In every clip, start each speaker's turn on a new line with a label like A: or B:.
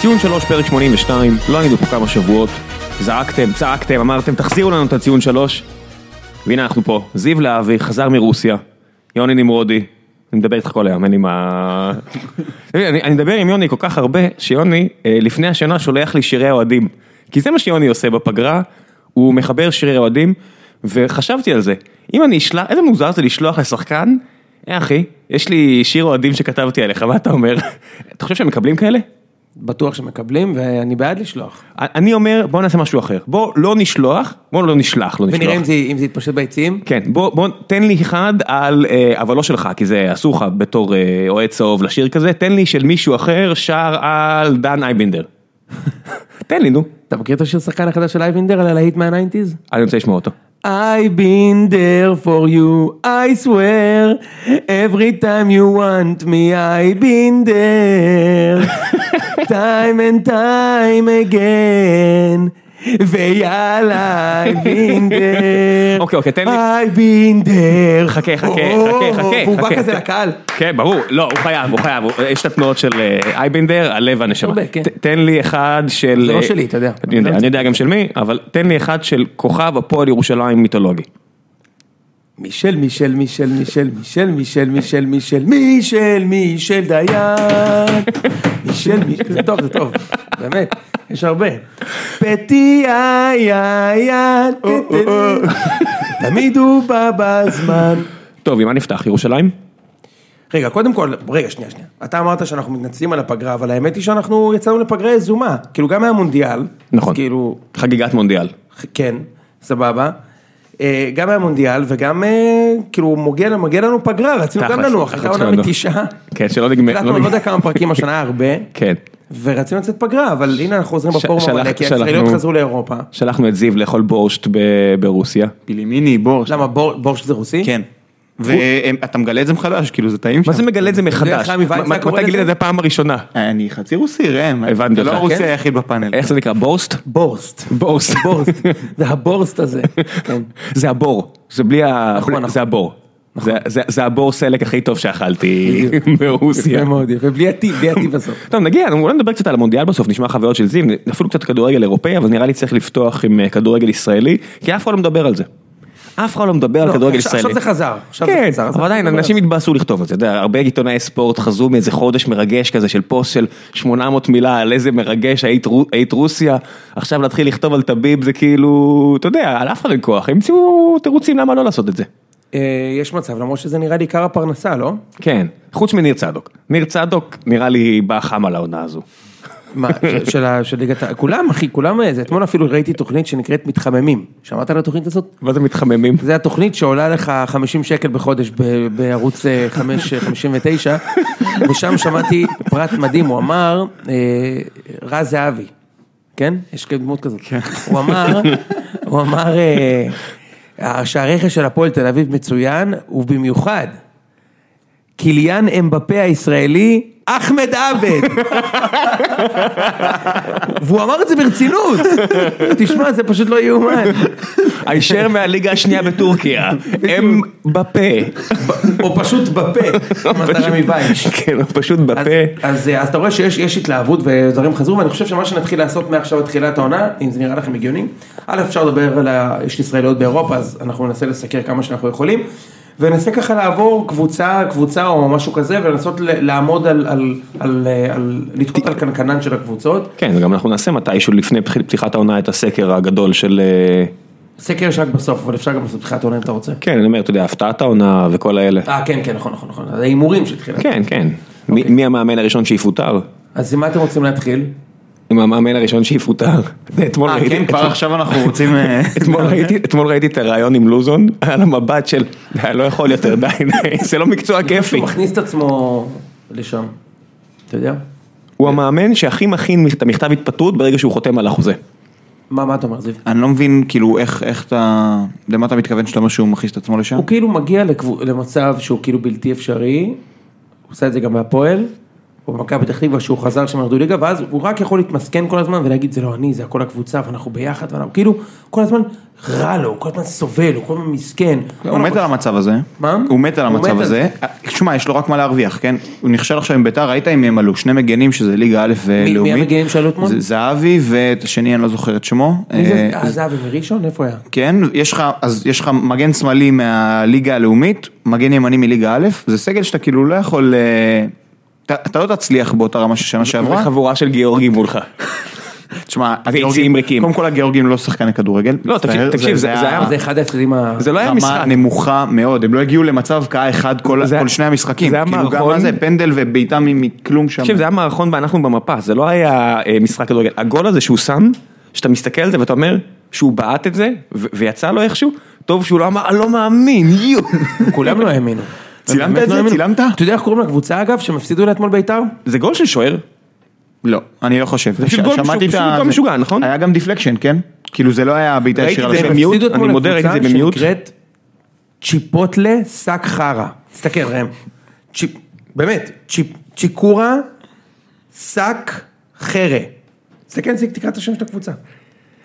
A: ציון 3, פרק 82, לא היינו פה כמה שבועות, זעקתם, צעקתם, אמרתם, תחזירו לנו את הציון 3. והנה אנחנו פה, זיו להבי, חזר מרוסיה, יוני נמרודי, אני מדבר איתך כל היום, אין לי מה... אני, אני מדבר עם יוני כל כך הרבה, שיוני אה, לפני השנה שולח לי שירי אוהדים. כי זה מה שיוני עושה בפגרה, הוא מחבר שירי אוהדים, וחשבתי על זה. אם אני אשלח, איזה מוזר זה לשלוח לשחקן, היי אחי, יש לי שיר אוהדים שכתבתי עליך, מה אתה אומר? אתה חושב שהם מקבלים כאלה?
B: בטוח שמקבלים, ואני בעד לשלוח.
A: אני אומר, בוא נעשה משהו אחר. בוא לא נשלוח, בוא לא נשלח, לא נשלוח.
B: ונראה אם זה, אם זה יתפשט ביציעים.
A: כן, בוא, בוא, תן לי אחד על, אה, אבל לא שלך, כי זה אסור לך בתור אה, אוהד צהוב לשיר כזה, תן לי של מישהו אחר שר על דן אייבינדר. תן לי, נו.
B: אתה מכיר את השיר שחקן החדש של אייבינדר על הלהיט מהניינטיז?
A: אני רוצה לשמוע אותו.
B: I've been there for you, I swear, every time you want me, I've been there, time and time again, ויאללה, I've been there,
A: אוקיי, אוקיי, תן לי-
B: I've been there,
A: חכה, חכה,
B: או,
A: חכה, חכה.
B: והוא בא
A: חכה.
B: כזה לקהל,
A: כן, ברור, לא, הוא חייב, הוא חייב, הוא- יש את התנועות של אה, אייבינדר, הלב והנשמה.
B: הרבה, כן.
A: ת- תן לי אחד של...
B: זה לא
A: אה,
B: שלי, אתה יודע.
A: אני יודע, אני יודע גם של מי, אבל תן לי אחד של כוכב הפועל ירושלים מיתולוגי.
B: מישל, מישל, מישל, מישל, מישל, מישל, מישל, מישל, מישל, מישל דיין. מישל, מישל, זה טוב, זה טוב, באמת, יש הרבה. פטי איי איי איי, תמיד הוא בא בזמן.
A: טוב, עם מה נפתח? ירושלים?
B: רגע, קודם כל, רגע, שנייה, שנייה. אתה אמרת שאנחנו מתנצלים על הפגרה, אבל האמת היא שאנחנו יצאנו לפגרה יזומה. כאילו, גם מהמונדיאל.
A: נכון.
B: כאילו,
A: חגיגת מונדיאל.
B: כן, סבבה. אה, גם מהמונדיאל וגם אה, כאילו מגיע, מגיע לנו פגרה, רצינו גם
A: תכלס,
B: לנוח,
A: אנחנו
B: אחרי
A: צריכים
B: העונה
A: לנוח.
B: מתשעה.
A: כן, שלא נגמר.
B: הקלטנו, אני לא יודע כמה פרקים השנה הרבה,
A: כן.
B: ורצינו לצאת פגרה, אבל הנה אנחנו חוזרים
A: ש-
B: בפורום
A: שלח-
B: המלא, כי
A: שלחנו-
B: הישראליות חזרו לאירופה.
A: שלחנו את זיו לאכול בורשט ב- ברוסיה.
C: פילימיני, בורש.
B: למה בור- בורש זה רוסי?
C: כן. ואתה מגלה את זה מחדש, כאילו זה טעים שם.
A: מה זה מגלה את זה מחדש?
B: זה חיים ויצמן
A: מה-
B: קורא
A: מתי גילית את
B: לזה?
A: זה פעם הראשונה?
C: אני חצי רוסי, ראם.
A: הבנתי
C: אתה לא
A: אותך,
C: הרוסי
A: כן?
C: היחיד בפאנל.
A: איך זה נקרא? בורסט?
B: בורסט.
A: בורסט.
B: בורסט. זה הבורסט הזה. כן.
A: זה הבור. זה בלי ה...
B: נכון,
A: בלי-
B: נכון.
A: זה הבור. זה- זה- זה הבור סלק הכי טוב שאכלתי ברוסיה.
B: יפה מאוד יפה, בלי הטי, בלי הטי בסוף.
A: טוב נגיע, אולי נדבר קצת על המונדיאל בסוף, נשמע חוויות של זיו, אפילו קצת כדורגל אירופאי, אבל נראה לי צריך לפתוח עם אה, כדורגל ישראלי, כי אף אחד לא מדבר על זה. אף אחד לא מדבר על
B: לא,
A: כדורגל
B: עכשיו-
A: ישראלי.
B: עכשיו זה חזר, עכשיו זה
A: כן,
B: חזר, אז
A: אבל עדיין
B: נדבר על
A: אנשים התבאסו לכתוב את זה, אתה יודע, הרבה עיתונאי ספורט חזו מאיזה חודש מרגש כזה של פוסט של 800 מילה על איזה מרגש היית רו- היית רוסיה, עכשיו להתחיל לכתוב על טביב זה כאילו, אתה יודע, על אף אחד אין כוח, המציאו תירוצים למה לא לעשות את זה.
B: אה, יש מצב, למרות שזה נראה לי עיקר הפרנסה, לא?
A: כן, חוץ מניר צדוק, ניר צדוק נראה לי בא חם על העונה הזו.
B: מה, של- של ה- של ליגת ה... כולם, אחי, כולם איזה. אתמול אפילו ראיתי תוכנית שנקראת מתחממים. שמעת על התוכנית הזאת?
A: מה זה מתחממים?
B: זה התוכנית שעולה לך 50 שקל בחודש ב- בערוץ אה, 559, ושם שמעתי פרט מדהים, הוא אמר, אה, רז זהבי, כן? יש כאן דמות כזאת. הוא אמר, הוא אמר, אה, שהרכש של הפועל תל אביב מצוין, ובמיוחד, קיליאן אמבפה הישראלי, אחמד עבד. והוא אמר את זה ברצינות. תשמע, זה פשוט לא יאומן.
A: הישר מהליגה השנייה בטורקיה, הם בפה.
B: או פשוט בפה, מטרה מבייש.
A: כן, הוא פשוט בפה.
B: אז, אה, אז, אז אתה רואה שיש יש התלהבות ודברים חזרו, ואני חושב שמה שנתחיל לעשות מעכשיו עד תחילת העונה, אם זה נראה לכם הגיוני, א', אפשר לדבר על ה... יש ישראליות באירופה, אז אנחנו ננסה לסקר כמה שאנחנו יכולים, וננסה ככה לעבור קבוצה, קבוצה או משהו כזה, ולנסות ל- לעמוד על, על, על, על, על לתקוט על קנקנן של הקבוצות.
A: כן, וגם אנחנו נעשה מתישהו לפני פח- פתיחת העונה את הסקר הגדול של... אה,
B: סקר יש רק בסוף, אבל אפשר גם לעשות תחילת העונה אם אתה רוצה.
A: כן, אני אומר, אתה יודע, הפתעת העונה וכל האלה.
B: אה, כן, כן, נכון, נכון, נכון, זה הימורים של תחילת.
A: כן, כן. מי
C: אוקיי.
A: מי המאמן הראשון שיפוטר?
B: אז עם מה אתם רוצים להתחיל?
A: עם המאמן הראשון שיפוטר. אתמול
C: אה,
A: ראיתי-
C: כן, כבר
A: אתמול-
C: עכשיו אנחנו רוצים... אה,
A: אתמול ראיתי- אתמול ראיתי את הריאיון עם לוזון, על המבט של, "די, לא יכול יותר, די, די, זה לא מקצוע כיפי.
B: הוא מכניס את עצמו לשם, אתה יודע?
A: הוא המאמן שהכי מכין את המכתב התפטרות ברגע שהוא חותם על החוזה.
B: מה, מה אתה אומר, זיו?
C: אני לא מבין, כאילו, איך איך אתה... למה אתה מתכוון שאתה אומר שהוא מכניס את עצמו לשם?
B: הוא כאילו מגיע לקבו- למצב שהוא כאילו בלתי אפשרי, הוא עושה את זה גם בהפועל, או במכבי פתח תקווה שהוא חזר שהם ירדו ליגה, ואז הוא רק יכול להתמסכן כל הזמן ולהגיד זה לא אני, זה הכל הקבוצה ואנחנו ביחד, ואנחנו כאילו כל הזמן רע לו, הוא כל הזמן סובל, הוא כל הזמן מסכן.
C: הוא מת על המצב הזה.
B: מה?
C: הוא מת על
B: הוא מת
C: המצב
B: על
C: הזה. אה, שמע, יש לו רק מה להרוויח, כן? הוא נכשל עכשיו עם ביתר, ראית עם מי הם עלו? שני מגנים, שזה ליגה א' ולאומית.
B: המגנים שעלו אתמול?
C: זה- זהבי, ואת השני אני לא זוכר את שמו.
B: מי זה?
C: אה,
B: אה, זהבי מראשון? איפה היה?
C: כן, יש לך, אז יש לך מגן שמאלי מהליגה הלאומית, מגן ימני מליגה א', זה סגל שאתה כאילו לא יכול, אה, אתה, אתה לא תצליח באותה רמה של שנה שעברה.
A: וחבורה של גיאורגים מולך.
C: תשמע,
A: ויציעים ריקים.
C: קודם כל הגיאורגים לא שחקני כדורגל.
A: לא,
C: מצטער,
A: תקשיב, תקשיב, זה- זה
C: אה.
A: היה-
B: זה אחד ההפסדים ה...
A: זה לא היה משחק.
C: רמה נמוכה מאוד, הם לא הגיעו למצב קאה אחד כל,
A: זה-
C: כל שני המשחקים.
A: זה היה
C: כאילו גם
A: מערכון.
C: מה זה פנדל ובעיטה מ- מכלום שם.
A: תקשיב, זה היה מערכון ואנחנו במפה, זה לא היה אה, משחק כדורגל. הגול הזה שהוא שם, שאתה מסתכל על זה ואתה אומר שהוא בעט את זה, ו- ויצא לו איכשהו, טוב שהוא לא אמר, אני לא מאמין, יו.
B: כולם לא האמינו.
C: צילמת
B: באמת
C: את
B: לא
C: זה?
B: האמינו.
C: צילמת?
B: אתה יודע איך קוראים לקבוצה אגב, שהם הפסידו לה אתמול בית"ר?
A: זה גול של שוער,
C: לא, אני לא חושב. זה לא
A: פשוט גול משוגע, פשוט גול משוגע, נכון?
C: היה גם דיפלקשן, כן? כאילו זה לא היה בעיטה
A: ראיתי
C: ישירה
A: את זה
C: לשם.
B: הם
A: במיוט,
B: הפסידו אתמול
A: אני מודה,
B: לקבוצה
A: ראיתי את זה במיוט.
B: שנקראת צ'יפוטלה שק חרא. תסתכל ראם. צ'יפ... באמת, צ'יפ... צ'יקורה שק חרא. תסתכל, זה- תקרא את השם של הקבוצה.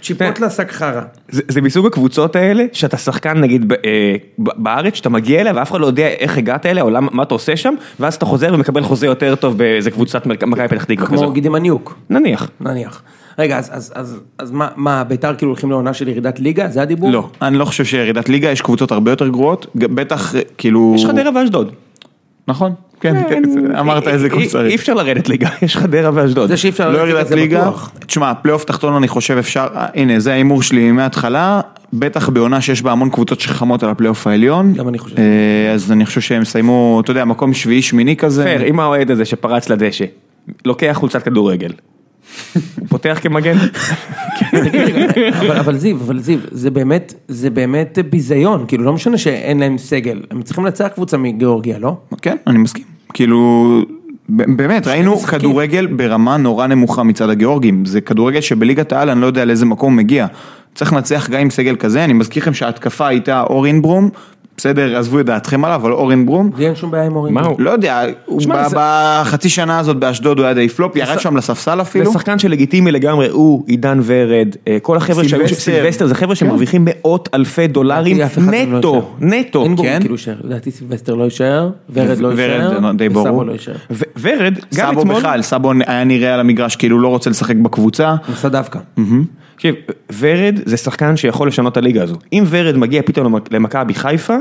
B: צ'יפוטלה שק חרא.
A: זה זה מסוג הקבוצות האלה, שאתה שחקן נגיד ב- אה, ב- בארץ, שאתה מגיע אליה ואף אחד לא יודע איך הגעת אליה, או למה- מה אתה עושה שם, ואז אתה חוזר ומקבל חוזה יותר טוב באיזה קבוצת מרכ- מכבי פתח תקווה
B: כמו
A: כזאת.
B: גידי מניוק.
A: נניח.
B: נניח. רגע, אז, אז, אז, אז מה, מה, ביתר כאילו הולכים לעונה של ירידת ליגה? זה הדיבור?
A: לא.
C: אני לא חושב שירידת ליגה, יש קבוצות הרבה יותר גרועות, ג- בטח כאילו...
A: יש חדרה ואשדוד.
C: נכון, כן, כן, זה- אמרת
A: אי-
C: איזה כמו
A: אי- אי
C: שצריך.
A: אפשר לרדת ליגה, יש חדרה ואשדוד.
B: זה שאי אפשר
C: לא
B: לרדת ליגה
C: ירידת
B: זה
C: ליגה,
B: בטוח.
C: תשמע, פלייאוף תחתון אני חושב אפשר, אה, הנה זה ההימור שלי מההתחלה, בטח בעונה שיש בה המון קבוצות שחמות על הפלייאוף העליון.
B: גם אני חושב.
C: אה, אז אני חושב שהם יסיימו, אתה יודע, מקום שביעי, שמיני כזה.
A: פייר, אם האוהד הזה שפרץ לדשא, לוקח חולצת כדורגל, הוא פותח כמגן?
B: אבל, אבל זיו, אבל זיו, זה באמת, זה באמת ביזיון, כאילו לא משנה שאין להם סגל, הם צריכים לנצח קבוצה מגיאורגיה, לא?
C: כן, אני מסכים. כאילו, ב- באמת, ראינו
B: משחקים.
C: כדורגל ברמה נורא נמוכה מצד הגיאורגים. זה כדורגל שבליגת העל אני לא יודע לאיזה מקום הוא מגיע. צריך לנצח גם עם סגל כזה, אני מזכיר לכם שההתקפה הייתה אורינברום, בסדר, עזבו את דעתכם עליו, אבל אורינברום.
B: לי אין שום בעיה עם אורינברג.
A: מה הוא?
C: לא יודע, הוא
A: שמע,
C: ב-
A: זה-
C: בחצי שנה הזאת באשדוד הוא היה די פלופ, ירד שם לספסל
A: זה
C: אפילו.
A: שחקן שלגיטימי לגמרי, הוא, עידן ורד, אה, כל החבר'ה שהיו שם,
C: סילבסטר.
A: סילבסטר, זה חבר'ה שמרוויחים מאות אלפי דולרים
B: לדעתי כן. אף אחד מהם לא
A: נטו,
B: יישאר.
A: נטו.
B: אין
C: כן?
B: בורג כאילו יישאר, לדעתי סילבסטר לא יישאר, ורד לא
C: ורד,
B: יישאר,
C: זה די
B: וסבו
C: ברור.
B: לא יישאר.
A: ו- ורד, גם
C: סאבו
A: אתמול,
C: בכלל, סאבו היה נראה על המגרש כאילו לא רוצה לשחק בקבוצה.
B: נסע דווקא.
A: תקשיב, ורד זה שחקן שיכול לשנות את הליגה הזו. אם ורד מגיע פתאום למק- למכבי חיפה,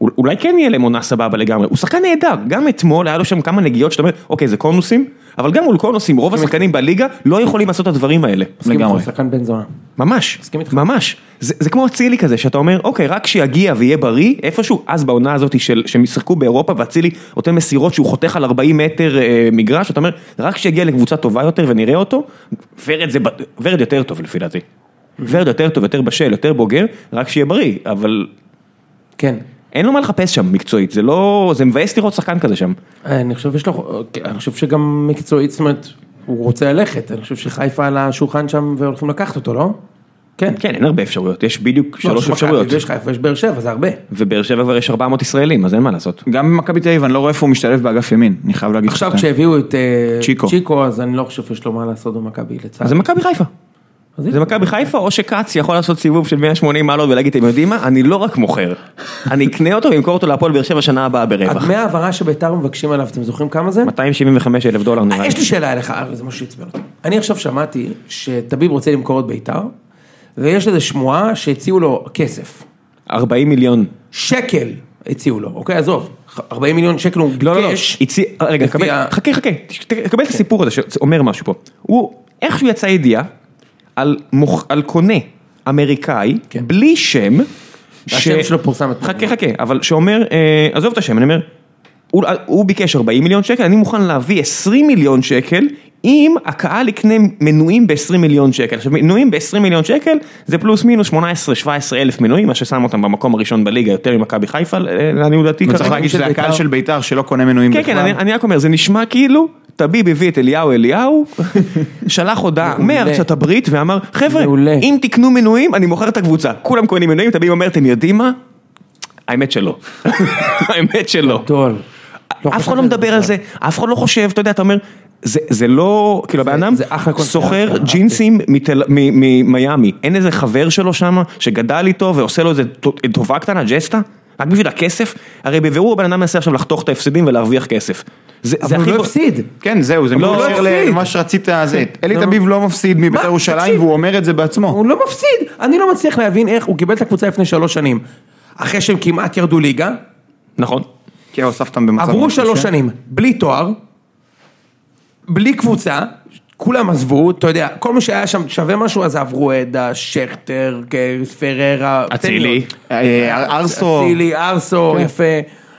A: אול- אולי כן יהיה להם עונה סבבה לגמרי. הוא שחקן נהדר, גם אתמול היה לו שם כמה נגיעות שאתה אומר, אוקיי זה קונוסים, אבל גם מול קונוסים רוב השחקנים בליגה לא יכולים לעשות את הדברים האלה.
B: מסכים איתך,
C: לגמרי.
B: הוא שחקן בן זונה.
A: ממש,
B: מסכים איתך.
A: ממש. זה, זה כמו אצילי כזה, שאתה אומר, אוקיי, רק שיגיע ויהיה בריא, איפשהו, אז בעונה הזאת של, שהם ישחקו באירופה, ואצילי נותן מסירות שהוא חותך על 40 מטר אה, מגרש, אתה אומר, רק שיגיע לקבוצה טובה יותר ונראה אותו, ורד, זה, ב- ורד יותר טוב לפי דעתי. ורד יותר טוב, יותר בשל, יותר בוגר, רק שיהיה בריא, אבל
B: כן.
A: אין לו מה לחפש שם מקצועית, זה לא, זה מבאס לראות שחקן כזה שם.
B: אה, אני חושב שיש לו, אוקיי, אני חושב שגם מקצועית, זאת אומרת, הוא רוצה ללכת, אני חושב שחיפה על השולחן שם והולכים לקחת אותו, לא? כן.
A: כן, אין הרבה אפשרויות, יש בדיוק
B: לא,
A: שלוש
B: יש מכבי
A: אפשרויות,
B: ויש חיפה, יש באר שבע, זה הרבה.
A: ובאר שבע כבר יש 400 ישראלים, אז אין מה לעשות.
C: גם במכבי תל אביב אני לא רואה איפה הוא משתלב באגף ימין, אני חייב להגיד לך.
B: עכשיו
C: את זה.
B: כשהביאו את אה,
C: כן. צ'יקו.
B: צ'יקו, אז אני לא חושב שיש לו מה לעשות במכבי
A: אז
B: לצערי.
A: זה מכבי חיפה.
B: אז הנה.
A: זה מכבי חיפה, או שכץ יכול לעשות סיבוב של 180 מעלות ולהגיד, אתם יודעים מה, אני לא רק מוכר, אני אקנה אותו ואמכור אותו להפועל באר שבע שנה הבאה ברווח.
B: הדמי העברה שביתר מבקשים עליו, אתם זוכרים כמה זה?
A: 275 אלף דולר נראה לי.
B: יש לי שאלה אליך, אה, זה משהו שעצבן אותי. אני עכשיו שמעתי שטביב רוצה למכור את ביתר, ויש איזו שמועה שהציעו לו כסף.
A: 40 מיליון.
B: שקל הציעו לו, אוקיי, עזוב, 40 מיליון שקל הוא
A: לא, לא, לא.
B: ביקש.
A: הצי- רגע,
B: לפי
A: קבל-
B: ה- כן.
A: חכה, חכה, תש- ת- קבל את הסיפור הזה שאומר משהו פה. הוא, איכשהו יצא ידיעה על מוכ- על קונה אמריקאי,
B: כן.
A: בלי שם,
B: והשם שלו פורסם אתמול.
A: חכה חכה, אבל שאומר, אה, עזוב את השם, אני אומר, הוא, הוא ביקש 40 מיליון שקל, אני מוכן להביא 20 מיליון שקל, אם הקהל יקנה מנויים ב-20 מיליון שקל. עכשיו מנויים ב-20 מיליון שקל זה פלוס מינוס 18-17 אלף מנויים, מה ששם אותם במקום הראשון בליגה, יותר ממכבי חיפה, אה, לעניות דעתי.
C: וצריך
A: כרגע.
C: להגיד
B: של
C: שזה הקהל
B: בית"ר.
C: של בית"ר שלא קונה מנויים
A: כן, כן, אני, אני רק אומר, זה נשמע כאילו, טביב הביא את אליהו אליהו, שלח הודעה
B: מעולה.
A: מארצות הברית ואמר, חבר'ה,
B: מעולה.
A: אם תקנו מנויים, אני מוכר את הקבוצה. כולם קונים מנויים, טביב אומר, אתם יודעים מה? האמת שלא. האמת שלא.
B: גדול.
A: אף אחד לא מדבר על זה, אף אחד לא חושב, אתה יודע, אתה אומר, זה- זה לא, כאילו הבן אדם
B: זה אחלה אה, קונספט.
A: סוחר
B: אהבתי.
A: ג'ינסים מתל- מ- ממיאמי, אין איזה חבר שלו שם שגדל איתו ועושה לו איזה ט- טובה קטנה, ג'סטה, רק בשביל הכסף, הרי בבירור הבן אדם מנסה עכשיו לחתוך את ההפסדים ולהרוויח כסף. זה זה
B: אבל הוא
A: הכי
B: לא
A: בו-
B: הפסיד.
C: כן, זהו, זה
A: לא, הוא לא
C: מתקשר
B: הפסיד.
C: למה שרצית, זה, אלי
B: נו.
C: תביב לא מפסיד מבית"ר
B: מה?
C: ירושלים
B: תקשיב.
C: והוא אומר את זה בעצמו.
B: הוא לא מפסיד, אני לא מצליח להבין איך הוא קיבל את הקבוצה לפני שלוש שנים. אחרי שהם כמעט ירדו ליגה,
A: נכון.
C: כי הוספתם במצב...
B: עברו
C: מאוד
B: שלוש
C: קשה.
B: שנים, בלי תואר, בלי קבוצה, כולם עזבו, אתה יודע, כל מי שהיה שם שווה משהו, אז עברו עדה, שכטר, פררה,
A: אצילי.
B: תן לי
C: אה, אה, ארסו,
B: עוד. אצילי, ארסו, יפה,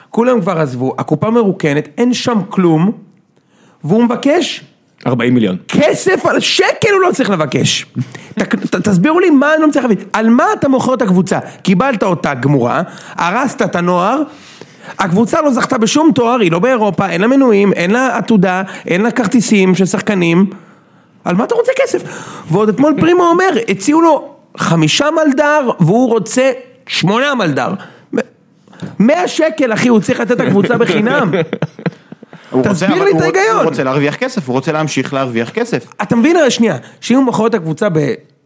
B: כולם כבר עזבו, הקופה מרוקנת, אין שם כלום, והוא מבקש
A: 40 מיליון.
B: כסף על שקל הוא לא צריך לבקש. ת, ת, תסבירו לי מה אני לא מצליח להבין. על מה אתה מוכר את הקבוצה? קיבלת אותה גמורה, הרסת את הנוער, הקבוצה לא זכתה בשום תואר, היא לא באירופה, אין לה מנויים, אין לה עתודה, אין לה כרטיסים של שחקנים. על מה אתה רוצה כסף? ועוד אתמול פרימו אומר, הציעו לו חמישה מלדר והוא רוצה שמונה מלדר. מאה שקל אחי, הוא צריך לתת את הקבוצה בחינם.
C: הוא רוצה-
B: תסביר
C: אבל
B: לי את
C: הוא-
B: ההיגיון.
C: הוא רוצה להרוויח כסף, הוא רוצה להמשיך להרוויח כסף.
B: אתה מבין הרי שנייה, שאם הוא מכר את הקבוצה ב...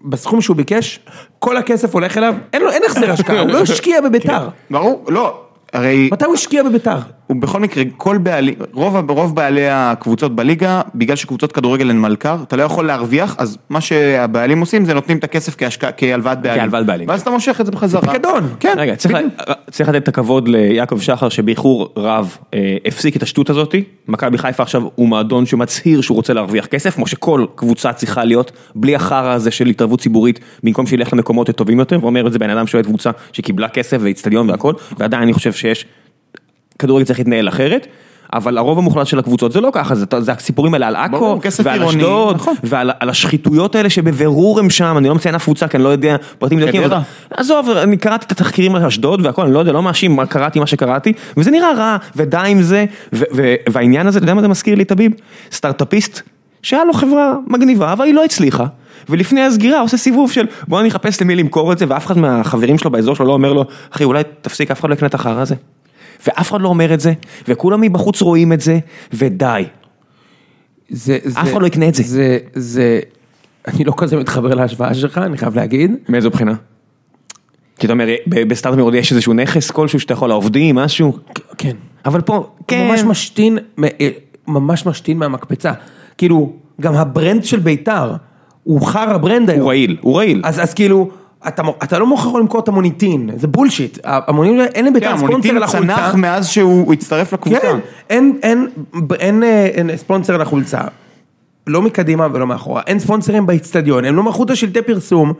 B: בסכום שהוא ביקש, כל הכסף הולך אליו, אין לו, אין החזר השקעה, הוא לא השקיע בביתר.
C: ברור, לא, הרי...
B: מתי הוא השקיע בביתר?
C: הוא בכל מקרה, כל בעלי, רוב, רוב בעלי הקבוצות בליגה, בגלל שקבוצות כדורגל הן מלכ"ר, אתה לא יכול להרוויח, אז מה שהבעלים עושים זה נותנים את הכסף כהשקעה, כהלוואת בעלים.
A: כהלוואת בעלים.
C: ואז אתה מושך את זה בחזרה.
B: כן. פיקדון.
C: כן.
A: רגע, צריך,
C: בדיוק.
A: לה, צריך לתת את הכבוד ליעקב שחר שבאיחור רב אה, הפסיק את השטות הזאתי. מכבי חיפה עכשיו הוא מועדון שמצהיר שהוא רוצה להרוויח כסף, כמו שכל קבוצה צריכה להיות, בלי החרא הזה של התערבות ציבורית, במקום שילך למקומות הטובים יותר, ואומר את זה בן אדם שאוהד קבוצה שקיבלה כסף ואיצטדיון והכל, ועדיין אני חושב שיש כדורגל צריך להתנהל אחרת, אבל הרוב המוחלט של הקבוצות זה לא ככה, זה, זה הסיפורים האלה על עכו,
C: ברור, כסף
A: ועל
C: עירוני,
A: אשדוד,
C: נכון.
A: ועל על השחיתויות האלה שבבירור הם שם, אני לא מציין אף קבוצה כי אני לא יודע פרטים מדויקים, אבל
C: חדרה.
A: עזוב, אני קראתי את התחקירים על אשדוד והכל, אני לא יודע, לא מאשים, מה קראתי מה שקראתי, וזה נראה רע, ודי עם זה, ו- ו- והעניין הזה, אתה יודע מה זה מזכיר לי, תביב? סטארט-אפיסט, שהיה לו חברה מגניבה, אבל היא לא הצליחה. ולפני הסגירה עושה סיבוב של בוא אני אחפש למי למכור את זה ואף אחד מהחברים שלו באזור שלו לא אומר לו אחי אולי תפסיק אף אחד לא יקנה את החרא הזה ואף אחד לא אומר את זה, וכולם מבחוץ רואים את זה, ודי.
B: זה, זה,
A: אף אחד לא יקנה את זה.
B: זה, זה, אני לא כזה מתחבר להשוואה שלך, אני חייב להגיד.
A: מאיזו בחינה? כי אתה אומר, ב- בסטארט מרוד יש איזשהו נכס כלשהו שאתה יכול לעובדים, משהו,
B: כן.
A: אבל פה,
B: כן.
A: כן.
B: ממש משתין, מ- אה, ממש משתין מהמקפצה. כאילו, גם הברנד של ביתר, הוא חרא ברנד היום.
A: הוא רעיל, הוא רעיל.
B: אז, אז כאילו, אתה, מו- אתה לא מוכר למכור את המוניטין, זה בולשיט. המוניטין, אין
C: כן,
B: לביתר ספונסר
C: המוניטין
B: על החולצה.
C: צנח מאז שהוא הצטרף לקבוצה.
B: כן, אין, אין, אין, אה, אין ספונסר לחולצה. לא מקדימה ולא מאחורה. אין ספונסרים באיצטדיון, הם לא מכרו את השלטי פרסום.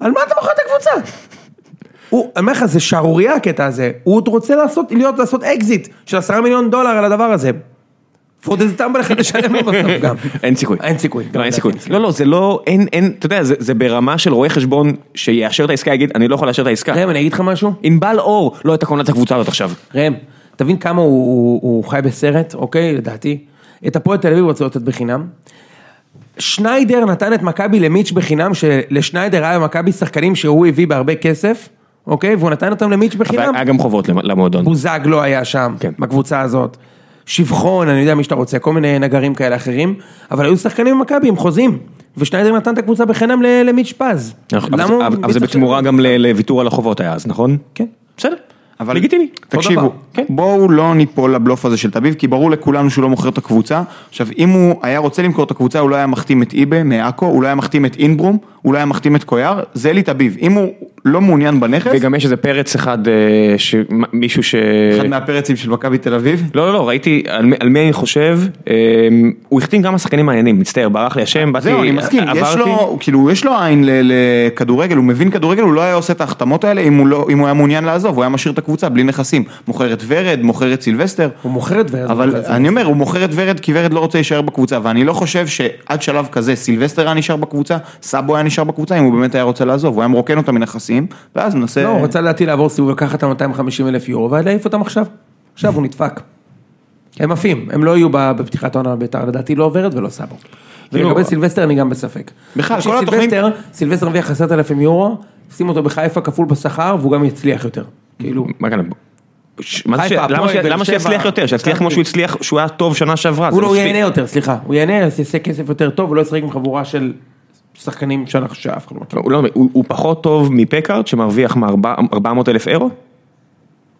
B: על מה אתה מוכר את הקבוצה? הוא, אני אומר לך, זה שערורייה הקטע הזה. הוא עוד רוצה לעשות, להיות, לעשות אקזיט של עשרה מיליון דולר על הדבר הזה. ועוד איזה טמבל אחד לשלם לו בסוף גם.
A: אין סיכוי.
B: אין סיכוי. כן,
A: לא, אין סיכוי. לא, לא, זה לא, אין, אין, אתה יודע, זה- זה ברמה של רואה חשבון שיאשר את העסקה, יגיד, אני לא יכול לאשר את העסקה.
B: ראם, אני אגיד לך משהו?
A: ענבל אור לא הייתה קונה את הקבוצה הזאת עכשיו.
B: ראם, תבין כמה הוא, הוא, הוא חי בסרט, אוקיי? לדעתי. את הפועל תל אביב הוא רוצה לתת בחינם. שניידר נתן את מכבי למיץ' בחינם, שלשניידר היה במכבי שחקנים שהוא הביא בהרבה כסף, אוקיי? והוא נתן אותם למיץ' בחינם.
A: אבל היה גם חובות למ- למועדון.
B: בוזג לא היה שם,
A: כן.
B: בקבוצה הזאת. שבחון, אני יודע מי שאתה רוצה, כל מיני נגרים כאלה אחרים, אבל היו שחקנים במכבי עם חוזים, ושניידר נתן את הקבוצה בחינם ל- למיץ' פז.
A: נכון, אבל-
B: למה הוא-
A: אבל-
B: מי
A: אבל זה
B: צריך-
A: בתמורה גם ל- לוויתור על החובות היה אז, נכון?
B: כן.
A: בסדר,
C: אבל-
A: לגיטימי.
C: תקשיבו,
A: אותו דבר, כן.
C: בואו לא ניפול לבלוף הזה של תביב, כי ברור לכולנו שהוא לא מוכר את הקבוצה. עכשיו, אם הוא היה רוצה למכור את הקבוצה, הוא לא היה מחתים את איבה מעכו, הוא לא היה מחתים את אינברום, הוא לא היה מחתים את קויאר, זה אלי תביב. אם הוא לא מעוניין בנכס,
A: וגם יש איזה פרץ אחד, אה, שמישהו ש...
C: אחד מהפרצים של מכבי תל אביב,
A: לא, לא, לא, ראיתי על, מי- על מי אני חושב, אמ, הוא החתים כמה שחקנים מעניינים, מצטער, ברח לי השם, באתי,
C: זהו, אני מסכים, יש
A: עברתי.
C: לו, כאילו, יש לו עין ל- לכדורגל, הוא מבין כדורגל, הוא לא היה עושה את ההחתמות האלה אם הוא לא- אם הוא היה מעוניין לעזוב, הוא היה משאיר את הקבוצה בלי נכסים. מוכר את ורד, מוכר את סילבסטר,
B: הוא מוכר את ורד.
C: אבל אני אומר, הוא מוכר את ורד כי ורד לא רוצה להישאר בקבוצה, ואני לא חושב שעד שלב כזה סילבסטר היה נשאר בקבוצה, סאבו היה נשאר בקבוצה, אם הוא באמת היה רוצה לעזוב, הוא היה מרוקן אותה מנכסים, ואז מנסה...
B: לא, הוא רצה לדעתי לעבור סיבוב, לקחת את ה-250 אלף יורו, ואז להעיף אותם עכשיו. עכשיו הוא נדפק. הם עפים, הם לא יהיו ב- בפתיחת העונה בביתר, לדעתי לא עוברת ולא סבו.
A: כאילו-
B: ולגבי סילבסטר אני גם בספק.
C: בכלל,
B: תקשיב,
C: כל התוכנית-
B: סילבסטר, סילבסטר הרוויח עשרת אלפים יורו, שים אותו בחיפה כפול בשכר, והוא גם יצליח יותר. כאילו,
A: מה כאן? ש- מה זה ש-
B: חיפה,
A: למה
B: הפועל,
A: ש-
B: באר
A: למה
B: שבע, כן.
A: שיצליח יותר? שיצליח כמו שהוא הצליח, שהוא היה טוב שנה שעברה. זה
B: הוא לא הוא
A: מספיק.
B: ייהנה יותר, סליחה. הוא ייהנה, אז יעשה כסף יותר טוב, הוא לא ישחק עם חבורה של שחקנים שאנחנו- שאף אחד לא מכיר.
A: הוא לא- הוא הוא פחות טוב מפקארט שמרוויח מ-400 אלף אירו?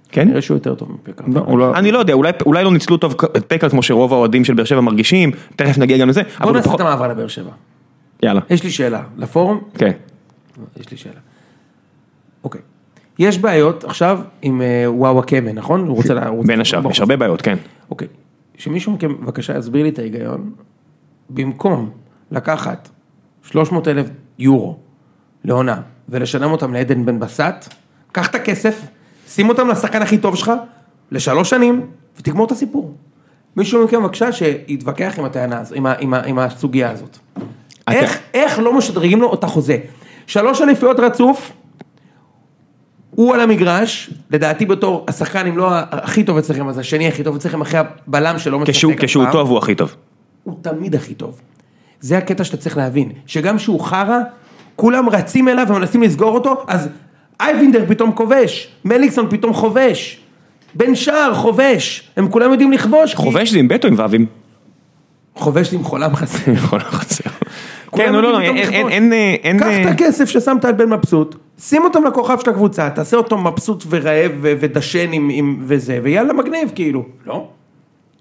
A: כן?
B: נראה שהוא יותר טוב מפקארט.
A: אני לא יודע, אולי- אולי לא ניצלו טוב את פקארט כמו שרוב האוהדים של באר שבע מרגישים, תכף נגיע גם לזה. אבל
B: בוא
A: הוא
B: נעשה
A: פחות-
B: את המעבר לבאר שבע.
A: יאלה,
B: יש לי שאלה, לפורום?
A: כן.
B: יש לי שאלה. אוקיי. יש בעיות עכשיו עם אה, וואו הקמן, נכון? הוא רוצה לה... הוא רוצה-
A: בין השאר,
B: ברור.
A: יש הרבה בעיות, כן.
B: אוקיי. שמישהו מכם בבקשה יסביר לי את ההיגיון. במקום לקחת 300 אלף יורו לעונה ולשלם אותם לעדן בן בסט, קח את הכסף, שים אותם לשחקן הכי טוב שלך לשלוש שנים ותגמור את הסיפור. מישהו מכם בבקשה שיתווכח עם הטענה הזאת, עם, ה, עם, ה, עם הסוגיה הזאת.
A: אתה-
B: איך, איך לא משדרגים לו את החוזה? שלוש אליפויות רצוף, הוא על המגרש, לדעתי בתור השחקן, אם לא ה- הכי טוב אצלכם, אז השני הכי טוב אצלכם, אחרי הבלם שלא משחק
A: כשהוא
B: אף
A: כשהוא
B: פעם.
A: טוב הוא הכי טוב.
B: הוא תמיד הכי טוב. זה הקטע שאתה צריך להבין, שגם כשהוא חרא, כולם רצים אליו ומנסים לסגור אותו, אז אייבינדר פתאום כובש, מליקסון פתאום חובש, בן שער חובש, הם כולם יודעים לכבוש. כי-
A: חובש זה עם בטו עם ואבים.
B: חובש לי עם חולם חסר.
A: יכול לחצר. כן,
B: כולם
A: לא, לא,
B: יודעים
A: אין,
B: פתאום
A: אין,
B: לכבוש.
A: אין, אה, אין, אה,
B: קח את הכסף ששמת על בן מבסוט, שים אותם לכוכב של הקבוצה, תעשה אותו מבסוט ורעב ו- ודשן עם, עם וזה, ויאללה מגניב כאילו. לא?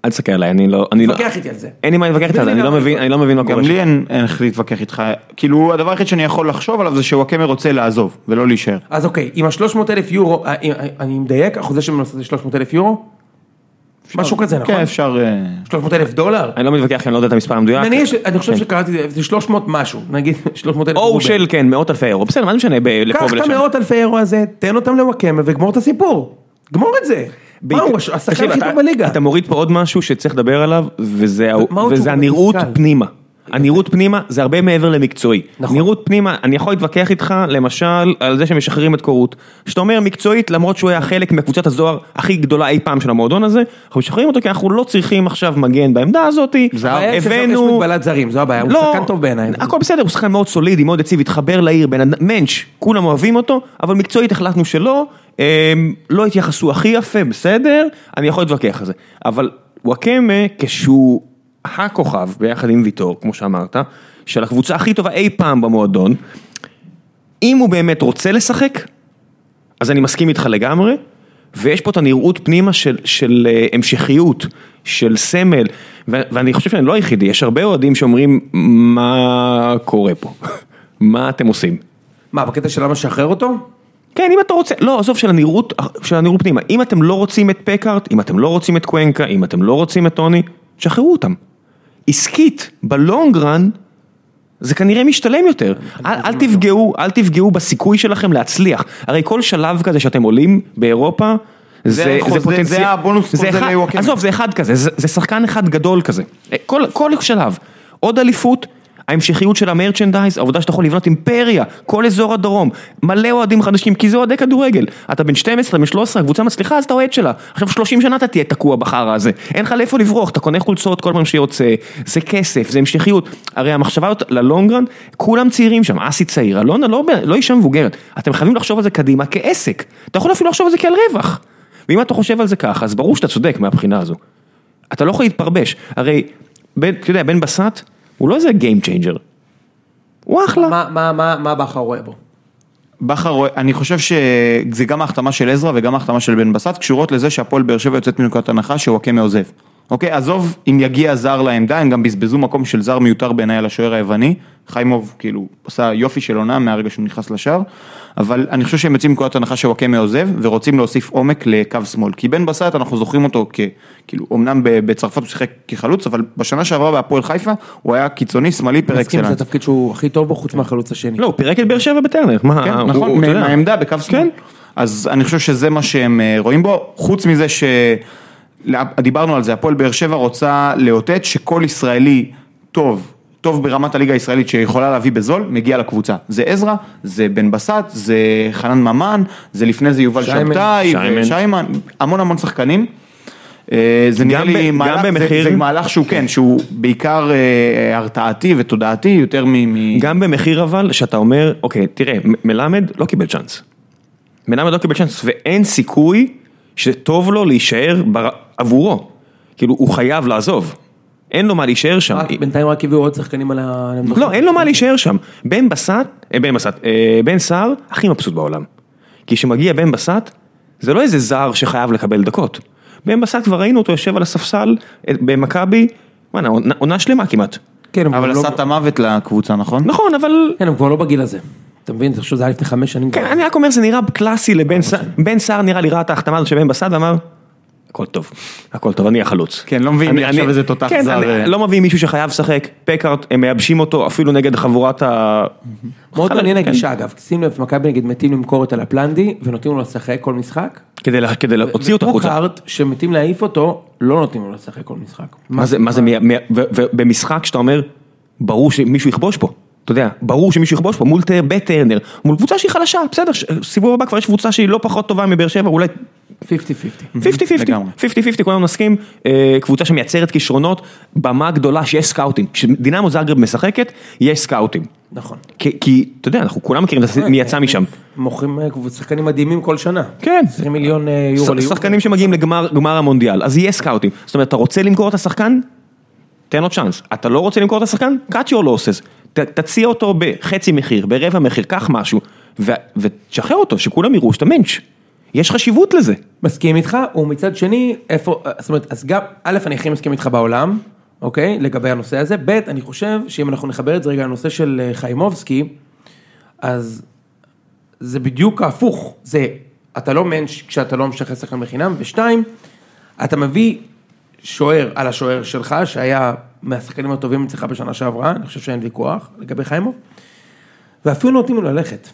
A: אל תסתכל עליי, אני לא, אני לא,
B: תתווכח איתי על זה.
A: אין לי מה להתווכח איתך,
B: תסביר לי
A: אני לא
B: למה
A: מבין,
B: אני
A: אני לא מבין מה
C: גם
A: קורה שם.
C: לי אין אין איך להתווכח איתך, כאילו הדבר היחיד שאני יכול לחשוב עליו זה שוואקמה רוצה לעזוב ולא להישאר.
B: אז אוקיי, עם ה-300 אלף יורו, אה, אה, אני מדייק, החוזה שמנוסד זה 300 אלף יורו? משהו כזה, נכון?
C: כן, אפשר... אה,
B: 300 אלף דולר?
A: אני לא מתווכח, כי אני לא יודע את המספר המדויק.
B: אני, אני חושב שקראתי, את זה, זה 300 משהו, נגיד 300 אלף
A: או של, כן, מאות אלפי אירו, בסדר, מה זה משנה, ב- לפה
B: קח את
A: ולשם.
B: המאות אלפי אירו הזה, תן אותם לוואקמה וגמור את הסיפור. גמור את זה. מה
A: בעיקר-
B: הוא, הש- השחקן
A: תקשיב,
B: הכי
A: אתה-
B: טוב בליגה.
A: אתה מוריד פה עוד משהו שצריך לדבר עליו, וזה ה-
B: מה עוד
A: וזה
B: שהוא
A: הנראות
B: מתוסכל?
A: פנימה. הנראות פנימה זה הרבה מעבר למקצועי.
B: נכון.
A: נראות פנימה, אני יכול להתווכח איתך, למשל, על זה שמשחררים את קורות. שאתה אומר מקצועית, למרות שהוא היה חלק מקבוצת הזוהר הכי גדולה אי פעם של המועדון הזה, אנחנו משחררים אותו כי אנחנו לא צריכים עכשיו מגן בעמדה הזאת.
B: הבעיה שיש- יש מגבלת זרים, זו הבעיה, הוא שחקן טוב בעיניי.
A: לא. הכל בסדר, הוא שחקן מאוד סולידי, מאוד יציב, התחבר לעיר, בן אדם, מענץ', כולם אוהבים אותו, אבל מקצועית החלטנו שלא, אמ, לא התייחסו הכי יפה, בסדר, אני יכול להתווכח על זה. אבל וואקמה, כשהוא הכוכב, ביחד עם ויטור, כמו שאמרת, של הקבוצה הכי טובה אי פעם במועדון, אם הוא באמת רוצה לשחק, אז אני מסכים איתך לגמרי, ויש פה את הנראות פנימה של, של אה, המשכיות, של סמל, ו- ואני חושב שאני לא היחידי, יש הרבה אוהדים שאומרים, מה קורה פה? מה אתם עושים?
B: מה, בקטע של למה שחרר אותו?
A: כן, אם אתה רוצה, לא, עזוב, של הנראות, של הנראות פנימה, אם אתם לא רוצים את פקארט, אם אתם לא רוצים את קוונקה, אם אתם לא רוצים את טוני, שחררו אותם. עסקית, בלונג רן, זה כנראה משתלם יותר. אל, אל תפגעו, אל תפגעו בסיכוי שלכם להצליח. הרי כל שלב כזה שאתם עולים באירופה, זה, נכון, זה,
C: החוזה-
A: פוטנציאל.
C: זה הבונוס
A: זה
C: חוזה
A: אחד-
C: לוואקמה.
A: עזוב, זה אחד כזה, זה, זה שחקן אחד גדול כזה. אה, כל, כל שלב. עוד אליפות, ההמשכיות של המרצ'נדייז, העובדה שאתה יכול לבנות אימפריה, כל אזור הדרום, מלא אוהדים חדשים, כי זה אוהדי כדורגל. אתה בן 12, בן 13, הקבוצה מצליחה, אז אתה אוהד שלה. עכשיו 30 שנה אתה תהיה תקוע בחרא הזה. אין לך לאיפה לברוח, אתה קונה חולצות כל פעם שיוצא, זה כסף, זה המשכיות. הרי המחשבה הזאת ללונגרן, כולם צעירים שם, אסי צעיר, אלונה לא, לא אישה מבוגרת. אתם חייבים לחשוב על זה קדימה כעסק. אתה יכול אפילו לחשוב על זה כעל רווח. ואם אתה חושב על זה ככה, אז ברור שאתה צודק מהבחינה הזו. אתה לא יכול להתפרבש, הרי, בן, אתה יודע, בן בסט, הוא לא איזה Game Changer. הוא אחלה.
B: מה- מה- מה מה בכר רואה בו?
C: בכר, רואה- אני חושב שזה גם ההחתמה של עזרא וגם ההחתמה של בן בסט קשורות לזה שהפועל באר שבע יוצאת מנקודת הנחה שוואקמה עוזב. אוקיי, עזוב אם יגיע זר לעמדה, הם גם בזבזו מקום של זר מיותר בעיניי על השוער היווני. חיימוב כאילו עשה יופי של עונה מהרגע שהוא נכנס לשער, אבל אני חושב שהם יוצאים מנקודת הנחה שוואקמה עוזב ורוצים להוסיף עומק לקו שמאל. כי בן בסט אנחנו זוכרים אותו כ... כאילו, אמנם ב- בצרפת הוא שיחק כחלוץ, אבל בשנה שעברה בהפועל חיפה הוא היה קיצוני שמאלי פר
B: מסכים, זה
C: אקסלנס.
B: התפקיד שהוא הכי טוב בו חוץ מהחלוץ השני.
A: לא, הוא פירק את באר שבע בטרנר. מה,
C: כן,
A: הוא-
C: נכון,
A: אה, הוא- אתה
C: מה-
A: יודע. כן.
C: מהעמדה בקו שמאל. אז אני חושב שזה מה שהם אה, רואים בו, חוץ מזה ש... לה- דיברנו על זה, הפועל באר שבע רוצה לאותת שכל ישראלי טוב, טוב ברמת הליגה הישראלית שיכולה להביא בזול, מגיע לקבוצה. זה עזרא, זה בן בסט, זה חנן ממן, זה לפני זה יובל
B: שיימן.
C: שבתאי, אה,
A: שיימן.
C: שיימן, המון המון שחקנים. אה, זה נראה
A: גם ב-
C: לי
A: גם
C: מהלך,
A: במחיר-
C: זה, זה מהלך שהוא כן, שהוא בעיקר אה, הרתעתי ותודעתי יותר מ... מ-
A: גם במחיר אבל, שאתה אומר, אוקיי, תראה, מ- מלמד לא קיבל צ'אנס. מלמד לא קיבל צ'אנס, ואין סיכוי שזה טוב לו להישאר בר... עבורו. כאילו, הוא חייב לעזוב. אין לו מה להישאר שם.
B: רק- בינתיים רק הביאו עוד שחקנים על ה... על המדוכה.
A: לא, אין לו מה להישאר שם. בן בסט, אה, בן בסט, אה, בן סער, הכי מבסוט בעולם. כי כשמגיע בן בסט, זה לא איזה זר שחייב לקבל דקות. בן בסט כבר ראינו אותו יושב על הספסל אה, במכבי, וואנה, עונה- עונה שלמה כמעט.
B: כן, הם
C: אבל
B: כבר לא-
C: עשה את המוות לקבוצה, נכון?
A: נכון, אבל...
B: כן, הם כבר לא בגיל הזה. אתה מבין? אני חושב שזה היה לפני חמש שנים.
A: כן, אני רק אומר, זה נראה קלאסי לבן סער, בן סער נראה לי ראה את ההחתמה הזאת של בן בסט ואמר, הכל טוב, הכל טוב, אני החלוץ.
C: כן, לא מביאים
A: אני-
C: לי עכשיו
A: אני-
C: איזה תותח
A: כן,
C: זר,
A: אני-
C: אה.
A: לא מביאים מישהו שחייב לשחק, פקארט, הם מייבשים אותו אפילו נגד חבורת ה...
B: מאוד
A: חלק,
B: מעניין
A: כן.
B: הגישה אגב, שים לב, מכבי נגיד מתים למכור את הלפלנדי ונותנים לו לשחק כל משחק.
A: כדי לה- כדי להוציא אותו החוצה.
B: ופוקארט, שמתים להעיף אותו, לא נותנים לו לשחק כל משחק.
A: מה זה, מה זה, מי- מי- ו- ו- במשחק שאתה אומר, ברור שמישהו יכבוש פה, אתה יודע, ברור שמישהו יכבוש פה, מול ט- בטרנר, מול קבוצה שהיא חלשה, בסדר, ש- סיבוב הבא כבר יש קבוצה שהיא לא פחות טובה מבאר שבע, אולי
B: 50-50.
A: 50-50,
C: לגמרי.
A: 50-50, כולנו נסכים, אה, קבוצה שמייצרת כישרונות, במה גדולה שיש סקאוטים, כשדינמו זאגרב משחקת, יש סקאוטים,
B: נכון.
A: כי- כי, אתה יודע, אנחנו כולם מכירים את הס- מי
B: כן.
A: יצא משם.
B: מוכרים אה, קבוצ- שחקנים מדהימים כל שנה.
A: כן.
B: 20 מיליון אה, יורו
A: ש-
B: ליורו.
A: שחקנים שמגיעים לגמר גמר המונדיאל, אז יהיה סקאוטים. זאת אומרת, אתה רוצה למכור את השחקן? תן לו צ'אנס. אתה לא רוצה למכור את השחקן? cut your losses. ת, תציע אותו בחצי מחיר, ברבע מחיר, קח משהו, ו, ותשחרר אותו, שכולם יראו שאתה מענץ'. יש חשיבות לזה.
B: מסכים איתך, ומצד שני, איפה, זאת אומרת, אז גם, א', אני הכי מסכים איתך בעולם, אוקיי, לגבי הנושא הזה, ב', אני חושב שאם אנחנו נחבר את זה רגע לנושא של אה, חיימובסקי, אז זה בדיוק ההפוך, זה, אתה לא מענץ' כשאתה לא משחרר שחקן בחינם, ושתיים, אתה מביא שוער על השוער שלך, שהיה מהשחקנים הטובים אצלך בשנה שעברה, אני חושב שאין ויכוח לגבי חיימוב, ואפילו נותנים לו ללכת.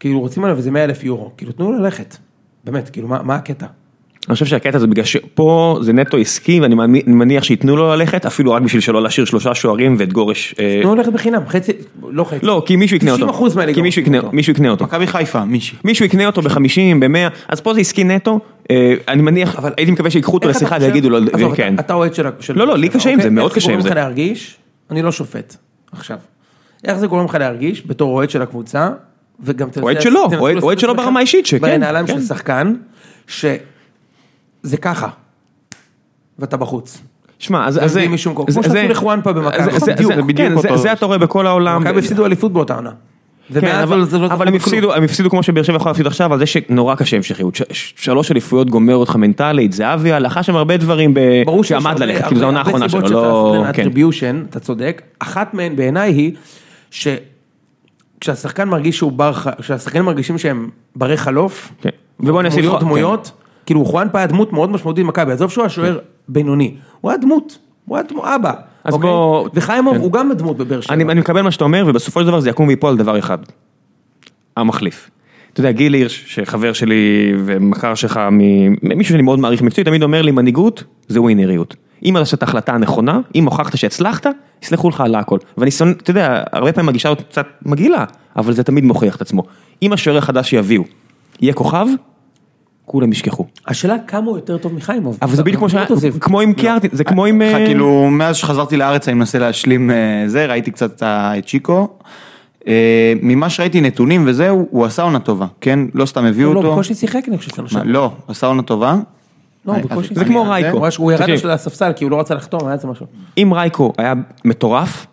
B: כאילו רוצים עליו איזה 100 אלף יורו, כאילו תנו לו ללכת, באמת, כאילו מה, מה הקטע?
A: אני חושב שהקטע הזה בגלל שפה זה נטו עסקי ואני מאמין- מניח שייתנו לו ללכת אפילו רק בשביל שלא להשאיר שלושה שוערים ואת גורש. אה,
B: תנו לו ללכת בחינם, חצי, לא חצי.
A: לא, כי מישהו יקנה אותו.
B: 90% מהליגה
A: כי מישהו
B: רוצים
A: יקנה-
B: אותו.
A: מישהו יקנה אותו.
C: מכבי חיפה, מישהי.
A: מישהו יקנה אותו ב-50, ב-100, אז פה זה עסקי נטו, אה, אני מניח, אבל הייתי מקווה שיקחו אותו
B: איך אתה
A: לשיחה
B: חושב-
A: ויגידו לו,
B: עזוב, אתה-
A: כן.
B: אתה אוהד של... ה- של-
A: לא, לא, לי
B: שלך,
A: קשה עם זה,
B: אוקיי?
A: מאוד
B: איך
A: קשה עם
B: גורם
A: זה.
B: לך להרגיש, אני לא שופט, עכשיו. איך זה גורם לך להרגיש בתור אוהד של הקבוצה, וגם תנסה-
A: אוהד שלו,
B: תנסו
A: אוהד-
B: לשים
A: אוהד
B: את
A: שלו
B: עצמך
A: ברמה האישית, שכן,
B: בנעליים
A: כן.
B: של שחקן, שזה ככה, ואתה בחוץ.
A: שמע, אז...
B: גם
A: אז זה-
B: בלי מישהו מקור.
A: זה-
B: כמו שעשו
A: זה-
B: לחואן פה במכבי.
A: זה-
B: נכון,
A: זה-
C: בדיוק,
A: זה-
C: בדיוק
A: כן, זה-
C: אותו.
A: זה אתה רואה בכל העולם.
B: מכבי הפסידו אליפות באותה עונה.
A: כן,
B: ומאז
A: אבל,
B: זה לא-
A: אבל הם,
B: לא כלום.
A: הפסידו, הם הפסידו כמו שבאר שבע יכולה להפסיד עכשיו, על זה שנורא קשה המשכיות. ש- ש- שלוש אליפויות גומר אותך מנטלית, זהבי לחש שם הרבה דברים ב...
B: ברור שיש
A: שעמד
B: הרבה-
A: ללכת,
B: הרבה-
A: כאילו זו העונה
B: הרבה
A: האחרונה שלו,
B: סיבות
A: לא...
B: שצריך לעשות
A: כן.
B: attribution, אתה צודק. אחת מהן בעיניי היא, שכשהשחקן מרגיש שהוא בר, ח- כשהשחקנים מרגישים שהם ברי חלוף,
A: כן. ובוא נעשה
B: דמויות,
A: איתך-
B: דמויות, כאילו חואנפה היה דמות מאוד משמעותית במכבי, עזוב שהוא היה שוער בינוני, הוא היה דמות, הוא היה דמות, אבא.
A: אז
B: אוקיי?
A: בוא-
B: וחיימוב
A: כן.
B: הוא גם דמות בבאר שבע.
A: אני, אני מקבל מה שאתה אומר, ובסופו של דבר זה יקום ויפול על דבר אחד. המחליף. אתה יודע, גיל הירש, שחבר שלי ומכר שלך, מ- מישהו שאני מאוד מעריך מקצועי, תמיד אומר לי, מנהיגות זה ווינריות. אם אתה עושה את ההחלטה הנכונה, אם הוכחת שהצלחת, יסלחו לך על הכל. ואני שונא, אתה יודע, הרבה פעמים הגישה הזאת קצת מגעילה, אבל זה תמיד מוכיח את עצמו. אם השוער החדש שיביאו, יהיה כוכב, כולם ישכחו.
B: השאלה כמה הוא יותר טוב מחיימוב. לא
A: אבל זה
C: לא,
A: בדיוק כמו שהיה,
B: אתה מבין אותו, זיו?
A: כמו עם קיארטין, זה כמו עם...
C: אה,
A: אה,
C: כאילו, מאז שחזרתי לארץ אני מנסה להשלים אה, זה, ראיתי קצת את ה- את צ'יקו. אה, ממה שראיתי נתונים וזהו, הוא עשה עונה טובה, כן? לא סתם הביאו
B: הוא
C: אותו.
B: לא, בקושי שיחק אני חושב שנה
C: מה,
B: שעברה.
C: לא, עשה עונה טובה.
B: לא, הוא
C: אני-
B: בקושי
C: אז-
A: אה, זה כמו
C: אני-
A: רייקו.
B: הוא היה- הוא ירד
A: תקשיב.
B: לשל הספסל כי הוא לא רצה לחתום, היה איזה משהו.
A: אם רייקו היה מטורף,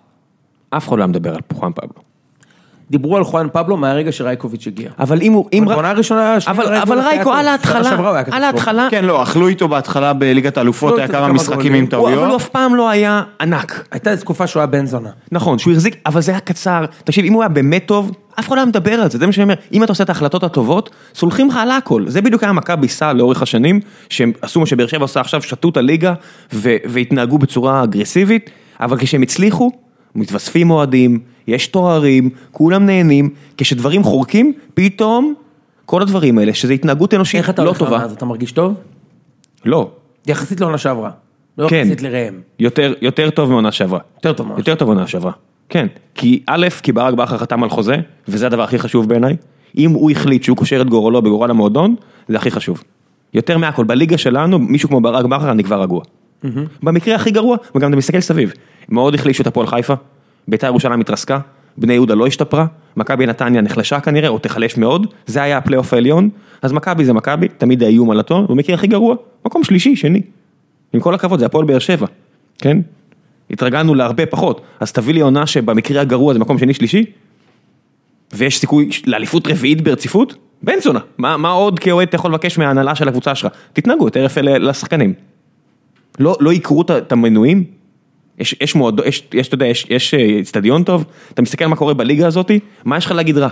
A: אף אחד לא היה מדבר על חואן פבלו.
B: דיברו על חואן פבלו מהרגע שרייקוביץ' הגיע.
A: אבל אם הוא, אם...
B: בעונה הראשונה, השנייה,
A: אבל, אבל
B: רייקוביץ' היה
A: רייקו
B: טוב.
A: על
B: שנה
A: ההתחלה,
B: שעברה הוא היה
A: על
B: קטסטרופה.
A: ההתחלה,
C: כן, לא, אכלו איתו בהתחלה בליגת האלופות,
B: לא,
C: היה
B: זה
C: כמה
B: כמה
C: משחקים
B: גולים.
A: הוא,
C: עם
A: אבל הוא
C: טעויות.
A: אף פעם לא היה ענק.
B: הייתה איזו תקופה שהוא היה בן זונה.
A: נכון, שהוא החזיק, אבל זה היה קצר. תקשיב, אם הוא היה באמת טוב, אף אחד לא היה מדבר על זה, זה מה שאני אומר. אם אתה עושה את ההחלטות הטובות, סולחים לך על הכל. זה בדיוק היה מכבי סל לאורך השנים, שהם עשו מה שבאר שבע עושה עכשיו, שתו את הליגה ו- והתנהגו בצורה אגרסיבית, אבל כשהם הצליחו, מתווספים אוהדים, יש תוארים, כולם נהנים, כשדברים חורקים, פתאום כל הדברים האלה, שזה התנהגות אנושית
B: איך אתה
A: לא
B: הולך לעונה
A: טובה.
B: הזאת, אתה מרגיש טוב?
A: לא,
B: יחסית לעונה שעברה. לא
A: כן.
B: יחסית לראם.
A: יותר, יותר טוב מעונה שעברה.
B: יותר טוב מעונה
A: יותר טוב מעונה שעברה. כן. כי א', כי ברק בכר חתם על חוזה, וזה הדבר הכי חשוב בעיניי. אם הוא החליט שהוא קושר את גורלו בגורל המועדון, זה הכי חשוב. יותר מהכל, בליגה שלנו, מישהו כמו ברק בכר, אני כבר רגוע. במקרה הכי גרוע, וגם אתה מסתכל סביב, מאוד החלישו את הפועל חיפה, ביתר ירושלים התרסקה, בני יהודה לא השתפרה, מכבי נתניה נחלשה כנראה, או תיחלש מאוד, זה היה הפלייאוף העליון, אז מכבי זה מכבי, תמיד האיום על הטון, במקרה הכי גרוע, מקום שלישי, שני. עם כל הכבוד, זה הפועל באר שבע, כן? התרגלנו להרבה פחות, אז תביא לי עונה שבמקרה הגרוע זה מקום שני שלישי, ויש סיכוי לאליפות רביעית ברציפות? בן זונה, מה, מה עוד כאוהד אתה יכול לבקש מההנהלה של הקבוצה שלך? תתנהגו יותר יפה ל- לשחקנים. לא, לא יקרו את ה- את המנויים? יש, יש מועדו, יש, יש, אתה יודע, יש, יש אה, אצטדיון טוב, אתה מסתכל מה קורה בליגה הזאתי, מה יש לך להגיד רע?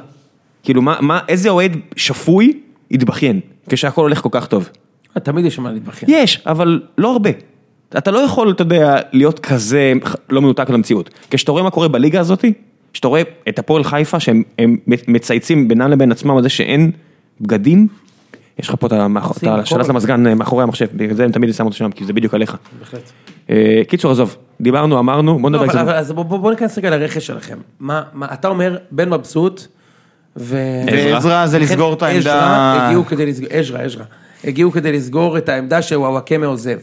A: כאילו, מה, מה, איזה אוהד שפוי יתבכיין כשהכול הולך כל כך טוב?
B: אה, תמיד יש מה להתבכיין.
A: יש, אבל לא הרבה. אתה לא יכול, אתה יודע, להיות כזה לא מנותק למציאות. כשאתה רואה מה קורה בליגה הזאת, כשאתה רואה את הפועל חיפה שהם הם מצייצים בינם לבין עצמם על זה שאין בגדים, יש לך פה את המאח- את
B: עושים
A: השלט
B: הכל.
A: למזגן אה, מאחורי המחשב, בגלל זה הם תמיד שמו אותו שם, כי זה בדיוק עליך. אה, קיצור, עזוב, דיברנו, אמרנו, בוא
B: לא,
A: נדבר
B: אבל-
A: על
B: אבל
A: זה.
B: אז בוא- בוא בוא ניכנס רגע לרכש שלכם. מה, מה- אתה אומר, בן מבסוט, ו...
A: עזרא.
B: אה,
C: ועזרא זה לסגור את
B: עזרא
C: העמדה.
B: הגיעו כדי לסגור, עזרא, עזרא. הגיעו כדי לסגור את העמדה שוואוואקמה עוזב.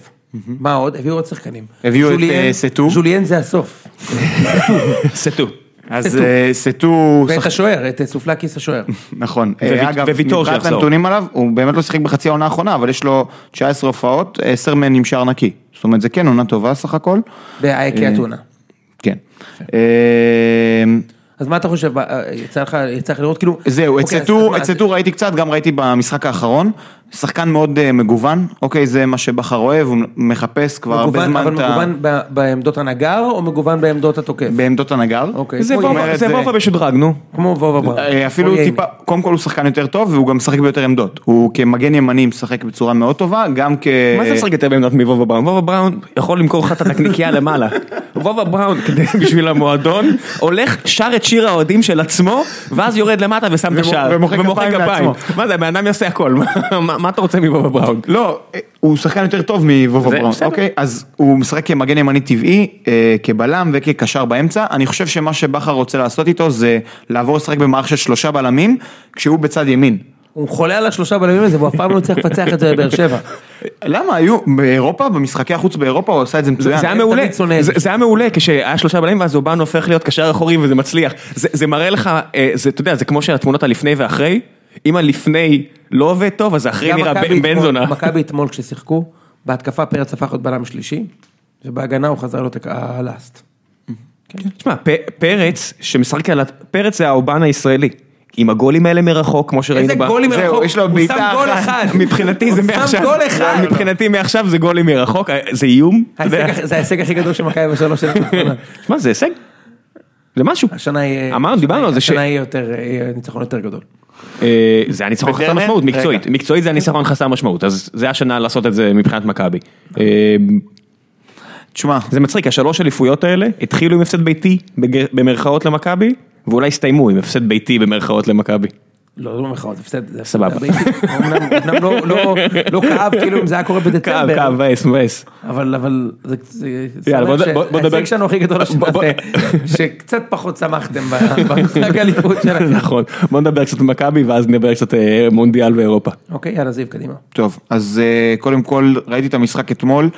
B: מה עוד? הביאו עוד שחקנים.
C: הביאו את,
B: ז'וליאן-
C: אה, סטו.
B: ז'וליאן זה הסוף.
A: סטו.
C: אז
B: סטו.
C: אה, סטו,
B: ואת
C: שחק-
B: השוער, את אה, סופלקיס השוער.
C: נכון,
A: וויט-
C: אה, אגב,
A: וויטור
C: מבחינת
A: שיחזור.
C: הנתונים עליו, הוא באמת לא שיחק בחצי העונה האחרונה, אבל יש לו 19 הופעות, 10 מהן עם שער נקי, זאת אומרת זה כן עונה טובה סך הכל,
B: באייקי אתונה.
C: כן. אה,
B: אז מה אתה חושב, ב- אה, יצא לך, יצא לך לראות כאילו...
C: זהו, את
B: אוקיי, אז-
C: סטור,
B: אז
C: את
B: מה,
C: סטור ראיתי קצת, גם ראיתי במשחק האחרון, שחקן מאוד אה, מגוון, אוקיי, זה מה שבכר אוהב, הוא מחפש כבר הרבה
B: מגוון,
C: זמן
B: אבל
C: את ה-
B: מגוון ב- בעמדות הנגר או מגוון בעמדות התוקף?
C: בעמדות הנגר.
B: אוקיי.
A: זה
B: כמו
A: וובה-
C: אומרת,
A: זה
C: זה-
A: וובה משודרג, נו.
B: כמו וובה ברק.
C: אה, אפילו
B: כמו
C: טיפה, קודם כל הוא שחקן יותר טוב והוא גם משחק ביותר עמדות. הוא כמגן ימני משחק בצורה מאוד טובה, גם כ...
A: מה זה לשחק יותר בעמדת מוובה בראון? וובה בראון יכול למכור לך את הנקניקייה למעלה. וובה בראון, כדי- בשביל המועדון, הולך, שר את שיר האוהדים של עצמו, ואז יורד למטה ושם את
C: ומו-
A: השער.
C: ומוחא כפיים לעצמו.
A: מה זה, הבן אדם יעשה הכל, מה- מה מה אתה רוצה מוובה בראון?
C: לא, אה, הוא שחקן יותר טוב מוובה
A: זה
C: בראון,
A: בסדר.
C: אוקיי? אז הוא משחק כמגן ימני טבעי, אה, כבלם וכקשר באמצע. אני חושב שמה שבכר רוצה לעשות איתו זה לעבור לשחק במערך של שלושה בלמים, כשהוא בצד ימין.
B: הוא חולה על השלושה בלמים הזה, והוא אף פעם לא צריך לפצח את זה בבאר שבע.
C: למה היו באירופה, במשחקי החוץ באירופה, הוא עשה את זה מצוין.
A: זה היה מעולה,
B: לא, תמיד שונא את
A: זה
B: זה.
A: זה היה מעולה כשהיה שלושה בלמים ואז אובן הופך להיות קשר אחורי וזה מצליח. זה זה מראה לך, אה, זה, אתה יודע, זה כמו שהתמונות הלפני ואחרי, אם הלפני לא עובד טוב אז האחרי
B: גם
A: נראה
B: מכבי
A: בן- בן
B: אתמול-
A: זונה.
B: מכבי אתמול כששיחקו, בהתקפה פרץ הפך להיות בלם שלישי, ובהגנה הוא חזר לו את הלאסט.
A: תשמע, פ- פרץ שמשחק על... ה- פרץ זה האובן הישראלי. עם הגולים האלה מרחוק, כמו שראינו
B: איזה גולים
A: זה-
C: זהו,
B: מרחוק,
C: יש לו
B: הוא שם
C: בעיטה
B: גול
C: אחת.
B: אחד.
A: מבחינתי זה מעכשיו.
B: הוא שם גול אחד.
A: מבחינתי מעכשיו זה גולים מרחוק, אה, זה איום. אתה
B: ההישג
A: יודע.
B: הכ- זה ההישג הכי גדול של מכבי בשלוש שנים האחרונות.
A: שמע, זה הישג. זה משהו.
B: השנה היא...
A: אמרנו,
B: השנה-
A: דיברנו על זה ש-
B: השנה היא יותר, אה, ניצחון יותר גדול.
A: אה, זה הניצחון חסר
C: בטרנר?
A: משמעות,
C: רגע.
A: מקצועית. מקצועית זה הניצחון חסר משמעות, אז זה השנה לעשות את זה מבחינת מכבי. אה,
C: תשמע,
A: זה מצחיק, השלוש אליפויות האלה התחילו עם הפסד ביתי בגר- במרכאות למכבי, ואולי הסתיימו עם הפסד ביתי במרכאות למכבי.
B: לא, לא מחאות, הפסד. זה הפסד
A: סבבה.
B: הרבה. אמנם- אמנם לא- לא- לא כאב, כאילו אם זה היה קורה
A: כאב,
B: בדצמבר.
A: כאב, מבאס, מבאס.
B: אבל, אבל, זה, זה,
A: יאללה,
B: שמח
A: בוא-
B: ש-
A: בוא- בוא נדבר-
B: ההישג שלנו הכי גדול השנה,
A: בוא- בוא-
B: זה שקצת פחות שמחתם ב- במשחק האליפות שלכם.
A: נכון, בוא נדבר קצת מכבי ואז נדבר קצת אה, מונדיאל ואירופה.
B: אוקיי, יאללה, זיו, קדימה.
C: טוב, אז אה, קודם כל ראיתי את המשחק אתמול,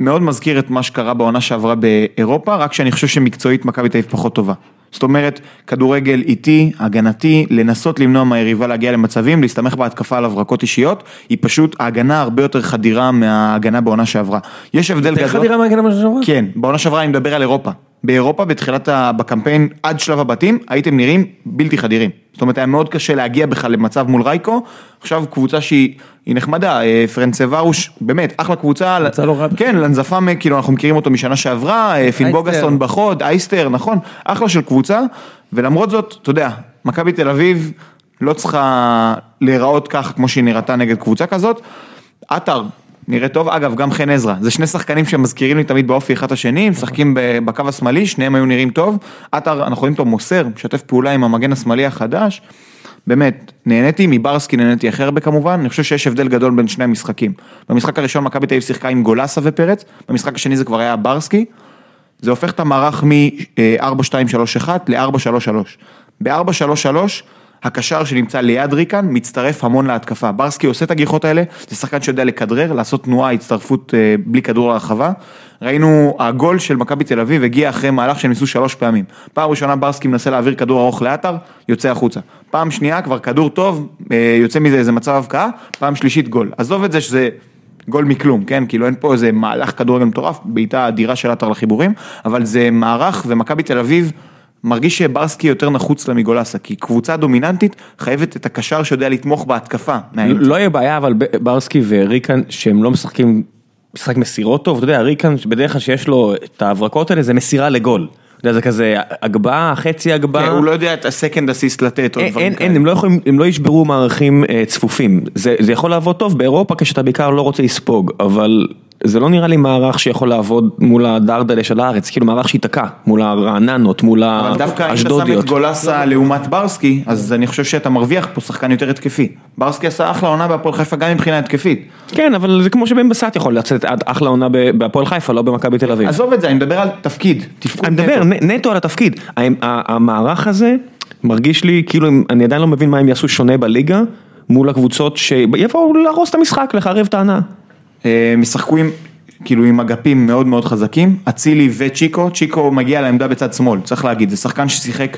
C: מאוד מזכיר את מה שקרה בעונה שעברה באירופה, רק שאני חושב שמקצועית מכבי תל אביב פחות טובה. זאת אומרת, כדורגל איטי, הגנתי, לנסות למנוע מהיריבה להגיע למצבים, להסתמך בהתקפה על הברקות אישיות, היא פשוט, ההגנה הרבה יותר חדירה מההגנה בעונה שעברה. יש הבדל
B: איך
C: גדול.
B: חדירה מהגנה בשנה שעברה?
C: כן, בעונה שעברה אני מדבר על אירופה. באירופה בתחילת, ה... בקמפיין עד שלב הבתים, הייתם נראים בלתי חדירים. זאת אומרת, היה מאוד קשה להגיע בכלל למצב מול רייקו. עכשיו קבוצה שהיא היא נחמדה, אה, פרנסוורוש, באמת, אחלה קבוצה.
B: קבוצה לא רעה.
C: כן, לנזפם, כאילו, אנחנו מכירים אותו משנה שעברה, אה, פינבוגסון בחוד, אייסטר, נכון, אחלה של קבוצה. ולמרות זאת, אתה יודע, מכבי תל אביב לא צריכה להיראות כך כמו שהיא נראתה נגד קבוצה כזאת. עטר, נראה טוב, אגב, גם חן עזרא, זה שני שחקנים שמזכירים לי תמיד באופי אחד את השני, הם משחקים ב- בקו השמאלי, שניהם היו נראים טוב, עטר, אנחנו רואים אותו מוסר, משתף פעולה עם המגן השמאלי החדש, באמת, נהניתי, מברסקי נהניתי הכי הרבה כמובן, אני חושב שיש הבדל גדול בין שני המשחקים. במשחק הראשון מכבי תל אביב שיחקה עם גולסה ופרץ, במשחק השני זה כבר היה ברסקי, זה הופך את המערך מ-4-2-3-1 ל-4-3-3. ב-4-3-3, הקשר שנמצא ליד ריקן מצטרף המון להתקפה. ברסקי עושה את הגיחות האלה, זה שחקן שיודע לכדרר, לעשות תנועה, הצטרפות אה, בלי כדור לרחבה. ראינו, הגול של מכבי תל אביב הגיע אחרי מהלך שניסו שלוש פעמים. פעם ראשונה ברסקי מנסה להעביר כדור ארוך לעטר, יוצא החוצה. פעם שנייה כבר כדור טוב, אה, יוצא מזה איזה מצב הבקעה, פעם שלישית גול. עזוב את זה שזה גול מכלום, כן? כאילו אין פה איזה מהלך כדורגל מטורף, בעיטה אדירה של עטר לחיבורים, אבל זה מערך ומכבי תל אביב מרגיש שברסקי יותר נחוץ לה מגולסה, כי קבוצה דומיננטית חייבת את הקשר שיודע לתמוך בהתקפה. כן, מהאמצע.
A: לא יהיה בעיה, אבל ב- ברסקי וריקן, שהם לא משחקים משחק מסירות טוב, אתה יודע, ריקן, בדרך כלל שיש לו את ההברקות האלה, זה מסירה לגול. אתה יודע, זה כזה הגבהה, חצי הגבהה.
C: כן, הוא לא יודע את הסקנד אסיסט לתת או
A: אין,
C: דברים
A: אין,
C: כאלה.
A: אין, הם לא יכולים, הם לא ישברו מערכים אה, צפופים. זה, זה יכול לעבוד טוב באירופה כשאתה בעיקר לא רוצה לספוג, אבל זה לא נראה לי מערך שיכול לעבוד מול הדרדלה של הארץ, כאילו מערך שייתקע, מול הרעננות, מול
C: אבל דווקא אם אתה שם את
A: האשדודיות.
C: גולסה לעומת ברסקי, אז אני חושב שאתה מרוויח פה שחקן יותר התקפי. ברסקי עשה אחלה עונה בהפועל חיפה גם מבחינה התקפית.
A: כן, אבל זה כמו שבן בסט יכול לצאת עד אחלה עונה ב- בהפועל חיפה, לא במכבי תל אביב.
C: עזוב את זה, אני מדבר על תפקיד. תפקוד
A: אני מדבר
C: נטו.
A: נ- נטו על התפקיד. המ- ה- המערך הזה מרגיש לי כאילו הם- אני עדיין לא מבין מה הם יעשו שונה בליגה מול הקבוצות שיבואו להרוס את המשחק, לחרב את ההנאה.
C: אה, הם ישחקו עם, כאילו עם אגפים מאוד מאוד חזקים, אצילי וצ'יקו, צ'יקו מגיע לעמדה בצד שמאל, צריך להגיד, זה שחקן ששיחק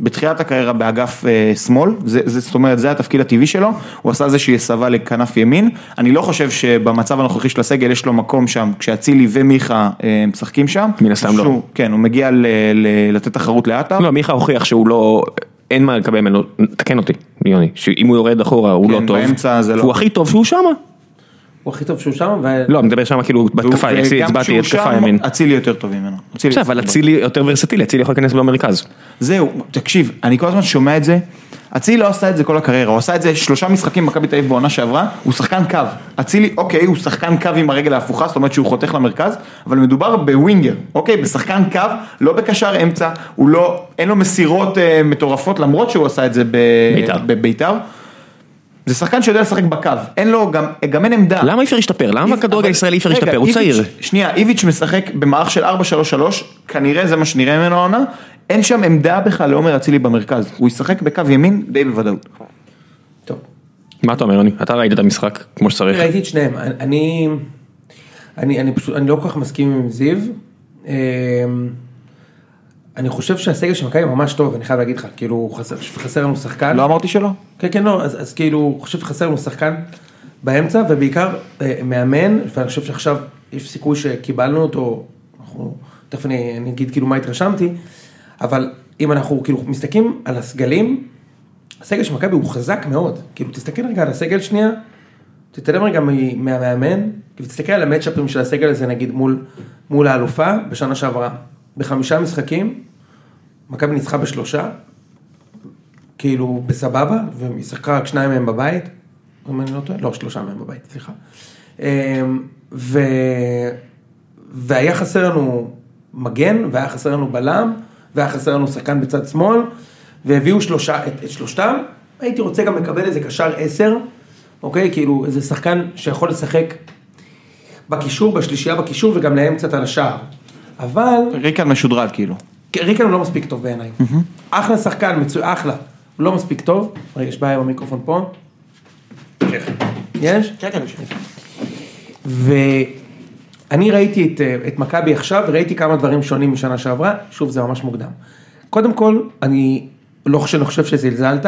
C: בתחילת הקריירה באגף אה, שמאל, זה, זה, זאת אומרת זה התפקיד הטבעי שלו, הוא עשה זה שהיא הסבה לכנף ימין, אני לא חושב שבמצב הנוכחי של הסגל יש לו מקום שם, כשאצילי ומיכה אה, משחקים שם,
A: מן הסתם לא.
C: שהוא- כן, הוא מגיע ל, ל, לתת תחרות לעטר,
A: לא, מיכה הוכיח שהוא לא, אין מה לקבל ממנו, תקן אותי, יוני, שאם הוא יורד אחורה הוא
C: כן,
A: לא טוב.
C: באמצע זה לא-
A: הוא הכי טוב שהוא שמה.
B: הוא הכי טוב שהוא שם, ו...
A: לא, אני מדבר שמה כאילו בהתקפה,
C: והוא-
A: אצלי
C: וגם
A: הצבעתי
C: אה, כשהוא
A: התקפה
C: שם,
A: ימין.
C: אצילי יותר טוב ממנו. אצילי
A: בסדר,
C: יותר
A: אבל
C: טוב.
A: אצילי יותר ורסטילי, אצילי יכול להיכנס במרכז.
C: זהו, תקשיב, אני כל הזמן שומע את זה. אצילי לא עשה את זה כל הקריירה, הוא עשה את זה שלושה משחקים במכבי תל אביב בעונה שעברה, הוא שחקן קו. אצילי, אוקיי, הוא שחקן קו עם הרגל ההפוכה, זאת אומרת שהוא חותך למרכז, אבל מדובר בווינגר, אוקיי, בשחקן קו, לא בקשר אמצע, הוא לא, אין לו מסירות אה, מטורפות, למרות שהוא עשה את זה ב-
A: בית"ר.
C: בביתר. זה שחקן שיודע לשחק בקו, אין לו, גם, גם אין עמדה.
A: למה אי אפשר להשתפר? למה
C: איב-
A: הכדורגל
C: אה. אבל-
A: הישראלי אי אפשר
C: רגע,
A: להשתפר? הוא
C: איביץ'-
A: צעיר.
C: שנייה, איביץ' משחק במערך של 4-3-3, כנראה זה מה שנראה ממנו העונה, אין שם עמדה בכלל לעומר אצילי במרכז, הוא ישחק בקו ימין די בוודאות.
B: טוב.
A: מה אתה אומר, יוני? אתה ראית את המשחק כמו שצריך.
B: ראיתי את שניהם, אני- אני, אני, אני פשוט, אני לא כל כך מסכים עם זיו. אמ, אני חושב שהסגל של מכבי ממש טוב, אני חייב להגיד לך, כאילו חסר, חסר לנו שחקן.
C: לא אמרתי שלא?
B: כן, כן, לא, אז, אז כאילו, חושב שחסר לנו שחקן באמצע, ובעיקר אה, מאמן, ואני חושב שעכשיו יש סיכוי שקיבלנו אותו, אנחנו, תכף אני, אני אגיד כאילו מה התרשמתי, אבל אם אנחנו כאילו מסתכלים על הסגלים, הסגל של מכבי הוא חזק מאוד, כאילו תסתכל רגע על הסגל שנייה, תתעלם רגע מ- מהמאמן, ותסתכל על המצ'אפים של הסגל הזה נגיד מול, מול האלופה בשנה שעברה, בחמישה משחקים, מכבי ניצחה בשלושה, כאילו בסבבה, והיא שיחקה רק שניים מהם בבית, אם אני לא טועה, לא, שלושה מהם בבית, סליחה. אמ, ו... והיה חסר לנו מגן, והיה חסר לנו בלם, והיה חסר לנו שחקן בצד שמאל, והביאו שלושה, את, את שלושתם, הייתי רוצה גם לקבל איזה קשר עשר, אוקיי? כאילו איזה שחקן שיכול לשחק בקישור, בשלישייה בקישור, וגם לאמצע על השער. אבל...
C: ריקן משודרג כאילו.
B: ריקן הוא לא מספיק טוב בעיניי. אחלה שחקן, מצוי, אחלה. הוא לא מספיק טוב. רגע, יש בעיה עם המיקרופון פה? יש? כן, כן, ואני ראיתי את, אה, את מכבי עכשיו, וראיתי כמה דברים שונים משנה שעברה, שוב, זה ממש מוקדם. קודם כל, אני לא חושב, אני חושב שזלזלת,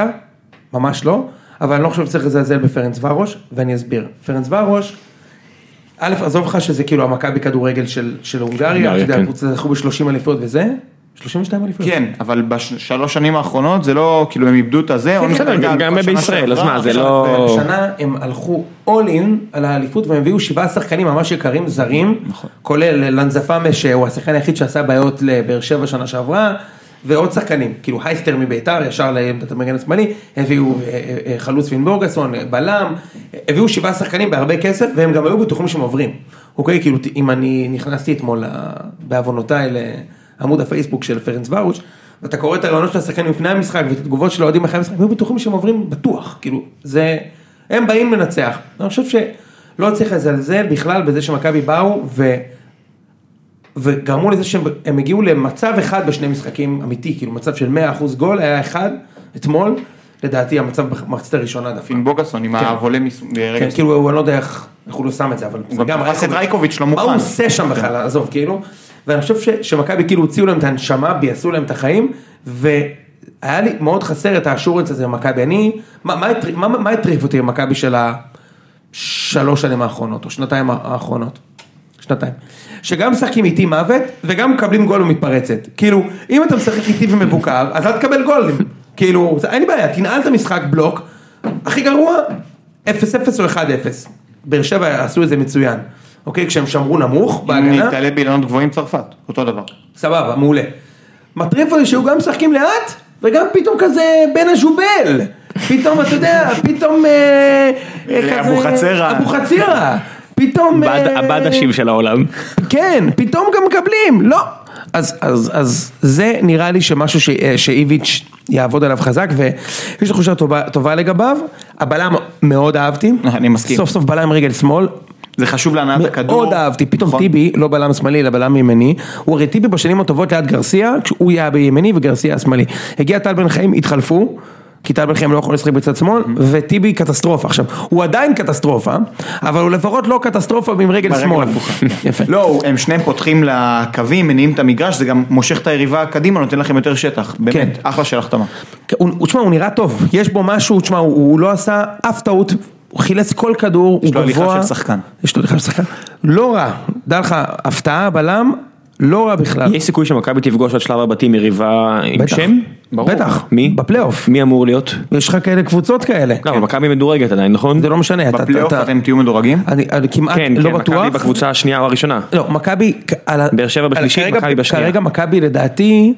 B: ממש לא, אבל אני לא חושב שצריך לזלזל בפרנס ורוש, ואני אסביר. פרנס ורוש, א', עזוב לך שזה כאילו המכבי כדורגל של, של הונגריה, אתה
A: הונגריה,
B: יודע,
A: כן.
B: קבוצה זכו ב-30 אליפויות וזה, 32 אליפויות.
C: כן, אבל בשלוש שנים האחרונות זה לא, כאילו הם איבדו את הזה, עונש
A: בסדר,
C: דרגה,
A: כן, גם- גם
C: בשנה
A: בישראל, אז
C: שעברה,
A: מה, זה
C: עכשיו
A: לא-
C: זה-
B: השנה הם הלכו all in על האליפות והם הביאו שבעה שחקנים ממש יקרים זרים, כולל אה, לנזפמה שהוא השחקן היחיד שעשה בעיות לבאר שבע שנה שעברה, ועוד שחקנים, כאילו הייסטר מביתר ישר לעמדת המגן השמאלי, הביאו אה, אה, אה, חלוץ וינבורגסון, אה, בלם, אה, הביאו שבעה שחקנים בהרבה כסף והם גם היו בטוחים שהם עוברים. אוקיי, כאילו ת- אם אני נכנסתי אתמול ל- בעוונותיי לעמוד הפייסבוק של פרנס ורוש, ואתה קורא את הרעיונות של השחקן לפני המשחק ואת התגובות של האוהדים אחרי המשחק, הם היו בטוחים שהם עוברים בטוח, כאילו, זה, הם באים לנצח. אני חושב שלא צריך לזלזל בכלל בזה שמכבי באו ו... וגרמו לזה שהם הם הגיעו למצב אחד בשני משחקים אמיתי, כאילו מצב של 100% גול, היה אחד אתמול, לדעתי המצב במחצית הראשונה דווקא.
C: עם בוגסון, עם העבולה מס- מרגע
B: כן, כאילו, הוא- אני לא יודע איך איך הוא לא שם את זה, אבל... זה
C: גם פרס את רייקוביץ' לא מוכן.
B: מה הוא עושה שם בכלל, עזוב, כאילו. ואני חושב ש- שמכבי כאילו הוציאו להם את הנשמה, ביעשו להם את החיים, והיה לי מאוד חסר את האשורנס הזה במכבי. אני, מה- מה הטר- מה- מה הטריף אותי במכבי של השלוש שנים האחרונות, או שנתיים האחרונות? שנתיים. שגם משחקים איתי מוות, וגם מקבלים גול ומתפרצת. כאילו, אם אתה משחק איתי ומבוקר, אז אל תקבל גולים. כאילו, זה- אין לי בעיה, תנעל את המשחק בלוק, הכי גרוע, 0-0 או 1-0. באר שבע עשו את זה מצוין. אוקיי? כשהם שמרו נמוך
C: אם
B: בהגנה,
C: נתעלה באילנות גבוהים צרפת, אותו דבר.
B: סבבה, מעולה. מטריף אותי שהוא גם משחקים לאט, וגם פתאום כזה בין הז'ובל. פתאום, אתה יודע, פתאום... אה, אה, כזה-
C: אבוחצירא.
B: אבוחצירא. פתאום... אה,
A: הבדשים של העולם.
B: כן, פתאום גם מקבלים, לא. אז, אז, אז זה נראה לי שמשהו ש, אה, שאיביץ' יעבוד עליו חזק, ויש לי תחושה טובה, טובה לגביו. הבלם מאוד אהבתי.
C: אני מסכים.
B: סוף סוף בלם רגל שמאל.
C: זה חשוב להנעת הכדור.
B: מאוד אהבתי, פתאום
C: נכון.
B: טיבי, לא בלם שמאלי, אלא בלם ימני. הוא הרי טיבי בשנים הטובות ליד גרסיה, כשהוא היה בימיני וגרסיה השמאלי. הגיע טל בן חיים, התחלפו. כי טל בן חיים לא יכול לשחק בצד שמאל,
C: Mm-hmm.
B: וטיבי קטסטרופה. עכשיו, הוא עדיין קטסטרופה, אבל הוא לפחות לא קטסטרופה עם רגל
C: ברגל
B: שמאל.
C: הפוכה.
B: יפה.
C: לא, הוא- הם שניהם פותחים לקווים, מניעים את המגרש, זה גם מושך את היריבה קדימה, נותן לכם יותר שטח.
B: כן.
C: באמת, אחלה של החתמה.
B: הוא, הוא, תשמע, הוא נראה טוב, יש בו משהו, תשמע, הוא, הוא לא עשה אף טעות, הוא חילץ כל כדור, הוא גבוה.
C: לו הליכה של שחקן.
B: יש לו הליכה של שחקן. לא רע, דע לך, הפתעה, בלם, לא רע בכלל.
A: יש סיכוי שמכבי תפגוש עד שלב הבתים יריבה עם
B: בטח.
A: שם?
B: ברור. בטח.
A: מי?
B: בפלייאוף.
A: מי אמור להיות?
B: יש לך כאלה קבוצות כאלה,
A: לא, אבל מכבי מדורגת עדיין, נכון?
B: זה לא משנה, אתה, אתה,
C: בפלייאוף
B: אתה,
C: אתם תהיו מדורגים?
B: אני, אני כמעט
A: כן,
B: לא
A: כן,
B: בטוח.
A: מכבי בקבוצה השנייה או הראשונה.
B: לא, מכבי... כ- על ה-
A: באר שבע
B: על-
A: בשלישית,
B: כרגע-
A: מכבי בשנייה.
B: כרגע מכבי לדעתי,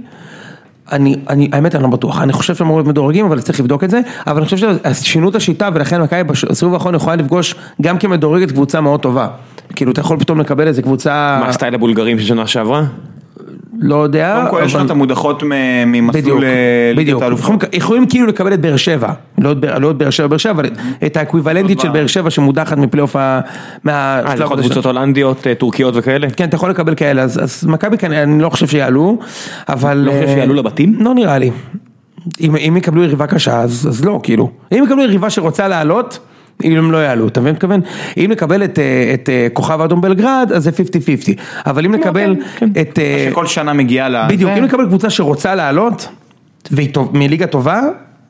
B: אני, אני, האמת אני לא בטוח, אני חושב שהם אמורים להיות מדורגים, אבל צריך לבדוק את זה, אבל אני חושב ששינו את השיטה ולכן מכבי בש- בסיבוב האחרון יכולה לפגוש גם כמדורגת קבוצה מאוד טובה. כאילו אתה יכול פתאום לקבל איזה קבוצה,
A: מה סטייל הבולגרים של שנה שעברה?
B: לא יודע,
C: קודם כל יש
B: אבל-
C: לך את המודחות מ-
B: בדיוק,
C: ממסלול אה,
B: בדיוק,
C: ליגת האלופות.
B: יכולים- יכולים כאילו לקבל את באר שבע, לא את באר- לא את באר שבע, באר שבע, אבל את האקוויוולנטית של באר שבע שמודחת מפלייאוף, ה-
A: אה,
B: מהשלב
A: זה יכול להיות
B: הזה.
A: קבוצות הולנדיות, אה, טורקיות וכאלה?
B: כן, אתה יכול לקבל כאלה, אז, אז מכבי כנראה, אני לא חושב שיעלו, אבל...
A: לא חושב
B: אה,
A: שיעלו לבתים?
B: לא נראה לי. אם, אם יקבלו יריבה קשה, אז, אז לא, כאילו. אם יקבלו יריבה שרוצה לעלות, אם הם לא יעלו, אתה מבין מה אני מתכוון? אם נקבל את, אה, את אה, כוכב האדום בלגרד, אז זה 50-50. אבל
A: כן,
B: אם נקבל את... אה,
C: שכל שנה מגיעה ל... אה,
B: בדיוק,
A: אה.
C: זה.
B: אם נקבל קבוצה שרוצה לעלות, והיא טוב, מליגה טובה,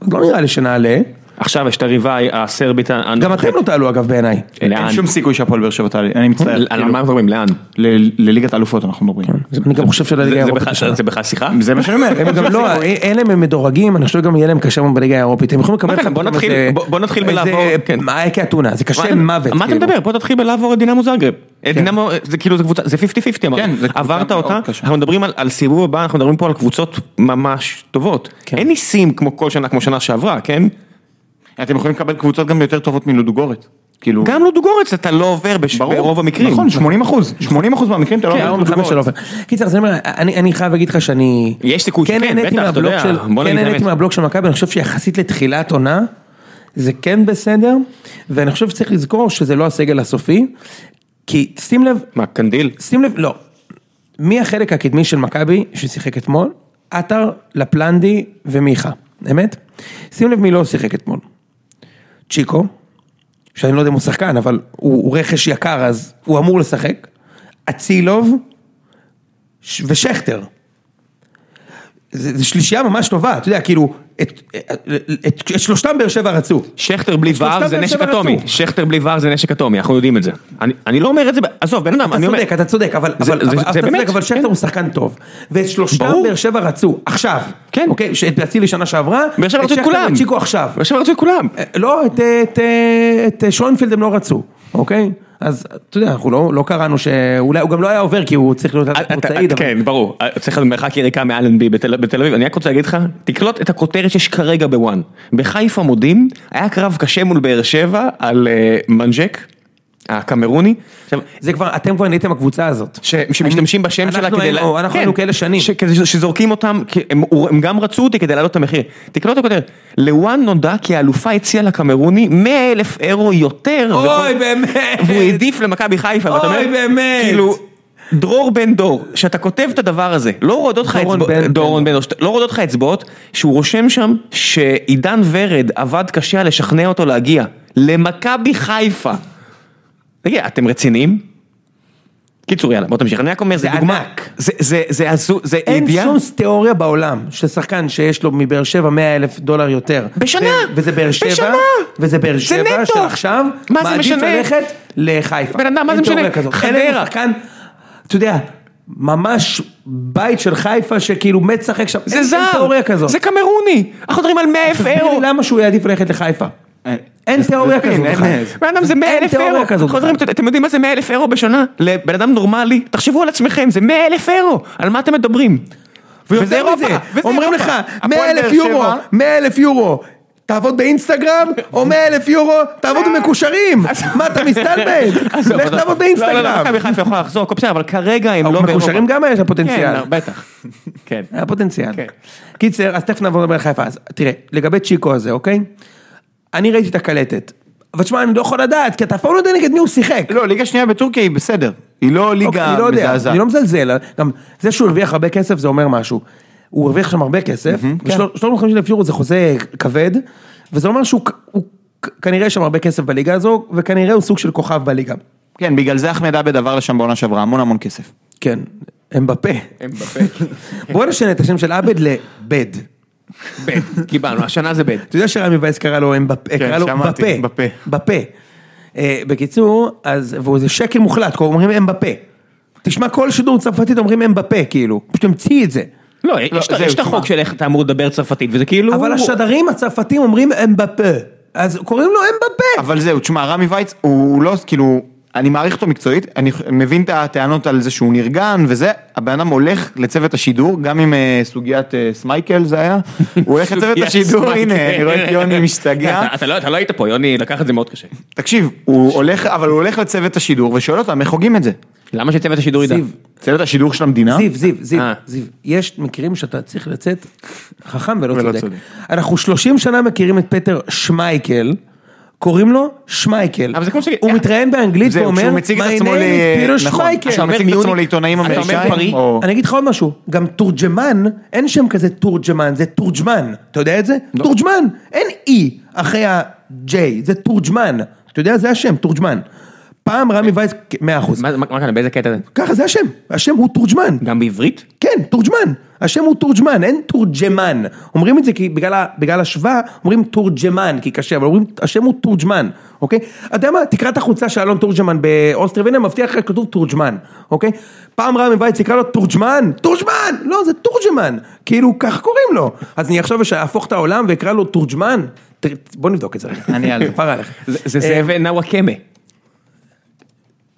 B: אז לא נראה לי שנעלה.
A: עכשיו יש את הריבה הסרבית... ה-
B: גם אתם לא תעלו אגב בעיניי.
A: לאן?
C: אין שום סיכוי שהפועל באר שבע תעלה, אני
B: לא-
C: מצטער. כאילו,
A: על מה אנחנו מדברים? לאן?
C: ל- לליגת האלופות אנחנו מדברים.
B: אני גם חושב
A: זה-
B: שלליגה
A: זה
B: האירופית
A: בכלל-
B: השנה.
A: זה בכלל שיחה?
C: זה מה שאני אומר.
B: הם גם לא, אלה הם מדורגים, אני חושב שגם יהיה להם קשה מאוד בליגה האירופית, הם יכולים לקבל...
A: אוקיי, בוא
B: פתאום
A: נתחיל-
B: איזה-
A: בוא- בוא נתחיל
B: איזה-
A: בלעבור, כן.
B: מה היה כאתונה, זה
A: מה
B: קשה
A: אתה-
B: מוות.
A: מה אתה
B: כאילו.
A: מדבר? בוא תתחיל בלעבור את דינמו זאגרב. את דינמו, זה כאילו זה קבוצה, זה 50-50
C: כן,
A: אמרנו.
C: זה קבוצה
A: עברת
C: מאוד
A: אותה,
C: קשה.
A: אנחנו מדברים על- על סיבוב הבא, אנחנו מדברים פה על קבוצות ממש טובות.
B: כן.
A: אין ניסים כמו כל שנה, כמו שנה שעברה, כן?
C: אתם יכולים לקבל קבוצות גם יותר טובות מלודוגורץ. כאילו,
A: גם לודוגורץ אתה לא עובר בש-
C: ברור.
A: ברוב המקרים.
C: נכון, 80 אחוז. 80 אחוז מהמקרים אתה לא
B: כן,
C: עובר
B: ארבע
C: את
B: מחמש של
C: לודוגורץ.
B: עופר. קיצר, אז אני אומר, אני אני חייב להגיד לך שאני...
A: יש סיכוי
B: כן,
A: שכן,
B: נהניתי
A: בטח, אתה
B: מהבלוק
A: יודע,
B: של-
A: בוא נגיד
B: כן
A: את
B: נהניתי
A: האמת.
B: מהבלוק של מכבי, אני חושב שיחסית לתחילת עונה, זה כן בסדר, ואני חושב שצריך לזכור שזה לא הסגל הסופי, כי שים לב,
A: מה, קנדיל?
B: שים לב, לא. מי החלק הקדמי של מכבי ששיחק אתמול? עטר, לפלנדי ומיכה, אמת? שים לב מי לא שיחק אתמול. צ'יקו, שאני לא יודע אם הוא שחקן, אבל הוא, הוא רכש יקר אז הוא אמור לשחק. אצילוב ש- ושכטר. זו שלישייה ממש טובה, אתה יודע, כאילו, את, את, את, את שלושתם באר שבע רצו.
A: שכטר בלי
B: שלושתם
A: ור זה
B: באר
A: נשק
B: שבע רצו.
A: אטומי, שכטר בלי ור זה נשק אטומי, אנחנו יודעים את זה. אני- אני לא אומר את זה, ב- עזוב, בן אדם,
B: אתה
A: אני אומר,
B: צודק, אתה צודק, אבל,
A: זה-
B: אבל,
A: זה-
B: אבל,
A: זה
B: אתה
A: באמת,
B: צודק, אבל שכטר
A: כן.
B: הוא שחקן טוב. ואת שלושתם
A: ברור.
B: באר שבע רצו, עכשיו.
A: כן.
B: אוקיי, את אצילי שנה שעברה.
A: באר שבע רצו את
B: שכטר
A: כולם.
B: ואת צ'יקו עכשיו.
A: באר שבע רצו את כולם.
B: אה, לא, את, אה, את, אה, את אה, שוינפילד הם לא רצו, אוקיי? אז אתה יודע, אנחנו לא, לא קראנו שאולי, הוא גם לא היה עובר כי הוא צריך להיות
A: אתה-
B: מוצאי.
A: כן, ברור. צריך להיות מרחק יריקה מאלנבי בתל בתל אביב. אני רק רוצה להגיד לך, תקלוט את הכותרת שיש כרגע בוואן. בחיפה מודים, היה קרב קשה מול באר שבע על אה, מנג'ק, הקמרוני. עכשיו,
B: זה כבר, אתם כבר נהייתם הקבוצה הזאת.
A: ש- שמשתמשים בשם
B: אנחנו
A: שלה כדי...
B: היינו-
A: לה-
B: אנחנו
A: כן,
B: היינו כאלה שנים.
A: ש- כזה ש- שזורקים אותם, כי הם הוא- הם גם רצו אותי כדי להעלות את המחיר. תקלוט את הכותרת, לוואן נודע כי האלופה הציעה לקמרוני 100 אלף אירו יותר.
B: אוי,
A: והוא-
B: באמת.
A: והוא העדיף למכבי חיפה, ואתה
B: אוי,
A: אומר,
B: באמת.
A: כאילו, דרור בן דור, שאתה כותב את הדבר הזה, לא רועדות לך
B: דורון
A: אצבעות,
B: בן- בן
A: דורון בן דור, שאתה- לא רועדות לך אצבעות, שהוא רושם שם שעידן ורד עבד קשה לשכנע אותו להגיע למכבי חיפה. תגיד, אתם רציניים? קיצור, יאללה, בוא תמשיך, אני רק אומר, זה
B: זה
A: דוגמה,
B: ענק.
A: זה- זה- זה הזו- זה
B: אין
A: ידיעה,
B: שום תיאוריה בעולם ששחקן שיש לו מבאר שבע 100 אלף דולר יותר.
A: בשנה.
B: ו- וזה באר שבע.
A: בשנה.
B: וזה באר
A: זה
B: שבע
A: נטו.
B: שעכשיו.
A: מה זה משנה?
B: מעדיף ללכת לחיפה.
A: בן אדם, מה זה
B: אין תיאוריה
A: משנה?
B: כזאת.
A: חדרה.
B: אין לנו שחקן, אתה יודע, ממש בית של חיפה שכאילו מת לשחק שם.
A: זה
B: אין- אין
A: זר,
B: תיאוריה כזאת.
A: זה קמרוני, אנחנו מדברים על 100 אלף
B: תסביר
A: אירו,
B: לי למה שהוא יעדיף ללכת לחיפה.
C: אין-
B: אין תיאוריה
C: אין-
B: כזאת.
C: אין-
B: בכלל.
C: אין-
A: נכון. בן אדם זה 100
B: אין
A: אלף
B: תיאוריה
A: אירו,
B: כזאת
A: אנחנו מדברים- אתם יודעים מה זה 100 אלף אירו בשנה? לבן אדם נורמלי, תחשבו על עצמכם, זה 100 אלף אירו, על מה אתם מדברים? וזה
B: ויותר
A: אירופה,
B: מזה,
A: וזה
B: אומרים
A: אירופה.
B: לך,
A: הפועל
B: 100
A: באר
B: אלף
A: שבע-
B: יורו, 100 אלף יורו, תעבוד באינסטגרם, או 100 אלף יורו, תעבוד במקורים, מה אתה מסתלבט?
A: עזוב,
B: לך
A: עזוב.
B: תעבוד
A: לא, לא, לא,
B: באינסטגרם.
A: מכבי חיפה יכולה לחזור, הכל בסדר, אבל כרגע הם לא באירופה.
B: מקושרים גם יש לה פוטנציאל.
A: כן, בטח. כן.
B: היה פוטנציאל.
A: כן.
B: קיצר, אז תכף נעבור לדבר על חיפה. אז תראה, לגבי צ'יקו הזה, אוקיי? אני ראיתי את הקלטת. אבל תשמע, אני לא יכול לדעת, כי אתה אף פעם לא יודע נגד מי הוא שיחק.
C: לא, ליגה שנייה בטורקיה היא בסדר. היא לא
B: אוקיי,
C: ליגה
B: אני לא יודע,
C: מזעזעת.
B: אני לא מזלזל, גם זה שהוא הרוויח הרבה כסף זה אומר משהו. הוא הרוויח שם הרבה כסף,
C: כן.
B: ושלוש- 350 אלף יורו זה חוזה כבד, וזה אומר שהוא כ- הוא כ- כנראה יש שם הרבה כסף בליגה הזו, וכנראה הוא סוג של כוכב בליגה.
C: כן, בגלל זה אחמד עבד עבר לשם בעונה שעברה, המון המון כסף.
B: כן, הם בפה. בוא נשנה את השם של עבד לבד.
A: בד, קיבלנו, השנה זה בד.
B: אתה יודע שרמי וייס קרא לו אמבפה,
C: כן,
B: קרא לו
C: שמעתי,
B: בפה,
C: בפה.
B: בפה. אה, בקיצור, אז, והוא זה שקר מוחלט, כי אומרים אמבפה. תשמע כל שידור צרפתית אומרים אמבפה, כאילו, פשוט המציא את זה.
A: לא, יש
C: זהו,
A: יש את
C: תשמע.
A: החוק של איך אתה אמור לדבר צרפתית, וזה כאילו...
B: אבל השדרים הצרפתים אומרים אמבפה, אז קוראים לו אמבפה.
C: אבל זהו, תשמע, רמי וייץ הוא לא, כאילו, אני מעריך אותו מקצועית, אני מבין את הטענות על זה שהוא נרגן וזה, הבן אדם הולך לצוות השידור, גם עם אה, סוגיית אה, סמייקל זה היה, הוא הולך לצוות
A: יס,
C: השידור,
A: מייק.
C: הנה, אני רואה את יוני משתגע.
A: אתה- אתה לא- אתה לא היית פה, יוני לקח את זה מאוד קשה.
C: תקשיב, הוא הולך, אבל הוא הולך לצוות השידור ושואל אותם איך הוגים את זה.
A: למה שצוות השידור ידע?
B: זיו,
C: צוות השידור של המדינה?
B: זיו, זיו, זיו,
A: אה.
B: זיו, יש מקרים שאתה צריך לצאת חכם ולא
C: ולא
B: צודק.
C: צודק.
B: אנחנו 30 שנה מכירים את פטר שמייקל, קוראים לו שמייקל.
A: אבל זה כמו ש-
B: הוא מתראיין באנגלית
C: זהו,
B: ואומר,
C: כשהוא מציג את
B: "My
C: עצמו
B: name
C: ל...
B: is Peter
C: נכון,
B: Schmeichel."
C: כשהוא מציג את עצמו לעיתונאים
A: אתה אומר פרי?
C: אמריקאים, או...
B: אני אגיד לך עוד משהו, גם תורג'מן, אין שם כזה תורג'מן, זה תורג'מן, אתה יודע את זה? תורג'מן, אין אי אחרי ה-J, זה תורג'מן, אתה יודע, זה השם, תורג'מן. פעם רמי וייס, 100%,
A: מה מה- מה כאן, באיזה קטע זה?
B: ככה זה השם, השם הוא תורג'מן,
A: גם בעברית?
B: כן, תורג'מן, השם הוא תורג'מן, אין תורג'מן, אומרים את זה כי בגלל, ה- בגלל השוואה, אומרים תורג'מן, כי קשה, אבל אומרים, השם הוא תורג'מן, אוקיי? אתה יודע מה, תקרא את החולצה של אלון תורג'מן באוסטר ווינר, מבטיח לך כתוב תורג'מן, אוקיי? פעם רמי וייץ יקרא לו תורג'מן, תורג'מן, לא, זה תורג'מן, כאילו, כך קוראים לו, אז אני עכשיו אהפוך את העולם ואקרא לו תורג'מן, ת- בוא נבדוק את זה רגע,
C: אני על זה.
B: כפרה עליך.
A: זה- זה זאב נוואקמה.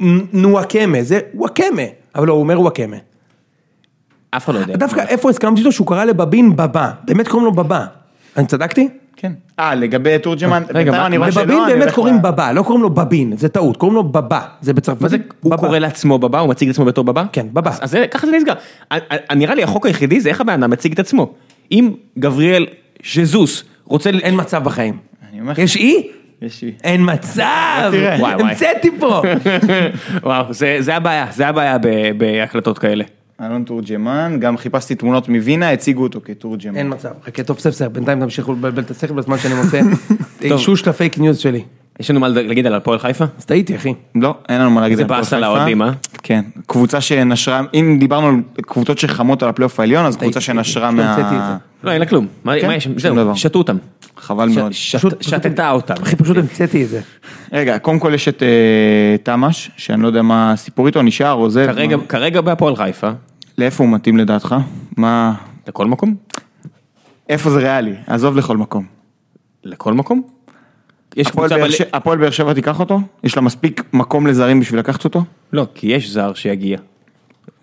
B: נ- נוואקמה, זה וואקמה, אבל לא, הוא אומר וואקמה.
A: אף אחד לא יודע.
B: דווקא איפה הסכמתי איתו שהוא קרא לבבין בבא, באמת קוראים לו בבא. אני צדקתי?
C: כן. אה, לגבי תורג'מן,
A: מה-
C: בינתיים אני רואה שלא,
B: לבבין
C: אני
B: באמת
C: הולך
B: קוראים
C: ל-
B: בבא, לא קוראים לו בבין, זה טעות, קוראים לו בבא, זה
A: מה זה,
B: בצרפתית,
A: הוא
B: בבא.
A: קורא לעצמו בבא, הוא מציג את עצמו בתור בבא?
B: כן, בבא.
A: אז- אז זה- ככה זה נסגר. ה- ה- נראה לי החוק היחידי זה איך הבן אדם מציג את עצמו. אם גבריאל ז'זוס רוצה... ל-
B: אין מצב בחיים.
C: אני אומר לך.
B: יש אי?
C: יש לי-
B: אין מצב!
C: תראה.
A: וואי, וואי.
B: המצאתי פה!
A: וואו, זה זה הבעיה, זה הבעיה ב- בהקלטות כאלה.
C: אלון תורג'מן, גם חיפשתי תמונות מווינה, הציגו אותו כתורג'מן.
B: אין מצב, חכה טוב ספסר, בינתיים תמשיכו לבלבל את השכל בזמן שאני מוצא אה, אישוש לפייק ניוז שלי.
A: יש לנו מה להגיד על הפועל חיפה?
B: אז טעיתי אחי.
C: לא, אין לנו מה להגיד.
A: זה
C: על הפועל
A: באסה
C: חיפה.
A: לאוהדים, אה?
C: כן, קבוצה שנשרה, אם דיברנו על קבוצות שחמות על הפלייאוף העליון, אז קבוצה
B: טעיתי,
A: כן,
C: שנשרה
B: טעיתי,
C: מה...
B: המצאתי את
A: לא, אין לה כלום. מה
C: כן,
A: מה יש?
C: שום
A: זהו,
C: דבר.
A: שתו אותם.
C: חבל
A: ש-
C: מאוד.
A: שת-
B: פשוט-
A: שתתה אותם.
B: אחי פשוט המצאתי את זה.
C: רגע, קודם כל יש את אה, תמ"ש, שאני לא יודע מה הסיפור איתו, נשאר, עוזב.
A: כרגע-
C: מה-
A: כרגע בהפועל חיפה,
C: לאיפה הוא מתאים לדעתך? מה...
A: לכל מקום?
C: איפה זה ריאלי? עזוב לכל מקום.
A: לכל מקום? יש
C: הפועל
A: קבוצה...
C: באר
A: בלי-
C: ש- הפועל באר שבע תיקח אותו? יש לה מספיק מקום לזרים בשביל לקחת אותו?
A: לא, כי יש זר שיגיע.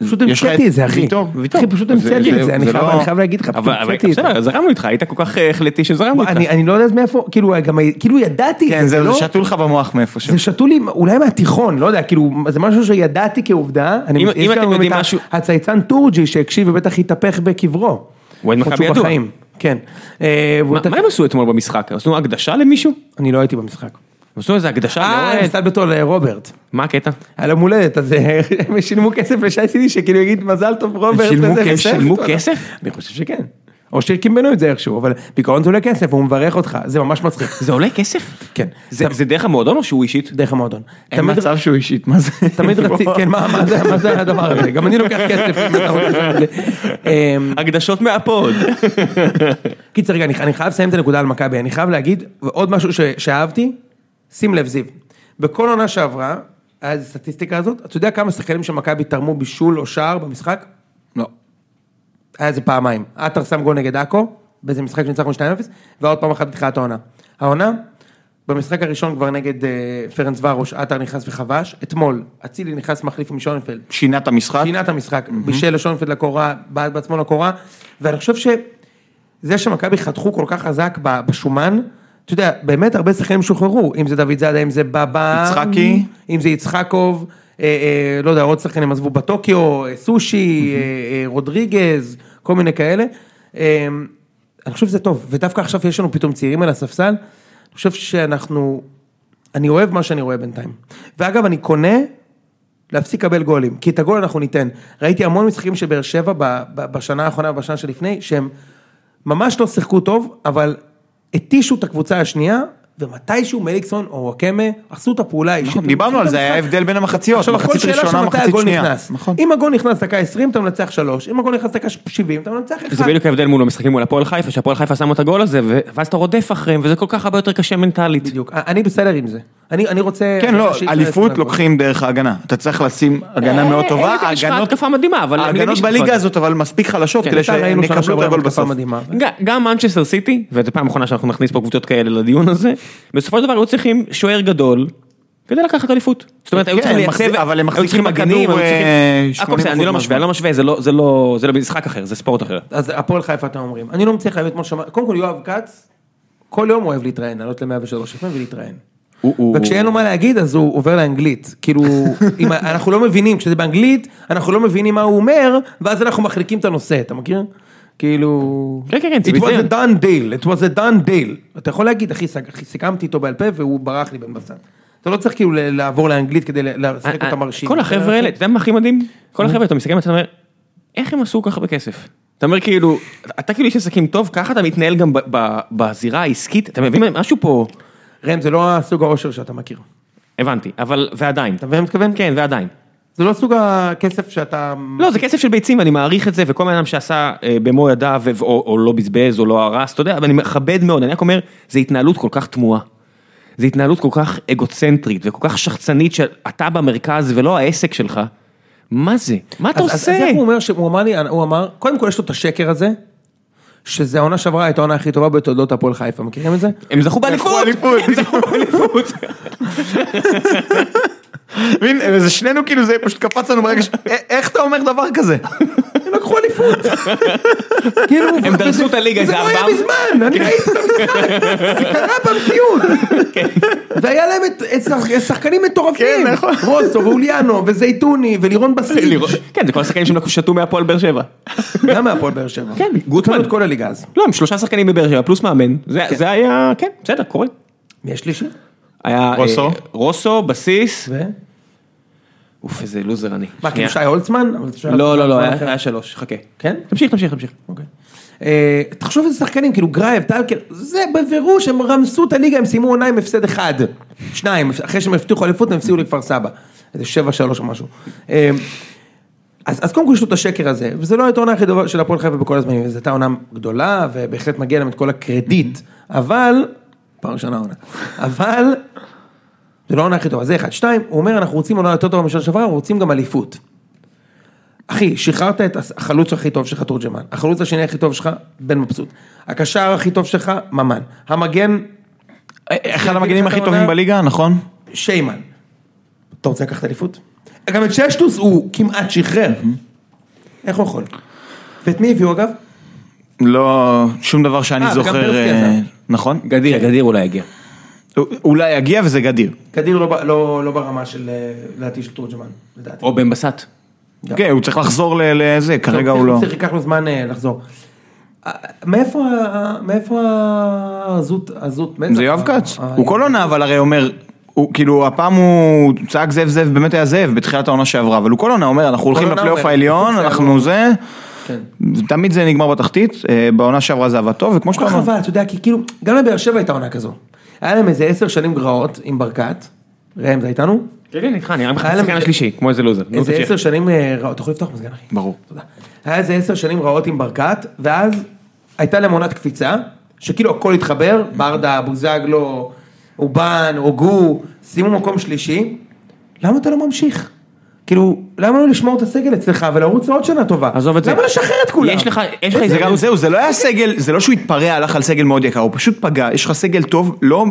B: פשוט
C: יש לך
B: המצאתי
C: את
B: את זה אחי.
C: ויטור?
B: אחי פשוט
C: זה-
B: המצאתי
C: זה-
B: את זה, אני
C: זה
B: חייב
C: לא-
B: אני חייב להגיד לך, פשוט
A: אבל אבל-
B: המצאתי את זה.
A: בסדר, זרמנו איתך, היית כל כך אה, החלטי שזרמנו איתך.
B: אני, אני לא יודעת מאיפה, כאילו גם כאילו ידעתי,
C: כן,
B: את
C: זהו,
B: לא,
C: זה שתו לך במוח מאיפה ש...
B: זה שתו לי אולי מהתיכון, לא יודע, כאילו זה משהו שידעתי כעובדה, אני,
A: אם-
B: יש
A: אם
B: גם
A: אתם
B: את
A: יודעים
B: ה-
A: משהו-
B: הצייצן טורג'י שהקשיב ובטח התהפך בקברו.
A: הוא אוהד
B: עוד
A: מכבי
B: שהוא
A: ידוע.
B: בחיים, כן. אה, והוא
A: מה
B: בטח-
A: מה הם עשו אתמול במשחק? עשו הקדשה למישהו?
B: אני לא הייתי במשחק.
A: עשו איזה הקדשה
B: אה, הם
A: לאוהד.
B: הסתלבטו על אה, רוברט.
A: מה הקטע?
B: על יום הולדת, אז אה, הם שילמו כסף לשי סיני, שכאילו יגיד מזל טוב רוברט.
A: שילמו
B: וזה,
A: כסף?
B: בסדר.
A: שילמו כסף?
B: אני חושב שכן. או שקימבנו את זה איכשהו, אבל בעיקרון זה עולה כסף, הוא מברך אותך, זה ממש מצחיק.
A: זה עולה כסף?
B: כן.
A: זה זה דרך המועדון או שהוא אישית?
B: דרך המועדון.
C: אין
B: תמיד-
C: מצב שהוא אישית, מה זה?
B: תמיד רציתי, כן, מה- מה זה- מה זה הדבר הזה? גם אני לוקח כסף. אם אתה רוצה שאני- אמ,
A: הקדשות מהפוד.
B: קיצר, רגע, אני, אני חייב לסיים את הנקודה על מכבי, אני חייב להגיד עוד משהו ש, שאהבתי, שים לב זיו, בכל עונה שעברה, אז הסטטיסטיקה הזאת, אתה יודע כמה שחקנים של מכבי תרמו בישול או שער במשחק?
C: לא.
B: היה איזה פעמיים, עטר שם גול נגד עכו, באיזה משחק שניצחנו 2-0, ועוד פעם אחת בתחילת העונה. העונה, במשחק הראשון כבר נגד אה, פרנס ורוש, עטר נכנס וחבש, אתמול, אצילי נכנס מחליף עם שונפלד,
C: שינה את המשחק?
B: שינה את המשחק, בישל לשונפלד לקורה, בעט בעצמו לקורה, ואני חושב שזה שמכבי חתכו כל כך חזק ב- בשומן, אתה יודע, באמת הרבה שחקנים שוחררו, אם זה דוד זאדה, אם זה בבא,
C: יצחקי.
B: אם זה יצחקוב, אה, אה, לא יודע, עוד שחקנים עזבו בטוקיו, אה, סושי, אה, אה, רודריגז, כל מיני כאלה. אה, אני חושב שזה טוב, ודווקא עכשיו יש לנו פתאום צעירים על הספסל, אני חושב שאנחנו, אני אוהב מה שאני רואה בינתיים. ואגב, אני קונה להפסיק לקבל גולים, כי את הגול אנחנו ניתן. ראיתי המון משחקים של באר שבע ב- ב- בשנה האחרונה ובשנה שלפני, שהם ממש לא שיחקו טוב, אבל התישו את הקבוצה השנייה, ומתישהו מליקסון או וואקמה עשו את הפעולה האישית.
C: נכון, דיברנו על זה, היה הבדל בין המחציות,
B: עכשיו הכל
C: מחצית
B: שאלה
C: ראשונה,
B: שמתי
C: מחצית
B: הגול
C: שנייה.
B: נכנס.
C: נכון.
B: אם הגול נכנס דקה 20 אתה מנצח 3, אם הגול נכנס דקה 70 אתה מנצח 1.
A: זה בדיוק ההבדל מול המשחקים מול הפועל חיפה, שהפועל חיפה שמו את הגול הזה, ו- ואז אתה רודף אחריהם, וזה כל כך הרבה יותר קשה מנטלית.
B: בדיוק, אני בסדר עם זה. אני אני רוצה...
C: כן,
B: אני
C: לא,
B: רוצה שישראל
C: אליפות
B: יעשה גול.
C: לוקחים דרך ההגנה. אתה צריך לשים הגנה מאוד טובה,
A: אה, אה, יש לך
C: ההגנות-
A: התקפה מדהימה, אבל...
C: ההגנות
A: מי-
C: בליגה הזאת אבל מספיק חלשות
A: כן,
C: כדי
B: אתה ראינו
C: שהם
B: שנה
C: יקבלו את
B: שעברה
C: הגול
B: התקפה
C: בסוף.
B: מדהימה.
A: ג- גם מנצ'סטר סיטי, וזו פעם אחרונה שאנחנו נכניס פה קבוצות כאלה לדיון הזה, בסופו של דבר היו צריכים שוער גדול כדי לקחת אליפות. זאת אומרת, היו
C: כן,
A: צריכים
C: הם מחזיק-
A: לייצב,
C: אבל הם
A: היו צריכים
C: מחזיקים
A: מגנים, היו
C: בכדור, אה,
A: צריכים... הכל בסדר,
C: 80%
A: אני לא משווה, אני לא משווה, זה לא- זה לא זה לא משחק אחר, זה ספורט אחר.
B: אז הפועל חיפה אתם אומרים, אני לא מצליח להבין אתמול שמע, קודם כל יואב כץ, כל יום הוא אוהב להתראיין, לעלות ל-103 FM ולהתראיין.
C: הוא- הוא-
B: וכשאין לו מה להגיד אז הוא עובר לאנגלית, כאילו, אם אנחנו לא מבינים, כשזה באנגלית, אנחנו לא מבינים מה הוא אומר, ואז אנחנו מחליקים את הנושא, אתה מכיר? כאילו...
A: כן, כן, כן,
B: It was
A: ציוויליאן.
B: a done deal, it was a done deal. אתה יכול להגיד, אחי, סג- אחי, סיכמתי איתו בעל פה והוא ברח לי בן בסן. אתה לא צריך כאילו ל- לעבור לאנגלית כדי ל- לשחק אותה מרשים.
A: אה, כל החבר'ה האלה, אתה יודע מה הכי מדהים? כל החבר'ה, אתה מסתכל ואתה אומר, איך הם עשו כל כך הרבה כסף? אתה אומר כאילו, אתה כאילו איש עסקים טוב, ככה אתה מתנהל גם ב- ב- בזירה העסקית, אתה מבין משהו פה,
B: ראם, זה לא הסוג האושר שאתה מכיר.
A: הבנתי, אבל, ועדיין.
B: אתה מבין מה אני מתכוון?
A: כן, ועדיין.
B: זה לא סוג הכסף שאתה...
A: לא, זה כסף של ביצים, אני מעריך את זה, וכל בן אדם שעשה אה, במו ידיו, ו- או, או לא בזבז, או לא הרס, אתה יודע, אבל אני מכבד מאוד, אני רק אומר, זו התנהלות כל כך תמוהה. זו התנהלות כל כך אגוצנטרית, וכל כך שחצנית, שאתה במרכז ולא העסק שלך. מה זה? מה אתה
B: אז- אז-
A: עושה?
B: אז איך הוא אומר, שהוא אמר לי, הוא אמר, קודם כל יש לו את השקר הזה, שזה העונה שעברה הייתה העונה הכי טובה בתולדות הפועל חיפה, מכירים את זה?
A: הם זכו באליפות!
C: אליפות. מבין, זה שנינו כאילו זה פשוט קפץ לנו ברגע ש... א- איך אתה אומר דבר כזה?
B: הם לקחו אליפות. כאילו,
A: הם דרסו את הליגה,
B: זה
A: זה
B: לא היה
A: ארבע- כן.
B: מזמן, אני ראיתי את המשחק, זה קרה במציאות.
A: כן.
B: והיה להם את- את שח- שחקנים מטורפים,
C: כן, נכון.
B: רוסו ואוליאנו וזייתוני ולירון בסיץ',
A: לראות- כן, זה כל השחקנים שהם לקחו- שתו מהפועל באר שבע.
B: גם מהפועל באר שבע.
A: כן, גוטמן.
B: גוטמן. את כל הליגה אז.
A: לא, הם שלושה שחקנים מבאר שבע, פלוס מאמן. זה זה היה, כן, בסדר, קורה.
B: מי השלישי?
A: היה... אה,
C: רוסו.
A: רוסו, בסיס.
B: ו?
A: אוף, איזה לוזר אני.
B: מה,
A: שנייה.
B: כאילו שי הולצמן? אבל שי
A: לא, לא,
B: הולצמן
A: לא,
B: אחר.
A: היה היה שלוש, חכה.
B: כן?
A: תמשיך, תמשיך, תמשיך.
B: אוקיי. אה, תחשוב איזה שחקנים, כאילו גרייב, טלקר, זה בפירוש, הם רמסו את הליגה, הם סיימו עונה עם הפסד אחד, שניים, אחרי שהם הבטיחו אליפות, הם הפסידו לכפר סבא. איזה שבע, שלוש או משהו. אה, אז, אז קודם כל יש לו את השקר הזה, וזה לא הייתה העונה הכי טובה של הפועל חיפה בכל הזמנים, זו הייתה עונה גדולה, ובהחלט מגיע להם את כל הקרדיט, אבל, פעם ראשונה עונה, אבל, זה לא העונה הכי טובה, זה אחד. שתיים, הוא אומר, אנחנו רוצים עונה יותר טובה משנה שעברה, אנחנו רוצים גם אליפות. אחי, שחררת את החלוץ הכי טוב שלך, תורג'מן. החלוץ השני הכי טוב שלך, בן מבסוט. הקשר הכי טוב שלך, ממן. המגן,
C: אה, אחד המגנים הכי טובים בליגה, נכון?
B: שיימן. אתה רוצה לקחת אליפות? גם את ששטוס הוא כמעט שחרר. איך הוא יכול? ואת מי הביאו אגב?
C: לא, שום דבר שאני
B: אה, וגם
C: זוכר,
B: פרסקי
C: אה,
B: עזב.
C: נכון?
A: גדיר, גדיר אולי יגיע.
C: א- אולי יגיע וזה גדיר.
B: קדיר לא ב- לא לא ברמה של, אה, לדעתי, של תורג'מן, לדעתי.
A: או בן בסט.
C: כן, הוא צריך לחזור ל- לזה, כרגע
B: טוב, כן,
C: הוא לא.
B: צריך ייקח לו זמן אה, לחזור. אה, מאיפה ה- מאיפה הזוט, אה, הזוט מצח?
C: זה יואב כץ.
B: ה- ה-
C: הוא כל עונה אבל הרי אומר, הוא כאילו, הפעם הוא צעק זאב זאב, באמת היה זאב בתחילת העונה שעברה, אבל הוא כל עונה אומר, אנחנו הולכים
B: עונה
C: לפלייאוף
B: אומר,
C: העליון,
B: זה
C: אנחנו
B: הוא-
C: זה,
B: כן.
C: תמיד זה נגמר בתחתית, אה, בעונה שעברה זה עבד טוב, וכמו שאתה
B: כל כך
C: אומר,
B: חבל, אתה יודע, כי כאילו, גם לבאר שבע הייתה עונה כזו. היה להם איזה עשר שנים גרעות עם ברקת, ראם זה איתנו?
A: כן, כן, איתך, נראה לך
B: היה להם-
A: השחקן השלישי, כמו איזה לוזר. נו,
B: איזה
A: לא, תמשיך.
B: עשר שנים אה, רעות, אתה יכול לפתוח מזגן אחי.
C: ברור.
B: תודה. היה איזה עשר שנים רעות עם ברקת, ואז הייתה להם עונת קפיצה, שכאילו הכל התחבר, ברדה, בוזגלו, אובן, הוגו, שימו מקום שלישי, למה אתה לא ממשיך? כאילו, למה לא לשמור את הסגל אצלך ולרוץ לעוד שנה טובה?
A: עזוב את זה.
B: למה לשחרר את כולם?
A: יש לך, יש לך
C: זה גם
A: הזדמנות.
C: זהו, זה לא היה סגל, זה לא שהוא התפרע, הלך על סגל מאוד יקר, הוא פשוט פגע, יש לך סגל טוב, לא,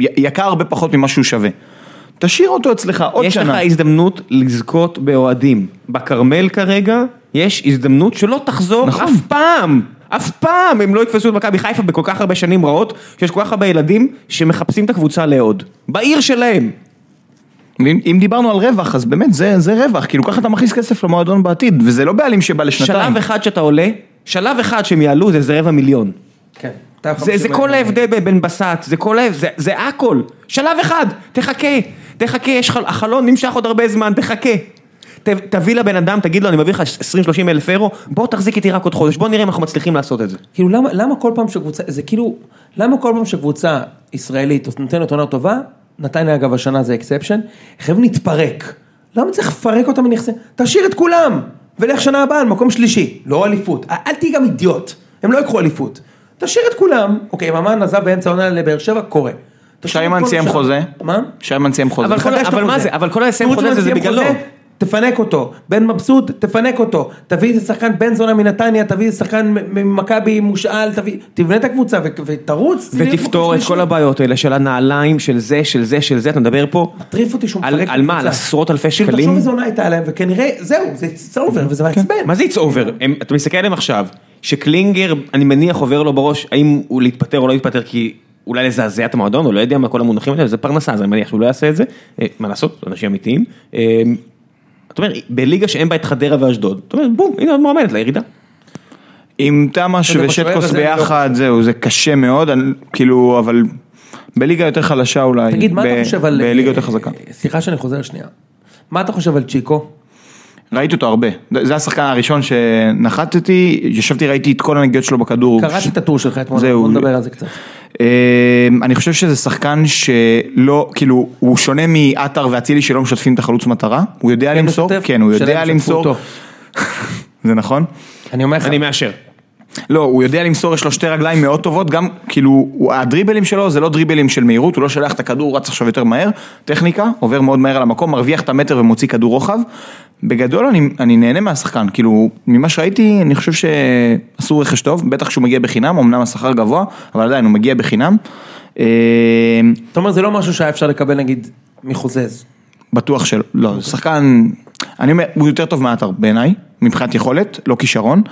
C: י- יקר הרבה פחות ממה שהוא שווה. תשאיר אותו אצלך עוד
A: יש לך
C: שנה.
A: הזדמנות לזכות באוהדים. בכרמל כרגע, יש הזדמנות שלא תחזור
C: נכון.
A: אף פעם. אף פעם הם לא יתפסו את מכבי חיפה בכל כך הרבה שנים רעות, שיש כל כך הרבה ילדים שמחפשים את הקבוצה לאהוד. בעיר שלהם.
C: אם אם דיברנו על רווח, אז באמת, זה זה רווח, כאילו ככה אתה מכניס כסף למועדון בעתיד, וזה לא בעלים שבא לשנתיים.
A: שלב אחד שאתה עולה, שלב אחד שהם יעלו זה איזה רבע מיליון.
B: כן. אתה יכול
A: זה, זה
B: לשים-
A: כל ההבדל ב- בין בסט, זה כל ההבדל, זה, זה הכל. שלב אחד, תחכה, תחכה, יש חל... החלון נמשך עוד הרבה זמן, תחכה. ת, תביא לבן אדם, תגיד לו, אני מביא לך 20-30 אלף אירו, בוא תחזיק איתי רק עוד חודש, בוא נראה אם אנחנו מצליחים לעשות את זה.
B: כאילו למה, למה כל פעם שקבוצה, זה כאילו, למה כל פעם שקבוצה ישראלית נותנת עונה טובה, נתניה אגב השנה זה אקספשן, חייבים להתפרק. למה צריך לפרק אותם מנכסי, תשאיר את כולם, ולך שנה הבאה על מקום שלישי, לא אליפות, אל אל תהיה גם אידיוט, הם לא יקחו אליפות. תשאיר את כולם, אוקיי, ממן עזב באמצע העונה לבאר שבע, קורה. תשאיר את
C: שיימן
B: כל
C: סיים
B: השאר.
C: חוזה.
B: מה?
C: שיימן סיים חוזה.
A: אבל
B: אבל
A: חדש
B: כל-
A: את
B: אבל
A: החוזה.
B: מה זה, אבל כל הסיים
A: סמוטריץ'
B: חוזה זה, זה
A: סיים
B: בגללו.
A: חוזה,
B: תפנק אותו, בן מבסוט, תפנק אותו, תביא איזה שחקן בן זונה מנתניה, תביא איזה שחקן מ- ממכבי מושאל, תביא, תבנה את הקבוצה ו- ותרוץ.
A: ותפתור את
B: לא-
A: כל הבעיות האלה של הנעליים, של זה, של זה, של זה, אתה מדבר פה.
B: מטריף אותי שהוא
A: על-
B: מפרק את
A: על מה? על
B: הקבוצה.
A: עשרות אלפי
B: כאילו,
A: שקלים?
B: תחשוב איזה עונה הייתה להם, וכנראה, זהו, זה it's over, וזה מעצבן.
A: מה זה it's over? הם, אתה מסתכל עליהם עכשיו, שקלינגר, אני מניח, עובר לו בראש, האם הוא להתפטר או לא להתפטר, כי אולי לזעזע את המועדון, הוא לא יודע מה כל המונחים האלה, זה פרנסה, אז אני מניח שהוא לא יעשה את זה. אה, מה לעשות, אנשים אמיתיים. אה, אתה אומר, בליגה שאין בה את חדרה ואשדוד, אתה אומר, בום, הנה עוד מועמדת לירידה.
C: עם תמש
B: אתה יודע, בשוער
C: ושטקוס
B: הזה אני לא-
C: ביחד, זהו, זה קשה מאוד, אני- כאילו, אבל בליגה יותר חלשה אולי.
B: תגיד, מה
C: ב-
B: אתה חושב על... אה,
C: בליגה יותר חזקה.
B: סליחה שאני חוזר שנייה. מה אתה חושב על צ'יקו?
C: ראיתי אותו הרבה. זה השחקן הראשון שנחתתי, ישבתי, ראיתי את כל הנגיעות שלו בכדור.
B: קראתי את הטור שלך אתמול,
C: זהו.
B: בוא נדבר על זה קצת.
C: אמ, אני חושב שזה שחקן שלא, כאילו, הוא שונה מעטר ואצילי שלא משתפים את החלוץ מטרה. הוא יודע למסור,
B: משתף?
C: כן, הוא
B: שלהם
C: יודע
B: שתפו
C: למסור.
B: אותו.
C: זה נכון?
B: אני אומר לך,
A: אני מאשר.
C: לא, הוא יודע למסור, יש לו שתי רגליים מאוד טובות, גם כאילו, הוא- הדריבלים שלו זה לא דריבלים של מהירות, הוא לא שולח את הכדור, הוא רץ עכשיו יותר מהר, טכניקה, עובר מאוד מהר על המקום, מרוויח את המטר ומוציא כדור רוחב. בגדול אני, אני נהנה מהשחקן, כאילו, ממה שראיתי, אני חושב שעשו רכש טוב, בטח שהוא מגיע בחינם, אמנם השכר גבוה, אבל עדיין הוא מגיע בחינם. אה,
B: אתה אומר זה לא משהו שהיה אפשר לקבל נגיד מחוזז.
C: בטוח שלא, לא, זה שחקן, אני אומר, הוא יותר טוב מעטר בעיניי, מבחינת יכולת, לא כישרון,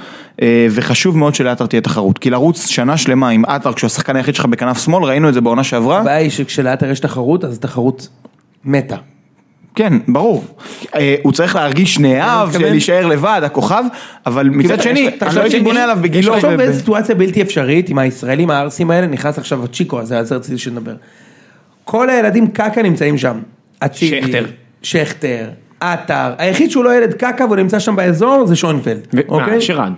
C: אה, וחשוב מאוד שלעטר תהיה תחרות, כי לרוץ שנה שלמה עם עטר כשהוא השחקן היחיד שלך בכנף שמאל, ראינו את זה בעונה שעברה,
B: הבעיה היא שכשלאטר יש תחרות, אז התחרות מתה.
C: כן, ברור, אה, הוא צריך להרגיש נאהב,
B: מתכוון?
C: להישאר לבד, הכוכב, אבל מצד שני, אני לא הייתי בונה עליו בגילו,
B: תחשוב
C: וב-
B: באיזו סיטואציה בלתי אפשרית, עם הישראלים הערסים האלה, נכנס עכשיו הצ'יקו הזה, על זה רציתי שנדבר. כל הילדים קקה נמצאים שם. אצילי,
A: שכטר.
B: שכטר, עטר. היחיד שהוא לא ילד קקה והוא נמצא שם באזור זה שונפלד. אוקיי?
A: מה, שרן.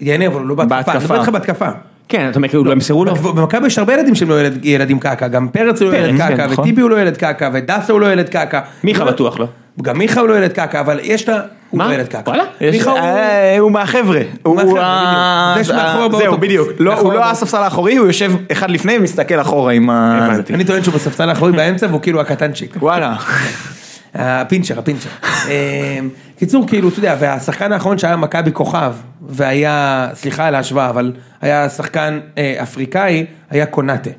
B: יעני, אבל הוא לא בהתקפה. אני מדבר
C: אה, בהתקפה.
B: איתך בהתקפה.
A: כן, אתה אומר, כאילו, הם ימסרו לו.
B: בק- במכבי יש הרבה ילדים שהם לא ילד- ילדים קקה, גם פרץ הוא לא
A: פרץ,
B: ילד
A: כן,
B: קקה,
A: נכון.
B: וטיבי הוא לא ילד קקה, ודסה הוא לא ילד קקה.
A: מיכה
B: לא-
A: בטוח לא.
B: גם מיכה הוא לא ילד קקה, אבל יש לה... הוא
A: מה?
B: לא ילד קקה.
A: וואלה?
C: יש-
B: מיכה הוא...
C: אה, הוא מהחבר'ה,
B: מהחבר'ה,
C: ה-
B: בדיוק. זה שמאחורה
C: זהו
B: באוטובוס.
C: בדיוק, לא, הוא
B: מאחורה
C: לא
B: באוטובוס.
C: הספסל האחורי, הוא יושב אחד לפני ומסתכל אחורה עם ה...
A: הבנתי.
B: אני טוען שהוא בספסל האחורי באמצע והוא כאילו הקטנצ'יק.
C: וואלה.
B: הפינצ'ר, הפינצ'ר. אמ, קיצור, כאילו, אתה יודע, והשחקן האחרון שהיה מכבי כוכב, והיה, סליחה על ההשוואה, אבל היה שחקן אה, אפריקאי, היה קונאטה.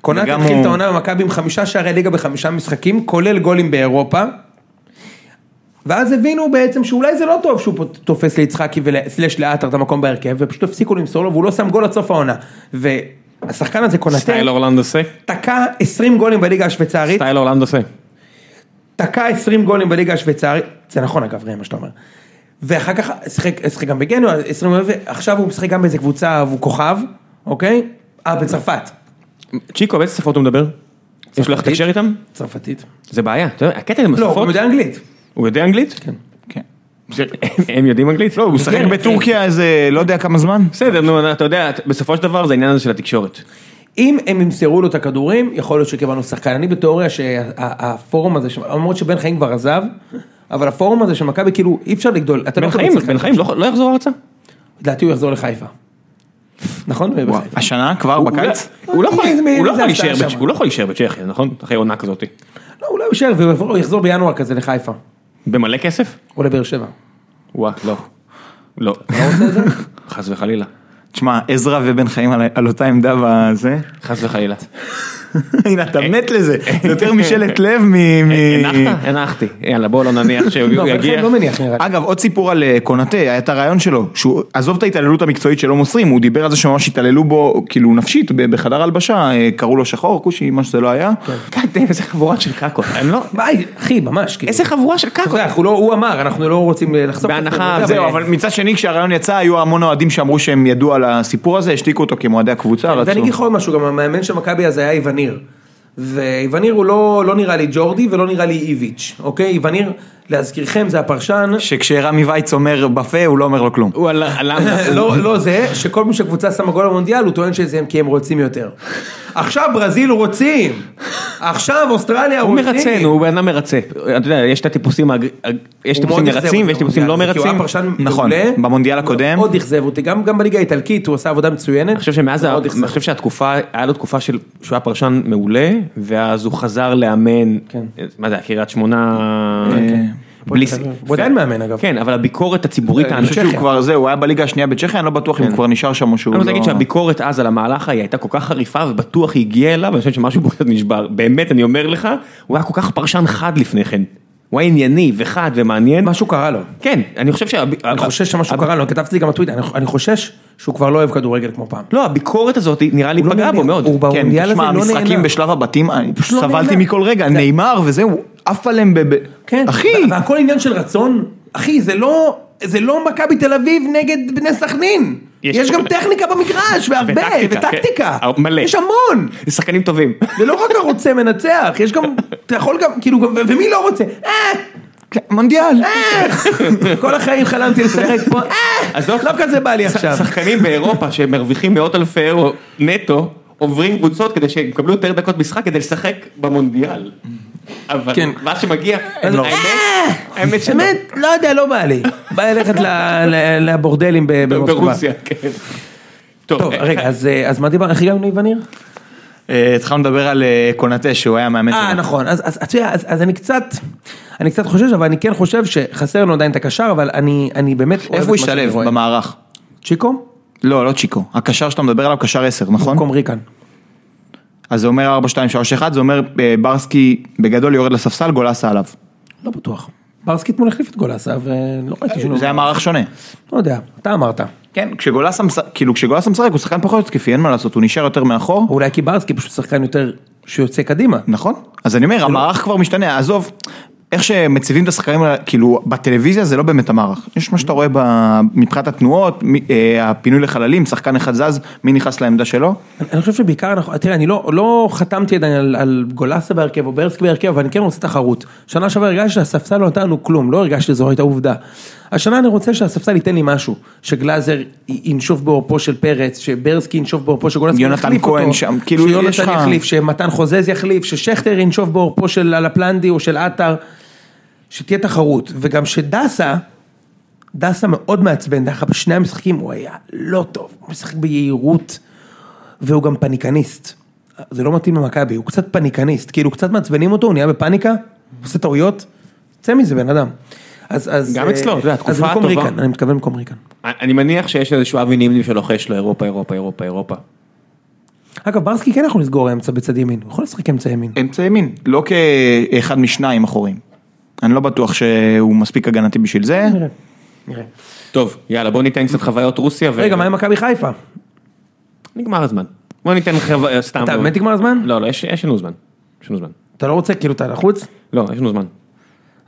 B: קונאטה
C: וגם
B: התחיל
C: הוא-
B: את העונה במכבי עם חמישה שערי ליגה בחמישה משחקים, כולל גולים באירופה. ואז הבינו בעצם שאולי זה לא טוב שהוא פה תופס ליצחקי וסלש לעטר את המקום בהרכב, ופשוט הפסיקו למסור לו, והוא לא שם גול עד סוף העונה. והשחקן הזה קונאטה,
A: סטייל אורלנדו סה.
B: תקע 20 גולים בליגה השוויצרית.
A: סטייל אורלנדו סה.
B: תקע 20 גולים בליגה השוויצרית, זה נכון אגב ראם מה שאתה אומר, ואחר כך שיחק, שיחק גם בגנוע, 20 גולים, ועכשיו הוא משחק גם באיזה קבוצה והוא כוכב, אוקיי? אה, בצרפת,
A: צ'יקו, באיזה שפות הוא מדבר? יש לו איך לתקשר איתם?
B: צרפתית.
A: זה בעיה, אתה יודע, הקטע עם
B: לא, הוא
A: השפות,
B: יודע אנגלית.
A: הוא יודע אנגלית?
B: כן.
C: כן.
A: הם- הם יודעים אנגלית? כן,
C: לא, הוא משחק בטורקיה איזה לא יודע כמה זמן.
A: בסדר, נו, אתה יודע, בסופו של דבר זה העניין הזה של התקשורת.
B: אם הם ימסרו לו את הכדורים, יכול להיות שקיבלנו שחקן. אני בתיאוריה שהפורום הזה, ש- למרות שבן חיים כבר עזב, אבל הפורום הזה של מכבי, כאילו, אי אפשר לגדול. אתה לא
A: בן
B: מקבל
A: חיים,
B: שחקן.
A: בן חיים לא לא יחזור ארצה?
B: לדעתי הוא יחזור לחיפה. נכון? הוא יהיה בחיפה.
C: השנה כבר בקיץ?
A: הוא לא יכול-
B: מי- מי-
A: הוא לא יכול
B: מי זה
A: להישאר
B: עשה
A: בצ'כיה,
B: שם?
A: הוא לא יכול להישאר בצ'כיה, נכון? אחרי עונה כזאת.
B: לא, אולי הוא יישאר והוא יבוא- הוא יחזור בינואר כזה לחיפה.
A: במלא כסף?
B: או לבאר שבע.
A: וואה, לא. לא.
B: אתה רוצה את זה?
A: חס וחלילה.
C: תשמע, עזרא ובן חיים על- על אותה עמדה בזה.
B: אה.
A: חס וחלילה.
C: הנה, אתה מת לזה. זה יותר משאלת לב מ... מ-
A: הנחת? הנחתי. יאללה, בואו לא נניח
B: אה. לא,
A: שהוא
B: בן
A: יגיע.
B: חיים לא מניח נראה לי.
C: אגב, עוד סיפור על אה, קונאטה, היה את הרעיון שלו, שהוא, עזוב את ההתעללות המקצועית שלא מוסרים, הוא דיבר על זה שממש התעללו בו, כאילו נפשית, ב- בחדר הלבשה, אה, קראו לו שחור, כושי, מה שזה לא היה.
A: קטן, איזה חבורה של קקות. אני לא...
B: ביי, אחי, ממש, כאילו.
A: איזה חבורה של
B: אתה
A: קקות.
B: יודע, אנחנו לא, הוא אמר, אנחנו לא רוצים לחשוף.
A: בהנחה,
B: את זה,
C: זהו, אבל מצד שני, כשהרעיון יצא, היו המון אוהדים שאמרו שהם ידעו על הסיפור הזה, השתיקו אותו כמועדי הקבוצה, רצו.
B: ואני אגיד לך עוד משהו, גם המאמן של מכבי אז היה איווניר. ואיווניר הוא לא, לא נראה לי ג'ורדי ולא נראה לי איביץ', אוקיי? איווניר, להזכירכם, זה הפרשן,
C: שכשרמי וייץ אומר בפה, הוא לא אומר לו כלום.
A: הוא על הלמדה.
B: לא, לא זה, שכל מי שקבוצה שמה גול במונדיאל, הוא טוען שזה הם כי הם רוצים יותר. עכשיו ברזיל רוצים, עכשיו אוסטרליה
A: הוא
B: רוצים.
A: מרצן, הוא בן אדם מרצה. אתה יודע, יש את הטיפוסים, הג- הג- יש
B: הוא
A: טיפוסים
B: מאוד אכזב
A: מרצים
B: אותי
A: ויש טיפוסים לא
B: במונדיאל הזה, כי הוא היה
A: מרצים.
B: פרשן
C: נכון,
B: מעולה.
C: במונדיאל הקודם.
B: מאוד אכזב אותי, גם גם בליגה האיטלקית הוא עשה עבודה מצוינת.
A: אני חושב שמאז, ה-
B: מאוד אכזב.
A: אני חושב שהתקופה, היה לו תקופה של, שהוא היה פרשן מעולה, ואז הוא חזר לאמן,
B: כן. אה,
A: מה זה, היה, קריית שמונה, כן. בלי ס...
B: הוא עדיין מאמן, אגב.
A: כן, אבל הביקורת הציבורית,
B: אני
A: אני
C: אני
A: חושב
C: חושב שהוא כבר, זהו, הוא היה בליגה השנייה בצ'כיה, אני לא בטוח אם
B: כן.
C: הוא כבר נשאר שם או שהוא
A: אני
C: לא...
A: רוצה להגיד שהביקורת אז על המהלך ההיא הייתה כל כך חריפה ובטוח היא הגיעה אליו, ואני חושב שמשהו בו קצת נשבר, באמת, אני אומר לך, הוא היה כל כך פרשן חד לפני כן, הוא היה ענייני וחד ומעניין,
B: משהו קרה לו.
A: כן, אני חושב שה...
B: אני חושש שמשהו קרה לו, כתבתי את זה גם בטוויטר, אני- אני חושש שהוא כבר לא אוהב כדורגל כמו פעם.
A: לא, הביקורת הזאת נראה לי
B: הוא לא
A: פגעה בו
B: נהנה,
A: מאוד.
B: הוא בא-
C: כן,
B: במונדיאל
C: תשמע,
B: הזה לא
C: המשחקים
B: נהנה.
C: בשלב הבתים, אני פשוט
B: לא
C: סבלתי
B: נהנה.
C: מכל רגע, נאמר וזהו, עף עליהם ב... ב-
B: כן,
C: אחי,
B: וה- והכל עניין של רצון, אחי זה לא, זה לא מכבי תל אביב נגד בני סכנין,
A: יש-
B: יש, גם טכניקה במגרש והרבה,
A: וטקטיקה,
B: וטקטיקה,
A: כן, מלא.
B: יש המון,
A: שחקנים טובים.
B: זה לא רק הרוצה מנצח, יש גם, אתה יכול גם, כאילו, גם- ו- ומי לא רוצה, אה,
C: כן, מונדיאל.
B: אה, כל החיים חלמתי לשחק פה, אה,
A: עזוב.
B: לא כזה בא לי
A: ש-
B: עכשיו,
A: שחקנים באירופה שמרוויחים מאות אלפי אירו נטו, עוברים קבוצות כדי שהם יקבלו יותר דקות משחק כדי לשחק במונדיאל. אבל
B: כן.
A: מה שמגיע,
B: אז-
A: האמת, האמת שלא.
B: באמת, לא יודע, לא בא לי, בא לי ללכת ל- ל- לבורדלים ב- במוסקבה.
A: ברוסיה, כן.
B: טוב,
A: אה,
B: רגע, אז, אה, אז מה דיברנו, איך הגענו לאיווניר?
C: אה, התחלנו לדבר על אה, קונאטה שהוא היה מאמן
B: אה,
C: שלו.
B: נכון, אז, אז, אז, תראה, אז, אז אני קצת, אני קצת חושש, אבל אני כן חושב שחסר לנו עדיין את הקשר, אבל אני, אני באמת אוהב
C: איפה
B: את
C: הוא
B: מה שאני
C: השתלב?
B: רואה.
C: במערך.
B: צ'יקו?
C: לא, לא צ'יקו. הקשר שאתה מדבר עליו קשר 10, נכון?
B: קומריקן.
C: אז זה אומר 4, 2, 3, 1, זה אומר אה, ברסקי בגדול יורד לספסל, גולסה עליו.
B: לא בטוח. ברסקי אתמול החליף את גולסה, ולא ראיתי שינוי.
C: אה, זה היה מערך שונה.
B: לא יודע, אתה אמרת.
C: כן, כשגולסה משחק, כאילו כשגולסה משחק הוא שחקן פחות התקפי, אין מה לעשות, הוא נשאר יותר מאחור.
B: אולי כי ברסקי פשוט שחקן יותר שיוצא קדימה.
C: נכון, אז אני
B: לא-
C: אומר, המערך כבר משתנה, עזוב, איך שמציבים את השחקנים, על ה- כאילו, בטלוויזיה זה לא באמת המערך, יש מה שאתה רואה ב- מבחינת התנועות, מ- אה, הפינוי לחללים, שחקן אחד זז, מי נכנס לעמדה שלו,
B: אני- אני חושב שבעיקר אנחנו, תראה, אני לא, לא חתמתי עדיין על, על גולסה בהרכב או ברסקי בהרכב, אבל אני כן רוצה תחרות. שנה שעברה הרגשתי שהספסל לא נתן לנו כלום, לא הרגשתי שזו הייתה עובדה. השנה אני רוצה שהספסל ייתן לי משהו, שגלאזר י- ינשוף בעורפו של פרץ, שברסקי ינשוף בעורפו של גולסה,
C: יונתן
B: יחליף
C: כהן
B: אותו,
C: שם, כאילו, יש
B: שיונתן
C: לך-
B: יחליף, שמתן חוזז יחליף, ששכטר ינשוף בעורפו של הלפלנדי או של עטר, שתהיה תחרות, וגם שדסה, דסה מאוד מעצבן, דרך אגב, בשני המשחקים הוא היה לא טוב, הוא משחק ביהירות, והוא גם פניקניסט. זה לא מתאים למכבי, הוא קצת פניקניסט, כאילו קצת מעצבנים אותו, הוא נהיה בפניקה, הוא עושה טעויות, צא מזה בן אדם. אז, אז,
A: גם
B: אה,
A: אצלו, אתה יודע, התקופה
B: אז במקום
A: הטובה.
B: ריקן, אני מתכוון במקום ריקן.
A: אה, אני מניח שיש איזשהו אבי נימני שלוחש לו אירופה, אירופה, אירופה, אירופה.
B: אגב, ברסקי כן יכול לסגור אמצע בצד ימין, הוא יכול לשחק אמצע ימין.
C: אמצע ימין, לא כאחד משניים אחורים. אני לא בטוח שהוא מספיק הגנתי בשביל זה.
B: נראה, נראה.
A: טוב, יאללה, בוא ניתן קצת חוויות רוסיה. ו-
B: רגע, מה עם מכבי חיפה?
A: נגמר הזמן. בוא ניתן חוויות, סתם.
B: אתה באמת נגמר הזמן?
A: לא, לא, יש יש לנו זמן. יש לנו זמן.
B: אתה לא רוצה, כאילו, אתה לחוץ?
A: לא, יש לנו זמן.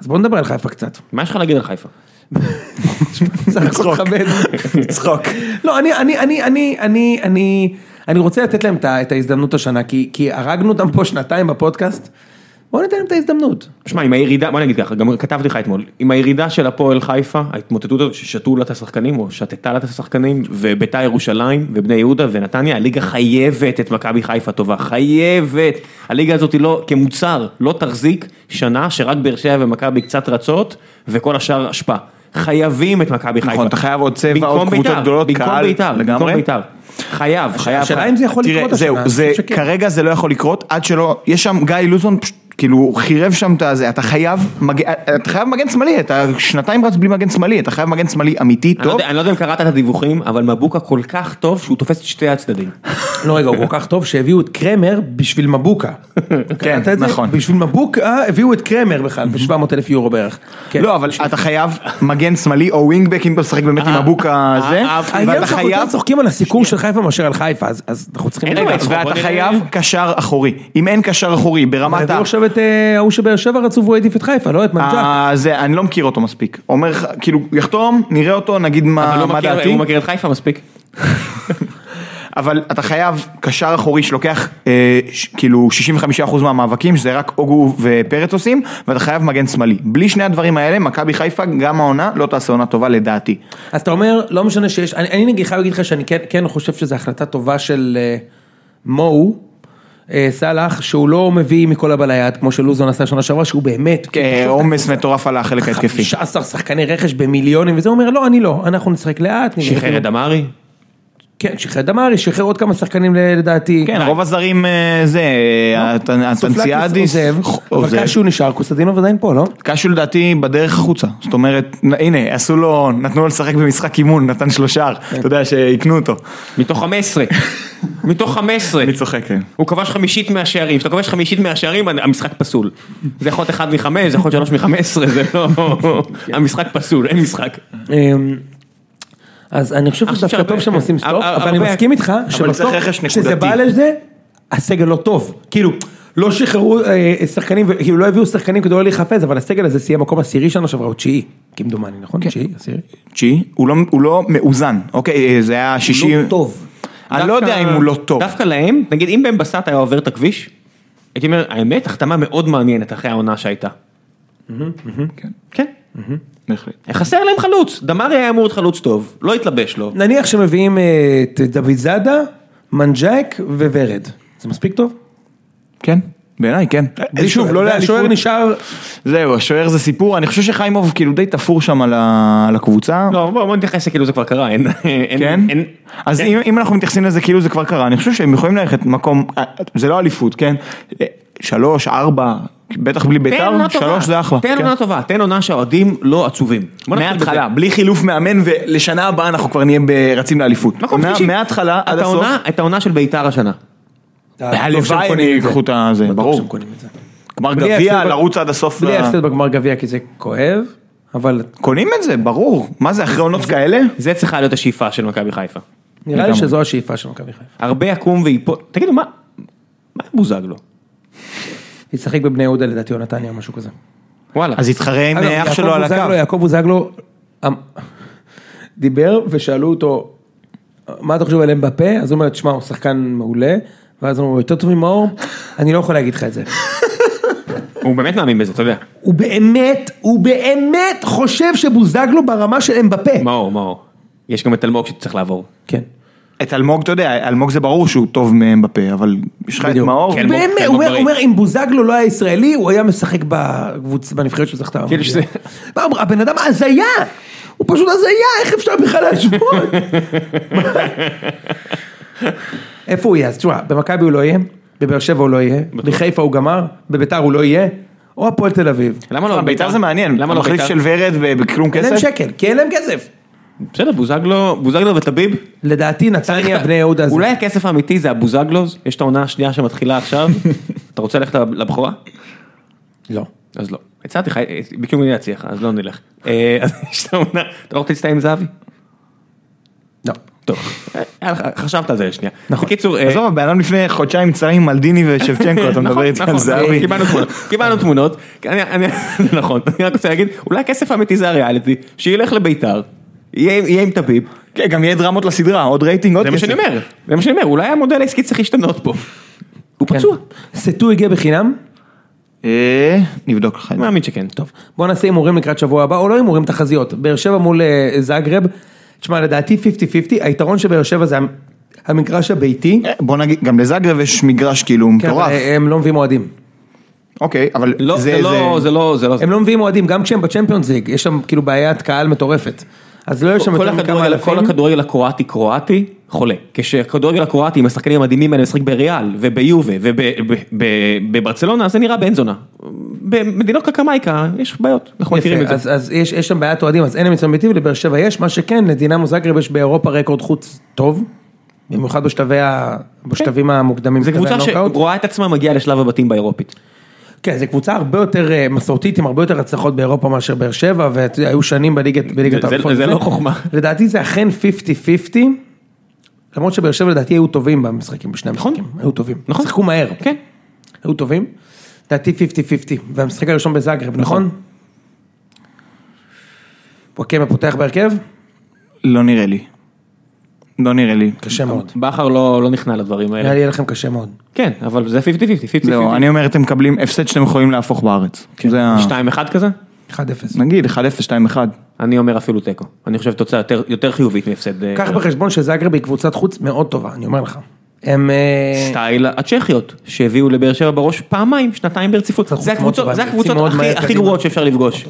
B: אז בואו נדבר על חיפה קצת.
A: מה יש לך להגיד על חיפה?
B: סך הכל
C: צחוק.
B: תכבד.
C: צחוק.
B: לא, אני, אני, אני, אני, אני, אני, אני רוצה לתת להם את ה- את ההזדמנות השנה, כי כי הרגנו אותם פה שנתיים בפודקאסט, בואו ניתן להם את ההזדמנות.
A: שמע, עם הירידה, בוא נגיד ככה, גם כתבתי לך אתמול, עם הירידה של הפועל חיפה, ההתמוטטות הזאת ששתו לה את השחקנים, או שתתה לה את השחקנים, וביתר ירושלים, ובני יהודה ונתניה, הליגה חייבת את מכבי חיפה טובה, חייבת. הליגה הזאת היא לא, כמוצר, לא תחזיק שנה שרק באר שבע ומכבי קצת רצות, וכל השאר אשפה. חייבים את מכבי חיפה.
C: נכון, אתה חייב עוד צבע,
A: במקום
C: עוד קבוצות
A: ביתר,
C: גדולות,
A: במקום
C: קהל,
A: ביתר, במקום
C: לגמרי.
A: ביתר. חייב, חייב.
B: השאלה אם זה יכול
C: תראה,
B: לקרות
C: זהו,
B: השנה,
C: זה,
B: אני חושב שכן.
C: כרגע זה לא יכול לקרות עד שלא, יש שם גיא לוזון, פשוט, כאילו הוא חירב שם את הזה, אתה חייב, מג... אתה חייב מגן שמאלי, אתה שנתיים רץ בלי מגן שמאלי, אתה חייב מגן שמאלי אמיתי,
A: אני לא
C: טוב,
A: יודע- אני לא יודע אם קראת את הדיווחים, אבל מבוקה כל כך טוב שהוא תופס את שתי הצדדים.
B: לא רגע, הוא כל כך טוב שהביאו את קרמר בשביל מבוקה. קראת את זה?
C: נכון.
B: בשביל מבוקה הביאו את קרמר בכלל, ב-700 אלף יורו בערך. כן.
C: לא אבל אתה חייב מגן שמאלי או ווינגבק אם אתה משחק באמת
A: אה,
C: עם הבוקה הזה,
A: אהבתי.
B: העניין
C: ואתה
B: שאנחנו יותר
C: חייב,
B: צוחקים על הסיקור של חיפה מאשר על חיפה, אז- אז אנחנו צריכים...
A: אין
B: רגע,
A: בעיה.
B: אבל
A: בוא
C: ואתה
A: נראה. לא
C: חייב קשר אחורי, אם אין קשר אחורי ברמת
B: הביאו
C: ה...
B: עכשיו את אה, ההוא שבאר שבע רצו והוא העדיף את חיפה, לא את מנג'אק.
C: ה- זה, אני לא מכיר אותו מספיק, אומר, לך, כאילו, יחתום, נראה אותו, נגיד
A: אבל
C: מה
A: הוא
C: אה, מה
A: מכיר-
C: דעתי,
A: הוא מכיר את חיפה מספיק.
C: אבל אתה חייב קשר אחורי שלוקח אה, ש, כאילו 65% מהמאבקים, שזה רק אוגו ופרץ עושים, ואתה חייב מגן שמאלי. בלי שני הדברים האלה, מכבי חיפה גם העונה לא תעשה עונה טובה לדעתי.
B: אז אתה אומר, לא משנה שיש, אני, אני נגיד חייב להגיד לך שאני כן, כן חושב שזו החלטה טובה של אה, מו, אה, סאלח, שהוא לא מביא מכל הבא ליד, כמו שלוזון עשה שנה שעברה, שהוא באמת,
A: כן.
C: אה, עומס מטורף על החלק ההתקפי.
B: 15 שחקני רכש במיליונים, וזה הוא אומר, לא, אני לא, אנחנו נשחק לאט. נראה
A: שחרר
B: כאילו."
A: את דמארי?
B: כן, שחרר דמארי, שחרר עוד כמה שחקנים ל- לדעתי.
C: כן, רוב הזרים אה, זה, הט- הטנציאדיס,
B: לא, סופלקיס עוזב,
C: עוזב.
B: אבל קשו נשאר, קוסטדינוב עדיין פה, לא?
C: קשו לדעתי בדרך החוצה, זאת אומרת, נ- הנה, עשו לו, נתנו לו לשחק במשחק אימון, נתן שלושה,
B: כן.
C: אתה יודע, שיקנו אותו.
A: מתוך 15. מתוך 15.
C: אני צוחק, כן.
A: הוא כבש חמישית מהשערים, כשאתה כובש חמישית מהשערים המשחק פסול. זה יכול להיות 1 מ-5, זה יכול להיות 3 מ-15, זה לא... המשחק פסול, אין משחק.
B: אמ, אז אני חושב
A: אני
B: שזה
A: חושב
B: דווקא
A: שהרבה-
B: טוב
C: כן,
B: שהם עושים
A: הר-
B: סטופ,
A: הר-
B: אבל אני
A: הרבה-
B: מסכים איתך
C: צריך
B: שבסוף,
C: רכש
B: כשזה
C: נקודתי.
B: בא לזה, הסגל לא טוב, כאילו. לא שחררו אה, שחקנים, ו- כאילו לא הביאו שחקנים כדי לא להיחפז, אבל הסגל הזה סיים מקום עשירי שנה שעברה, או תשיעי, כמדומני, נכון? תשיעי, עשירי.
C: תשיעי, הוא כן. לא- הוא לא מאוזן, אוקיי, אה, זה היה שישי...
B: לא טוב.
C: אני לא יודע אם הוא לא טוב.
A: דווקא להם, נגיד אם בן בסט היה עובר את הכביש, הייתי אומר, האמת, החתמה מאוד מעניינת אחרי העונה שהייתה. כן.
C: בהחלט.
A: חסר להם חלוץ, דמארי היה אמור להיות חלוץ טוב, לא התלבש לו.
B: נניח שמביאים אה, את דוד זאדה, מנג'ק וורד. זה מספיק טוב?
C: כן, בעיניי כן.
B: אה,
C: שוב, לא לאליפות.
B: השוער נשאר,
C: זהו, השוער זה סיפור, אני חושב שחיימוב כאילו די תפור שם על ה- על הקבוצה.
A: לא, בוא בוא נתייחס כאילו זה כבר קרה, אין... אין-
C: כן?
A: אין-
C: אז
A: אין-
C: אם אם אנחנו מתייחסים לזה כאילו זה כבר קרה, אני חושב שהם יכולים ללכת מקום, אה, זה לא אליפות, כן? אה, שלוש, ארבע, בטח בלי
A: תן
C: ביתר,
A: עונה כן, לא טובה,
C: שלוש זה אחלה.
A: תן
C: כן.
A: עונה טובה, תן עונה שהאוהדים לא עצובים. בוא נתחיל
C: מההתחלה,
A: בזה.
C: בלי חילוף מאמן ולשנה הבאה אנחנו כבר נהיה ב- רצים לאליפות.
A: מקום
C: עונה
A: שלישי.
C: מההתחלה עד
A: את
C: הסוף.
A: העונה- את העונה של ביתר השנה.
C: הלוואי הם ייקחו את הזה, ברור. גמר
B: בלי
C: גביע,
B: הפסד ב-
C: לרוץ עד הסוף.
B: בלי
C: ל-
B: הפסד בגמר גביע כי זה כואב, אבל
C: קונים את זה, ברור. מה זה, אחרי עונות כאלה?
A: זה צריכה להיות השאיפה של מכבי חיפה.
B: נראה לי
C: לגמרי.
B: שזו השאיפה של מכבי חיפה.
A: הרבה יקום ויפול, תגידו מה, מה עם בוזגלו?
B: ישחק בבני יהודה לדעתי או נתניה או משהו כזה.
A: וואלה.
C: אז יתחרה עם
B: אגב,
C: אה, אח
B: יעקב לא
C: שלו על
B: בוזגלו-
C: הקו.
B: יעקב בוזגלו אמ, דיבר ושאלו אותו, מה אתה חושב עליהם בפה? אז הוא אומר, תשמע, הוא שחקן מעולה, ואז הוא אומר, יותר טוב ממאור, אני לא יכול להגיד לך את זה.
A: הוא באמת מאמין בזה, אתה יודע.
B: הוא באמת, הוא באמת חושב שבוזגלו ברמה של אמבפה.
A: מאור, מאור. יש גם את אלמוג שצריך לעבור.
B: כן.
C: את אלמוג, אתה יודע, אלמוג זה ברור שהוא טוב מהם בפה, אבל יש לך את
B: בדיוק.
C: מאור.
A: כן.
B: הוא באמת,
A: אלמוג
B: הוא אומר-
A: בריא.
B: הוא אומר, אם בוזגלו לא היה ישראלי, הוא היה משחק בקבוצ- בנבחרת שזכתה. במונדיאל."
A: כאילו שזה-
B: מה, הוא- הבן אדם הזיה! הוא פשוט הזיה, איך אפשר בכלל להשוות? איפה הוא יהיה? אז תשמע, במכבי הוא לא יהיה, בבאר שבע הוא לא יהיה, בחיפה הוא גמר, בביתר הוא לא יהיה, או הפועל תל אביב.
A: למה לא?
C: אה, בית"ר זה מעניין,
A: למה לא
C: המחליף
A: ביתר?
C: של ורד ב- בכלום
B: אין להם
C: כסף.
B: שקל, כי אין להם כסף.
A: בסדר, בוזגלו, בוזגלו וטביב.
B: לדעתי נתניה בני יהודה זה.
A: אולי הכסף האמיתי זה הבוזגלוז, יש את העונה השנייה שמתחילה עכשיו. אתה רוצה ללכת לבכורה?
B: לא.
A: אז לא. הצעתי לך, אה, ביקשו ממני להציע לך, אז לא נלך. אה, אז יש את העונה, אתה לא רוצה להצטיין עם זהבי?
B: לא.
A: טוב, היה לך- חשבת על זה שנייה.
B: נכון.
A: בקיצור, אה,
C: עזוב, הבן אדם לפני חודשיים מצטרף עם מלדיני ושבצ'נקו, אתה מדבר
A: נכון,
C: איתי על
A: נכון,
C: זהבי.
A: קיבלנו תמונות, קיבלנו תמונות, אני- אני- נכון, אני רק רוצה להגיד, אולי הכסף האמיתי זה הריאליטי, שילך לביתר, יהיה עם- יהיה עם טביב,
C: כן, גם יהיה דרמות לסדרה, עוד רייטינג, עוד
A: זה מה
C: כסף.
A: שאני אומר, זה מה שאני אומר, אולי המודל העסקי צריך להשתנות פה. הוא
B: כן.
A: פצוע.
B: סטו הגיע בחינם?
C: אה, נבדוק לך את
A: אני
C: זה.
A: מאמין שכן. טוב.
B: בוא נעשה הימורים לקראת שבוע הבא, או לא הימורים, תחזיות. באר שבע מול אה, זאגרב, תשמע, לדעתי 50-50, היתרון של באר שבע זה המ- המגרש
A: כן,
B: הביתי.
C: אה, בוא נגיד, גם לזאגרב יש מגרש כאילו
B: כן, אבל,
C: מטורף.
B: אה, הם לא מביאים אוהדים.
C: אוקיי, אבל
A: לא, זה לא, זה לא, זה לא.
B: הם לא מביאים אוהדים, גם כשהם בצ'מפיונס ליג, יש שם כאילו בעיית קהל מטורפת. אז לא יש שם
A: כל
B: יותר מכמה
A: הכדורגל,
B: אלפים.
A: כל הכדורגל הקרואטי קרואטי חולה. כשהכדורגל הקרואטי עם השחקנים המדהימים האלה משחק בריאל וביובה ובברצלונה זה נראה בן זונה. במדינות קקמייקה יש בעיות, אנחנו מכירים את
B: יפה,
A: זה.
B: אז, אז יש, יש שם בעיית אוהדים, אז אין להם יצאו ביתי, ולבאר שבע יש, מה שכן, לדינמו זאגרב יש באירופה רקורד חוץ טוב, במיוחד בשלבי ה... בשלבים המוקדמים.
A: זו
B: בשלבי
A: כן. קבוצה
B: הנוקאוט.
A: שרואה את עצמה מגיעה לשלב הבתים באירופית.
B: כן, זו קבוצה הרבה יותר אה, מסורתית, עם הרבה יותר הצלחות באירופה מאשר באר שבע, והיו שנים בליגת בליגת
A: זה- זה-
B: האלופות.
A: זה לא
B: וזה.
A: חוכמה.
B: לדעתי זה אכן 50-50, למרות שבאר שבע לדעתי היו טובים במשחקים, בשני המשחקים. היו טובים.
A: נכון.
B: שיחקו מהר.
A: כן.
B: היו טובים. לדעתי 50-50, והמשחק הראשון בזאגרב, נכון? וואקמה פותח בהרכב?
C: לא נראה לי. לא נראה לי.
B: קשה מאוד.
A: בכר לא לא נכנע לדברים
B: נראה
A: האלה.
B: לי יהיה לכם קשה מאוד.
A: כן, אבל זה 50-50, 50-50.
C: זהו, אני אומר, אתם מקבלים הפסד שאתם יכולים להפוך בארץ. זה ה...
A: 2-1 כזה?
B: 1-0.
C: נגיד, 1-0, 2-1.
A: אני אומר אפילו תיקו. אני חושב תוצאה יותר- יותר חיובית מהפסד. אה,
B: קח בחשבון שזאגרב היא קבוצת חוץ מאוד טובה, אני אומר לך. הם... אה,
A: סטייל הצ'כיות שהביאו לבאר שבע בראש פעמיים שנתיים ברציפות
B: זה
A: זה
B: חוץ מאוד
A: הקבוצות
B: טובה,
A: זה
B: זה
A: הקבוצות
B: יוצאים מאוד
A: הכי
B: מהר
A: הכי
B: קדימה. אוקיי.
A: גרועות שאפשר לפגוש.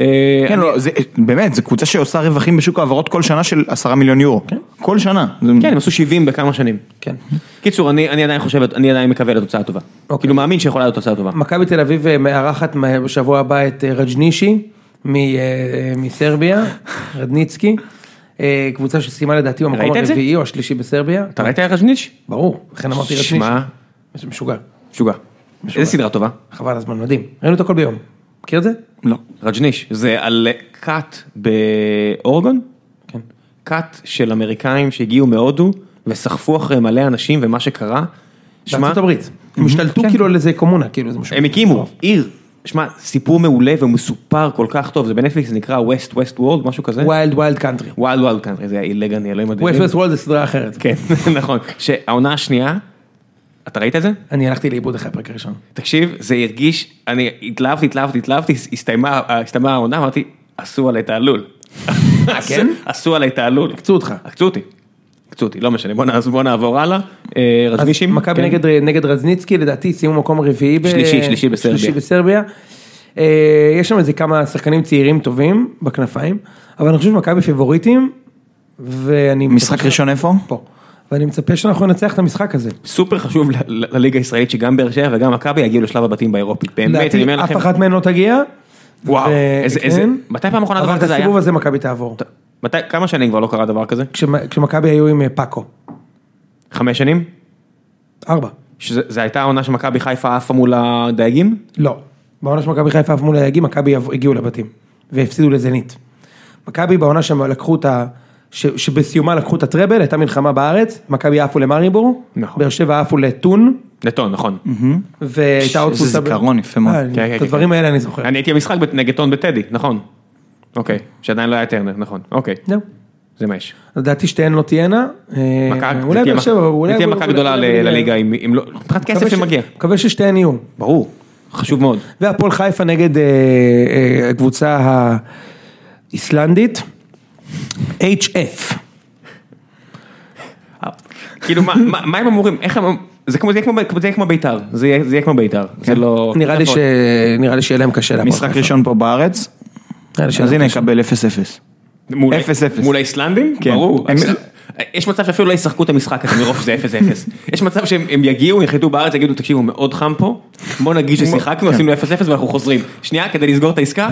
A: אה,
C: כן, לא, זה, באמת, זו קבוצה שעושה רווחים בשוק ההעברות כל שנה של 10 מיליון יורו. כל שנה. זה-
A: כן הם עשו 70 בכמה שנים.
B: כן.
A: קיצור אני אני עדיין חושב אני עדיין מקווה לתוצאה טובה.
B: אוקיי.
A: כאילו מאמין שיכולה להיות תוצאה טובה.
B: מכבי תל אביב אה, מארחת מה- בשבוע הבא את אה, רג'נישי מ- אה, מסרביה, רדניצקי. אה, קבוצה שסיימה לדעתי במקום
A: ראית את זה?
B: הרביעי או השלישי בסרביה.
A: אתה ראית את רז'ניץ'?
B: ברור, לכן אמרתי רדנישי.
A: שמע.
B: זה משוגע.
A: משוגע. איזה סדרה טובה.
B: חבל הזמן, מדהים. ראינו את הכל ביום. מכיר את זה?
C: לא.
A: רג'ניש זה על כת באורגון?
B: כן.
A: כת של אמריקאים שהגיעו מהודו וסחפו אחרי מלא אנשים ומה שקרה. שמע, Mhm. כן.
B: בארצות הברית. הם השתלטו כאילו על איזה קומונה, כאילו זה משהו.
A: הם הקימו עיר, שמע, סיפור מעולה ומסופר כל כך טוב, זה בנטפליקס, זה נקרא West West World, משהו כזה.
B: ווילד ווילד קאנטרי.
A: וואלד וואלד קאנטרי, זה אילגני, אלוהים אדירים.
B: ווסט וולד זה סדרה אחרת.
A: לא כן, נכון. שהעונה השנייה, אתה ראית את זה?
B: אני הלכתי לאיבוד אחרי הפרק הראשון.
A: תקשיב, זה הרגיש, אני התלהבתי, התלהבתי, התלהבתי, הסתיימה הסתיימה העונה, אמרתי, עשו עליי תעלול.
B: כן?
A: עשו עליי תעלול.
B: קצו אותך.
A: עקצו אותי. עקצו אותי, לא משנה, בוא נע- בוא נעבור הלאה. אה,
B: אז
A: רזמישים.
B: מכבי
A: כן.
B: נגד, נגד רזניצקי, לדעתי סיימו מקום רביעי. ב-
A: שלישי, שלישי בסרביה.
B: שלישי בסרביה. אה, יש שם איזה כמה שחקנים צעירים טובים בכנפיים, אבל אני חושב שמכבי פיבוריטים, ואני...
C: משחק
B: מצפה ש-
C: ראשון איפה?
B: פה. ואני מצפה שאנחנו ננצח את המשחק
A: אה,
B: הזה.
A: סופר חשוב ל- ל- לליגה הישראלית שגם באר שבע וגם מכבי יגיעו לשלב הבתים באירופית. באמת, אני אומר
B: לדעתי אף
A: לכם,
B: אחת מהן לא תגיע.
A: וואו,
B: ו-
A: איזה,
B: כן.
A: איזה, מתי פעם אחרונה
B: אבל
A: דבר
B: את
A: כזה היה?
B: הסיבוב הזה מכבי תעבור.
A: מתי, כמה שנים כבר לא קרה דבר כזה?
B: כשמ- כשמכבי היו עם אה, פאקו.
A: חמש שנים?
B: ארבע.
A: שזה זה הייתה העונה שמכבי חיפה עפה מול הדייגים?
B: לא. בעונה שמכבי חיפה עברו מול היגים, מכבי עב- הגיעו לבתים. והפסידו לזנית. מכבי בעונה שהם לקחו את ה... ש... שבסיומה לקחו את הטראבל, הייתה מלחמה בארץ, מכבי עפו למאריבור,
A: נכון.
B: באר שבע עפו לטון,
A: נטון, נכון.
B: אוקיי. והייתה עוד
C: איזה
B: קבוצה...
C: זיכרון יפה מאוד.
B: אה,
A: כן, כן,
B: את
A: כן.
B: הדברים האלה אני זוכר.
A: אני הייתי במשחק בת- נגד טון בטדי, נכון. אוקיי, שעדיין לא היה טרנר, נכון, אוקיי,
B: זהו.
A: זה מה יש.
B: לדעתי שתיהן לא תהיינה. אה,
A: מכה- זה
B: אולי
A: תהיה
B: באר
A: מכה-
B: שבע, אולי...
A: זה תהיה
B: אולי-
A: מכה
B: אולי-
A: גדולה
B: אולי-
A: ל- לליגה, אם אם לא, מבחינת
B: מקווה
A: כסף
B: ש-
A: שמגיע.
B: מקווה ששתיהן יהיו.
A: ברור, חשוב מאוד.
B: והפועל חיפה נגד אה, אה, הקבוצה האיסלנדית, HF.
A: כאילו, מה- מה מה הם אמורים, איך הם, זה כמו- זה יהיה כמו ב- זה יהיה כמו בית"ר, זה יהיה זה יהיה כמו בית"ר, זה
B: כן.
A: לא...
B: נראה לי ש... נראה לי שיהיה להם קשה להפועל
C: משחק
B: חיפה.
C: ראשון פה בארץ,
B: נראה לי שיהיה
C: אז
B: להם
C: הנה
B: קשה.
C: יקבל 0-0.
A: מול-
C: אפס, אפס.
A: מול האיסלנדים?
C: כן.
A: ברור.
C: הם-
A: יש מצב שאפילו לא ישחקו את המשחק הזה מרוב שזה 0-0. יש מצב שהם הם יגיעו, ינחתו בארץ, יגידו, תקשיבו, מאוד חם פה, בוא נגיד
C: כן.
A: ששיחקנו, עשינו 0-0 ואנחנו חוזרים. שנייה, כדי לסגור את העסקה,
C: אה.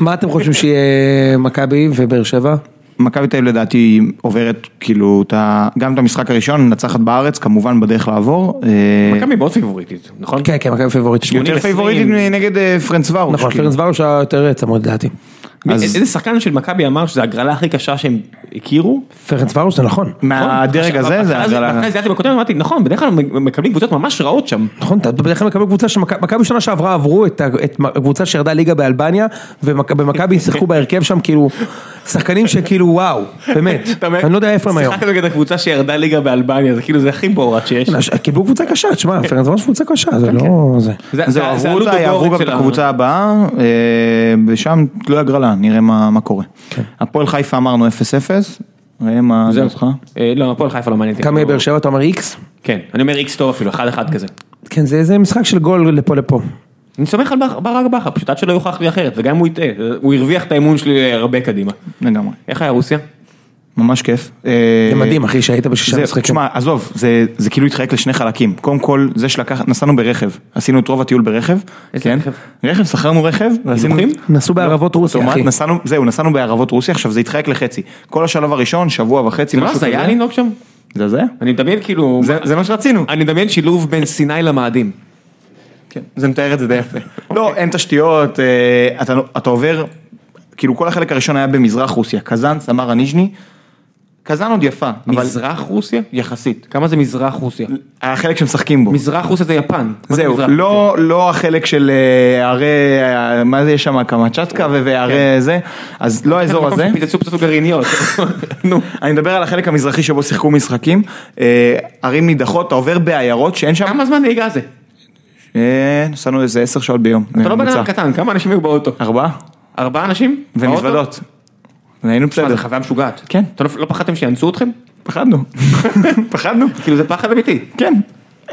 B: מה אתם חושבים שיהיה מכבי ובאר שבע?
C: מכבי תל אביב לדעתי עוברת כאילו את ה... גם את המשחק הראשון, מנצחת בארץ, כמובן בדרך לעבור. אה,
A: מכבי מאוד פיבוריטית, נכון?
B: כן, כן, מכבי פיבוריט.
A: שמונים.
C: יותר
A: 80-20.
C: פייבוריטית נגד אה, פרנץ ורוש.
B: נכון,
C: כאילו.
B: פרנס ורוש היה יותר צמוד לדעתי.
A: מי-
C: אז-
A: איזה שחקן של מכבי אמר שזו הגרלה הכי קשה שהם הכירו?
D: פרנס ורוש זה נכון.
C: מהדרג
A: נכון?
C: הזה זה
A: אחרי
C: הגרלה.
A: אחרי זה הייתי בכותב, אמרתי, נכון, בדרך כלל מקבלים קבוצות ממש רעות שם.
D: נכון, אתה בדרך כלל מקבל קבוצה שמכבי שנה שעברה עברו את ה- את הקבוצה שירדה ליגה באלבניה, ובמכבי שיחקו בהרכב שם כאילו, שחקנים שכאילו וואו, באמת,
A: אתה אומר,
D: אני לא יודע איפה הם היום.
A: שיחקנו נגד הקבוצה שירדה ליגה באלבניה, זה כאילו זה הכי בורת שיש.
C: נכון.
D: כן, אז קיבלו קבוצה קשה, תשמע, פרנס ורוש קבוצה קשה, זה לא זה.
C: זהו, עברו אותה, יעברו גם את הקבוצה הבאה, אה, ושם תלוי הגרלה, נראה מה מה קורה. הפועל חיפה אמרנו 0-0, ראה מה זה אותך.
A: לא, הפועל חיפה לא מעניין אותי.
D: כמה יהיה באר שבע אתה אומר איקס?
A: כן, אני אומר איקס טוב אפילו, אחד אחד כזה.
D: כן, זה זה משחק של גול לפה לפה.
A: אני סומך על בר- ברק בכר, פשוט עד שלא יוכח לי אחרת, וגם אם הוא יטעה, הוא הרוויח את האמון שלי הרבה קדימה.
C: לגמרי.
A: איך היה רוסיה?
C: ממש כיף. אה,
D: זה מדהים אחי שהיית בשישה
C: זה,
D: משחקים.
C: תשמע, עזוב, זה, זה כאילו התחלק לשני חלקים. קודם כל, זה שלקח, נסענו ברכב, עשינו את רוב הטיול ברכב.
A: איזה
C: כן?
A: רכב?
C: רכב, שכרנו רכב, ועשינו...
A: הילוכים?
D: נסעו בערבות רוסיה
C: אוטומט,
D: אחי.
C: נסענו, זהו, נסענו בערבות רוסיה, עכשיו זה התחלק לחצי. כל השלב הראשון, שבוע וחצי,
A: זה לא
C: משהו כזה.
A: הזיה לנהוג שם?
C: זה זה?
A: אני מדמיין כאילו...
C: זה- זה מה שרצינו.
A: אני מדמיין שילוב בין סיני למאדים.
C: כן, זה מתאר את זה די יפה.
A: אוקיי.
C: לא, אין תשתיות, אה, אתה, אתה עובר, כאילו כל החלק הראשון היה במזרח רוסיה, קזאן, סמרה ניז'ני, קזאן עוד יפה, אבל
A: מזרח רוסיה?
C: יחסית.
A: כמה זה מזרח רוסיה?
C: החלק שמשחקים בו.
A: מזרח רוסיה זה יפן. מה זה
C: זהו,
A: מזרח רוסיה?
C: לא, לא החלק של אה, ערי, אה, מה זה יש שם, קמצ'טקה ו- וערי זה, אז לא האזור
A: כן. מקום
C: הזה.
A: שפיצצו פצצות גרעיניות. נו.
C: אני מדבר על החלק המזרחי שבו שיחקו משחקים, אה, ערים נידחות, אתה עובר בעיירות שאין שם,
A: כמה זמן נהיגה זה?
C: אה, נסענו איזה עשר שעות ביום.
A: אתה לא בן אדם
C: ממוצע.
A: קטן, כמה אנשים היו באוטו?
C: ארבעה,
A: ארבעה אנשים? באוטו?
C: ומזוודות. היינו
A: מה,
C: בסדר,
A: זה חוויה משוגעת.
C: כן.
A: אתה לא לא פחדתם שיאנסו אתכם?
C: פחדנו, פחדנו,
A: כאילו זה פחד אמיתי.
C: כן.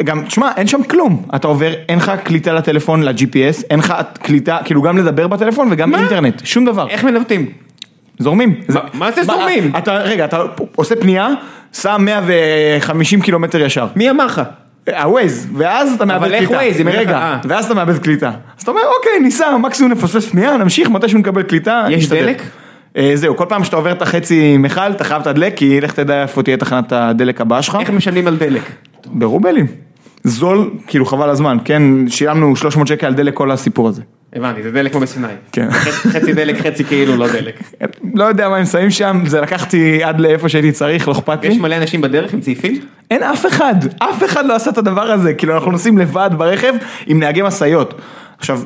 C: גם, תשמע, אין שם כלום, אתה עובר, אין לך קליטה לטלפון, ל-GPS, אין לך קליטה, כאילו גם לדבר בטלפון וגם אינטרנט, שום דבר.
A: איך מנווטים?
C: זורמים.
A: מה זה זורמים?
C: אתה, רגע, אתה עושה פנייה, שם 150 קילומטר ישר.
A: מי אמר לך?
C: הווייז, ואז אתה מאבד
A: אבל איך
C: קליטה.
A: Waze, אם אין לך- אה.
C: רגע, ואז אתה מאבד קליטה. אז אתה אומר, אוקיי, ניסע, מקסימום נפספס פנייה, נמשיך, מתישהו נקבל קליטה.
A: יש
C: נסתדר."
A: דלק?
C: אה, זהו, כל פעם שאתה עובר את החצי מכל, אתה חייב את הדלק, כי לך תדע איפה תהיה תחנת הדלק הבאה שלך.
A: איך משלמים על דלק?
C: ברובלים. זול, כאילו חבל הזמן, כן, שילמנו 300 שקל על דלק כל הסיפור הזה.
A: הבנתי, זה דלק כמו בסיני.
C: כן.
A: חצי- חצי דלק, חצי כאילו לא דלק.
C: לא יודע מה הם שמים שם, זה לקחתי עד לאיפה שהייתי צריך, לא אכפת לי.
A: יש מלא אנשים בדרך עם צעיפים?
C: אין אף אחד, אף אחד לא עשה את הדבר הזה, כאילו אנחנו נוסעים לבד ברכב עם נהגי משאיות. עכשיו,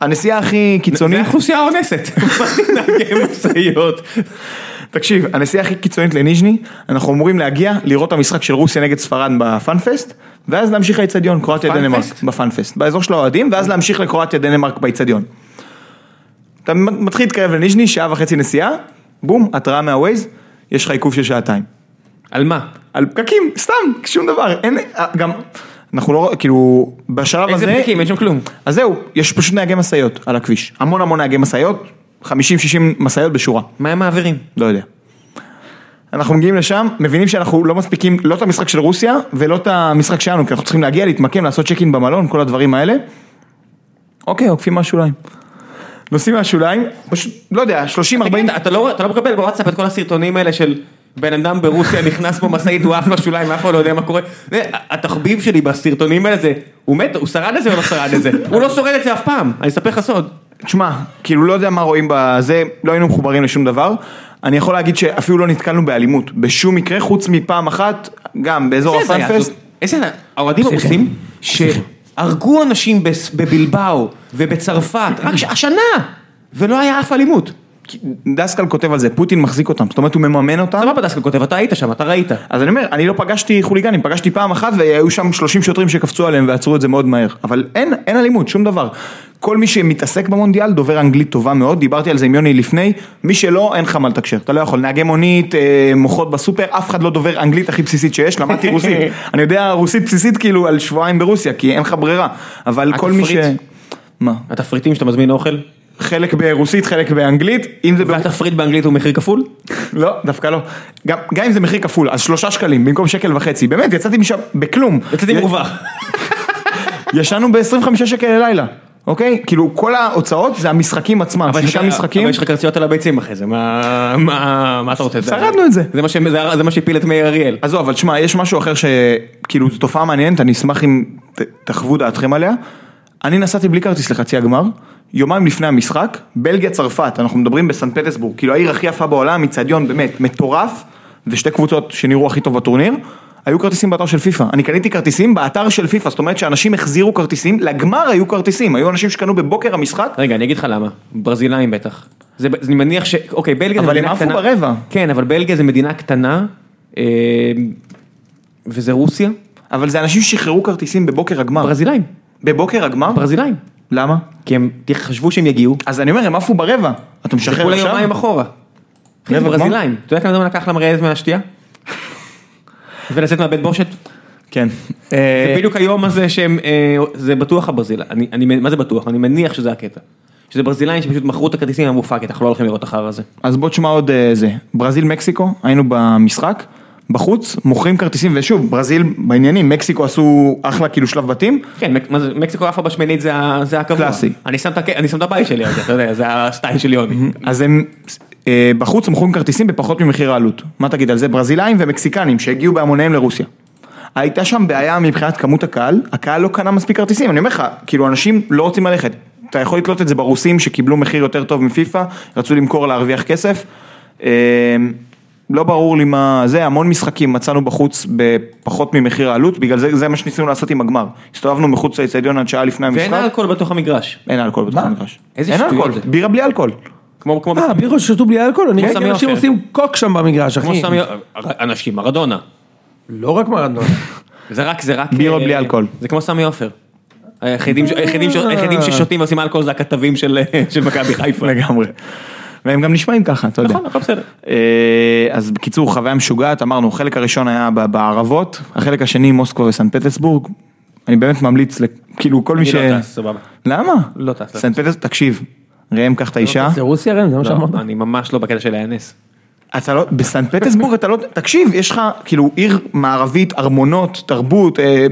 C: הנסיעה הכי
A: זה
C: קיצונית,
A: האוכלוסייה האונסת. מה זה נהגי משאיות?
C: תקשיב, הנסיעה הכי קיצונית לניז'ני, אנחנו אמורים להגיע, לראות את המשחק של רוסיה נגד ספרד בפאנפסט, ואז להמשיך לאיצטדיון, קרואטיה
A: בפאנפסט?
C: דנמרק, בפאנפסט, באזור של האוהדים, ואז להמשיך לקרואטיה דנמרק באיצטדיון. אתה מתחיל להתקרב לניז'ני, שעה וחצי נסיעה, בום, התראה מהווייז, יש לך עיכוב של שעתיים.
A: על מה?
C: על פקקים, סתם, שום דבר, אין, אה, גם, אנחנו לא, כאילו, בשלב
A: איזה
C: הזה,
A: פקקים? אין שם כלום.
C: אז זהו, יש פשוט נהגי משאיות על הכביש, המון המון נהגי משאיות, 50-60 משאיות בשורה,
A: מה הם מעבירים?
C: לא יודע. אנחנו מגיעים לשם, מבינים שאנחנו לא מספיקים, לא את המשחק של רוסיה, ולא את המשחק שלנו, כי אנחנו צריכים להגיע, להתמקם, לעשות צ'ק אין במלון, כל הדברים האלה. אוקיי, עוקפים מהשוליים. נוסעים מהשוליים, פשוט, לא יודע, 30-40...
A: תגיד, אתה לא אתה לא מקבל בוואטסאפ את כל הסרטונים האלה של בן אדם ברוסיה נכנס במשאית, הוא עף לשוליים, אף אחד לא יודע מה קורה. זה, התחביב שלי בסרטונים האלה זה, הוא מת, הוא שרד את זה או לא שרד את זה? הוא לא שורד את זה אף פעם, אני אספר לך סוד.
C: תשמע, כאילו לא יודע מה רואים בזה, לא היינו מחוברים לשום דבר. אני יכול להגיד שאפילו לא נתקלנו באלימות, בשום מקרה, חוץ מפעם אחת, גם באזור
A: איזה הזיה
C: הפאנפסט.
A: זאת. איזה, האוהדים הרוסים, שהרגו אנשים בס- בבלבאו ובצרפת, רק ש- השנה, ולא היה אף אלימות.
C: דסקל כותב על זה, פוטין מחזיק אותם, זאת אומרת הוא מממן אותם.
A: סבבה דסקל כותב, אתה היית שם, אתה ראית.
C: אז אני אומר, אני לא פגשתי חוליגנים, פגשתי פעם אחת והיו שם 30 שוטרים שקפצו עליהם ועצרו את זה מאוד מהר. אבל אין, אין אלימות, שום דבר. כל מי שמתעסק במונדיאל דובר אנגלית טובה מאוד, דיברתי על זה עם יוני לפני, מי שלא, אין לך מה לתקשר, אתה לא יכול. נהגי מונית, אה, מוחות בסופר, אף אחד לא דובר אנגלית הכי בסיסית שיש, למדתי רוסית. אני יודע רוסית בסיסית כאילו על שבועיים ברוסיה, כי אין לך ברירה. אבל כל מי ש...
A: התפריט.
C: מה?
A: התפריטים שאתה מזמין אוכל,
C: חלק ברוסית, חלק באנגלית, אם זה... ב-
A: והתפריט באנגלית הוא מחיר כפול?
C: לא, דווקא לא. גם, גם אם זה מחיר כפול, אז שלושה שקלים במקום שקל וחצי. באמת, יצאתי משם בכלום.
A: יצאתי
C: י-
A: מרווח.
C: ישנו ב-25 שקל ללילה, אוקיי? כאילו, כל ההוצאות זה המשחקים עצמם.
A: אבל יש
C: שישה
A: לך-
C: משחקים.
A: אבל יש לך כרטיסיות על הביצים אחרי זה, מה מה- מה אתה רוצה?
C: שרדנו את זה.
A: זה מה ש- זה- זה מה שהפיל את מאיר אריאל.
C: עזוב, אבל שמע, יש משהו אחר שכאילו, זו תופעה מעניינת, אני אשמח אם ת- תחוו דעתכם עליה. אני נסעתי בלי כרטיס לחצי הגמר, יומיים לפני המשחק, בלגיה-צרפת, אנחנו מדברים בסן פטסבורג, כאילו העיר הכי יפה בעולם, איצטדיון באמת מטורף, ושתי קבוצות שנראו הכי טוב בטורניר, היו כרטיסים באתר של פיפא. אני קניתי כרטיסים באתר של פיפא, זאת אומרת שאנשים החזירו כרטיסים, לגמר היו כרטיסים, היו אנשים שקנו בבוקר המשחק,
A: רגע, אני אגיד לך למה. ברזילאים בטח. זה, זה- אני מניח ש... אוקיי, בלגיה זה
C: אבל הם
A: מדינה
C: עפו
A: קטנה.
C: ברבע.
A: כן, אבל בלגיה זה מדינה קטנה, אה, וזה רוסיה.
C: אבל זה אנשים ששחררו כרטיסים בבוקר הגמר.
A: ברזילאים.
C: בבוקר הגמר?
A: ברזילאים.
C: למה?
A: כי הם חשבו שהם יגיעו.
C: אז אני אומר, הם עפו ברבע. אתה משחרר
A: כולה
C: עכשיו?
A: יומיים אחורה. אחי, זה
C: רבע גמר?
A: ברזילאים. אתה יודע כמה זמן לקח להם רעב מהשתייה? ולצאת מהבית בושת?
C: כן.
A: זה בדיוק היום הזה שהם, אה, זה בטוח הברזיל, אני, אני, מה זה בטוח? אני מניח שזה הקטע. שזה ברזילאים שפשוט מכרו את הכרטיסים המופקת, אנחנו לא הולכים לראות אחר הזה.
C: אז בוא תשמע עוד אה, זה. ברזיל-מקסיקו, היינו במשחק, בחוץ, מוכרים כרטיסים, ושוב, ברזיל בעניינים, מקסיקו עשו אחלה כאילו שלב בתים,
A: כן, מק- מה זה- מקסיקו עפה בשמינית זה ה- זה הקבוע.
C: קלאסי.
A: אני שם את הק- אני שם את הבית שלי על זה, אתה יודע, זה הסטייל של יוני.
C: אז הם אה, בחוץ מוכרים כרטיסים בפחות ממחיר העלות. מה תגיד על זה? ברזילאים ומקסיקנים שהגיעו בהמוניהם לרוסיה. הייתה שם בעיה מבחינת כמות הקהל, הקהל לא קנה מספיק כרטיסים, אני אומר לך, כאילו אנשים לא רוצים ללכת. אתה יכול לתלות את זה ברוסים שקיבלו מחיר יותר טוב מפיפא, רצו למכור להרוויח כסף. אה, לא ברור לי מה זה, המון משחקים מצאנו בחוץ בפחות ממחיר העלות, בגלל זה, זה מה שניסינו לעשות עם הגמר. הסתובבנו מחוץ לאצטדיון עד שעה לפני המשחק,
A: ואין אלכוהול בתוך המגרש.
C: אין אלכוהול בתוך
D: מה?
C: המגרש.
A: איזה
C: אין
A: שטויות
C: אלכוהול,
A: זה.
C: בירה בלי אלכוהול.
A: כמו כמו
D: אה, בירות ששתו בלי אלכוהול? אני ראיתי
A: כן, סמי
D: אנשים
A: עופר.
D: עושים קוק שם במגרש,
A: כמו
D: אחי.
A: סמי, אנשים, מרדונה.
D: לא רק מרנדונה.
A: זה רק, זה רק...
C: בירות
A: אה,
C: בלי אלכוהול.
A: זה כמו סמי עופר. היחידים ש- היחידים ש- היחידים ששותים ועושים אלכוהול זה הכתבים של אה, של מכבי חיפה.
C: לגמרי. והם גם נשמעים ככה, אתה יודע.
A: נכון, הכל בסדר.
C: אה, אז בקיצור, חוויה משוגעת, אמרנו, החלק הראשון היה ב- בערבות, החלק השני מוסקבה וסן פטסבורג. אני באמת ממליץ, לכ- כאילו כל מי
A: אני
C: ש...
A: לא טס, סבבה.
C: למה?
A: לא טס, לא
C: סן פטסבורג, תקשיב, ראם קח את האישה.
D: זה רוסיה ראם? זה מה
A: לא,
D: שאמרת?
A: אני ממש לא בקטע של להיאנס.
C: אתה לא, בסן פטסבורג אתה לא, תקשיב, יש לך כאילו עיר מערבית, ארמונות, תרבות, אה,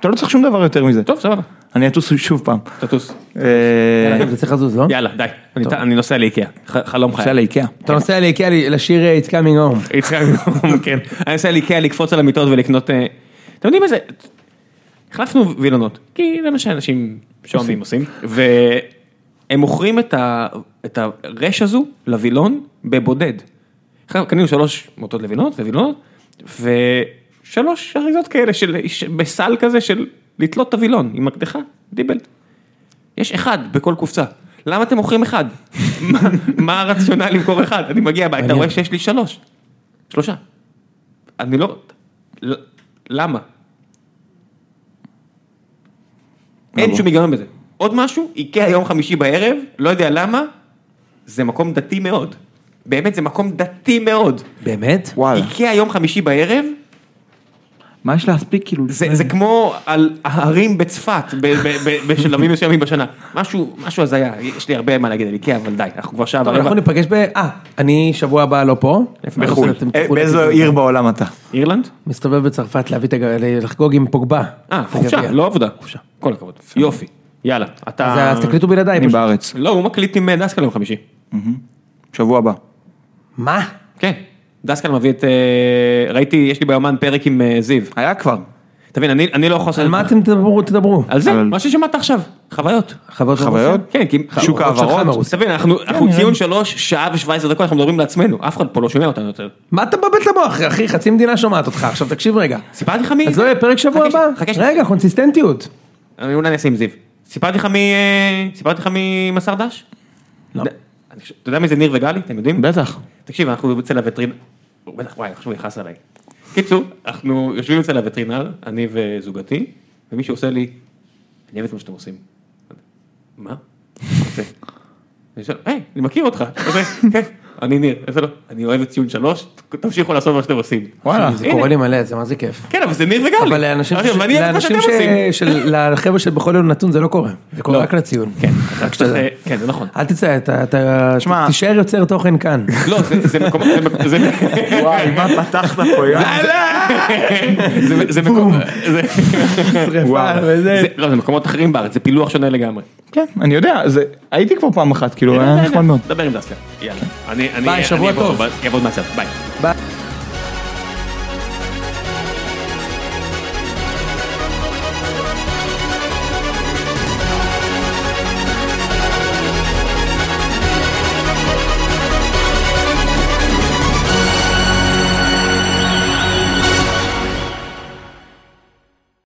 C: אתה לא צריך שום דבר יותר מזה.
A: טוב, סבבה,
C: אני אטוס שוב פעם.
A: תטוס.
C: אה,
D: אתה צריך לזוז, לא?
A: יאללה, די. אני- אני נוסע לאיקאה. ח- חלום חיי.
C: נוסע לאיקאה.
D: אתה נוסע לאיקאה לשיר אה, It's coming home.
A: יצחק, כן. אני נוסע לאיקאה לקפוץ על המיטות ולקנות... אה, אתם יודעים מה זה? החלפנו וילונות, כי זה מה שאנשים שעומדים עושים, והם מוכרים את, ה... את הרש הזו לווילון בבודד. עכשיו, קנינו שלוש מוטות לווילונות ווילונות, ושלוש אריזות כאלה של... ש- בסל כזה של לתלות את הווילון עם מקדחה, דיבל. יש אחד בכל קופסה. למה אתם מוכרים אחד? מה, מה הרציונל למכור אחד? אני מגיע הביתה, רואה שיש לי שלוש. שלושה. אני לא... ל- למה? אין שום היגיון בזה. עוד משהו, איקאה יום חמישי בערב, לא יודע למה, זה מקום דתי מאוד. באמת, זה מקום דתי מאוד.
D: באמת?
C: וואלה.
A: איקאה יום חמישי בערב,
C: מה יש להספיק כאילו?
A: זה, זה כמו על ההרים בצפת ב- ב- ב- בשלבים מסוימים בשנה. משהו, משהו הזיה, יש לי הרבה מה להגיד על איקאה, אבל די, אנחנו כבר שעה
D: טוב, אנחנו
A: ורבע.
D: ניפגש ב... אה, אני שבוע הבא לא פה.
C: בחו"ל.
D: אתם
C: אה,
D: תלכו
C: באיזו
D: לטיול.
C: עיר בעולם אתה?
A: אירלנד?
D: מסתובב בצרפת להביא את הגביע, לחגוג עם פוגבה.
A: אה,
D: את
A: חופשה,
D: הגביע.
A: לא עבודה. חופשה. כל הכבוד. יופי. יאללה,
D: אז
A: אתה...
D: אז תקליטו בלעדיי
C: אני
D: פשוט.
C: בארץ.
A: לא, הוא מקליט עם אה, דסקל יום חמישי.
C: שבוע הבא.
D: מה?
A: כן. דסקל מביא את... אה, ראיתי, יש לי ביומן פרק עם אה, זיו.
C: היה כבר.
A: תבין, אני אני לא יכול לעשות...
D: על
A: את
D: מה
A: זה.
D: אתם תדברו? תדברו.
A: על זה,
C: אבל-
A: מה ששמעת עכשיו. חוויות.
D: חוויות
C: חוויות?
D: מרוסיה?
A: כן, כי...
C: שוק
D: שלך
C: ההעברות.
D: מרוסיה.
A: תבין, אנחנו אנחנו ציון שלוש, שעה ושבע עשרה דקות, אנחנו מדברים לעצמנו. אף אחד פה לא שומע אותנו יותר.
D: מה אתה מבלבל את המוח, אחי? חצי מדינה שומעת אותך. עכשיו תקשיב רגע.
A: סיפרתי לך מי...
D: אז לא יהיה פרק שבוע
A: חכה ש-
D: הבא? אה?
A: חכה ש-
D: רגע, קונסיסטנטיות.
A: אני אולי אני אעשה עם זיו. סיפרתי לך מי... אה, סיפרתי לך מי מסר דש? לא. אתה יודע מי זה ניר וגלי? אתם יודעים?
C: בטח.
A: תקשיב, אנחנו אצל הווטרינר, הוא בטח, וואי, עכשיו הוא יכעס עליי. קיצור, אנחנו יושבים אצל הווטרינר, אני וזוגתי, ומישהו עושה לי, אני אוהב את מה שאתם עושים. מה? זה. אני שואל, היי, אני מכיר אותך. הוא אומר, "כן, אני ניר. אני עושה לו, אני אוהב את ציון שלוש, תמשיכו לעשות מה שאתם עושים.
D: וואלה. זה
A: הנה.
D: קורה לי מלא, זה מה זה כיף.
A: כן, אבל זה ניר וגלי.
D: אבל לאנשים
A: אמרתי לו, "ואני אוהב את מה שאתם
D: לאנשים ש-
A: עושים."
D: של- לחבר'ה שבכל יום נתון זה לא קורה. זה קורה
A: לא.
D: רק לציון.
A: כן, רק שאתה- כן, זה נכון.
D: אל תצא, אתה- אתה...
C: שמע-
D: תישאר יוצר תוכן כאן.
A: לא, זה- זה מקום, זה מקום- זה-
C: וואי, מה פתחת פה, יואב?
A: זה- זה מקום, זה-
C: וואו.
A: זה- לא, זה מקומות אחרים בארץ, זה פילוח שונה לגמרי.
C: כן, אני יודע, זה... הייתי כבר
A: אה,
C: פעם אחת, כאילו, היה נחמד מאוד.
A: דבר עם דסקה. יאללה. אני, אני,
D: ביי, שבוע
A: אני אעבור-
D: טוב.
A: יעבוד מהצד, ביי.
D: ביי.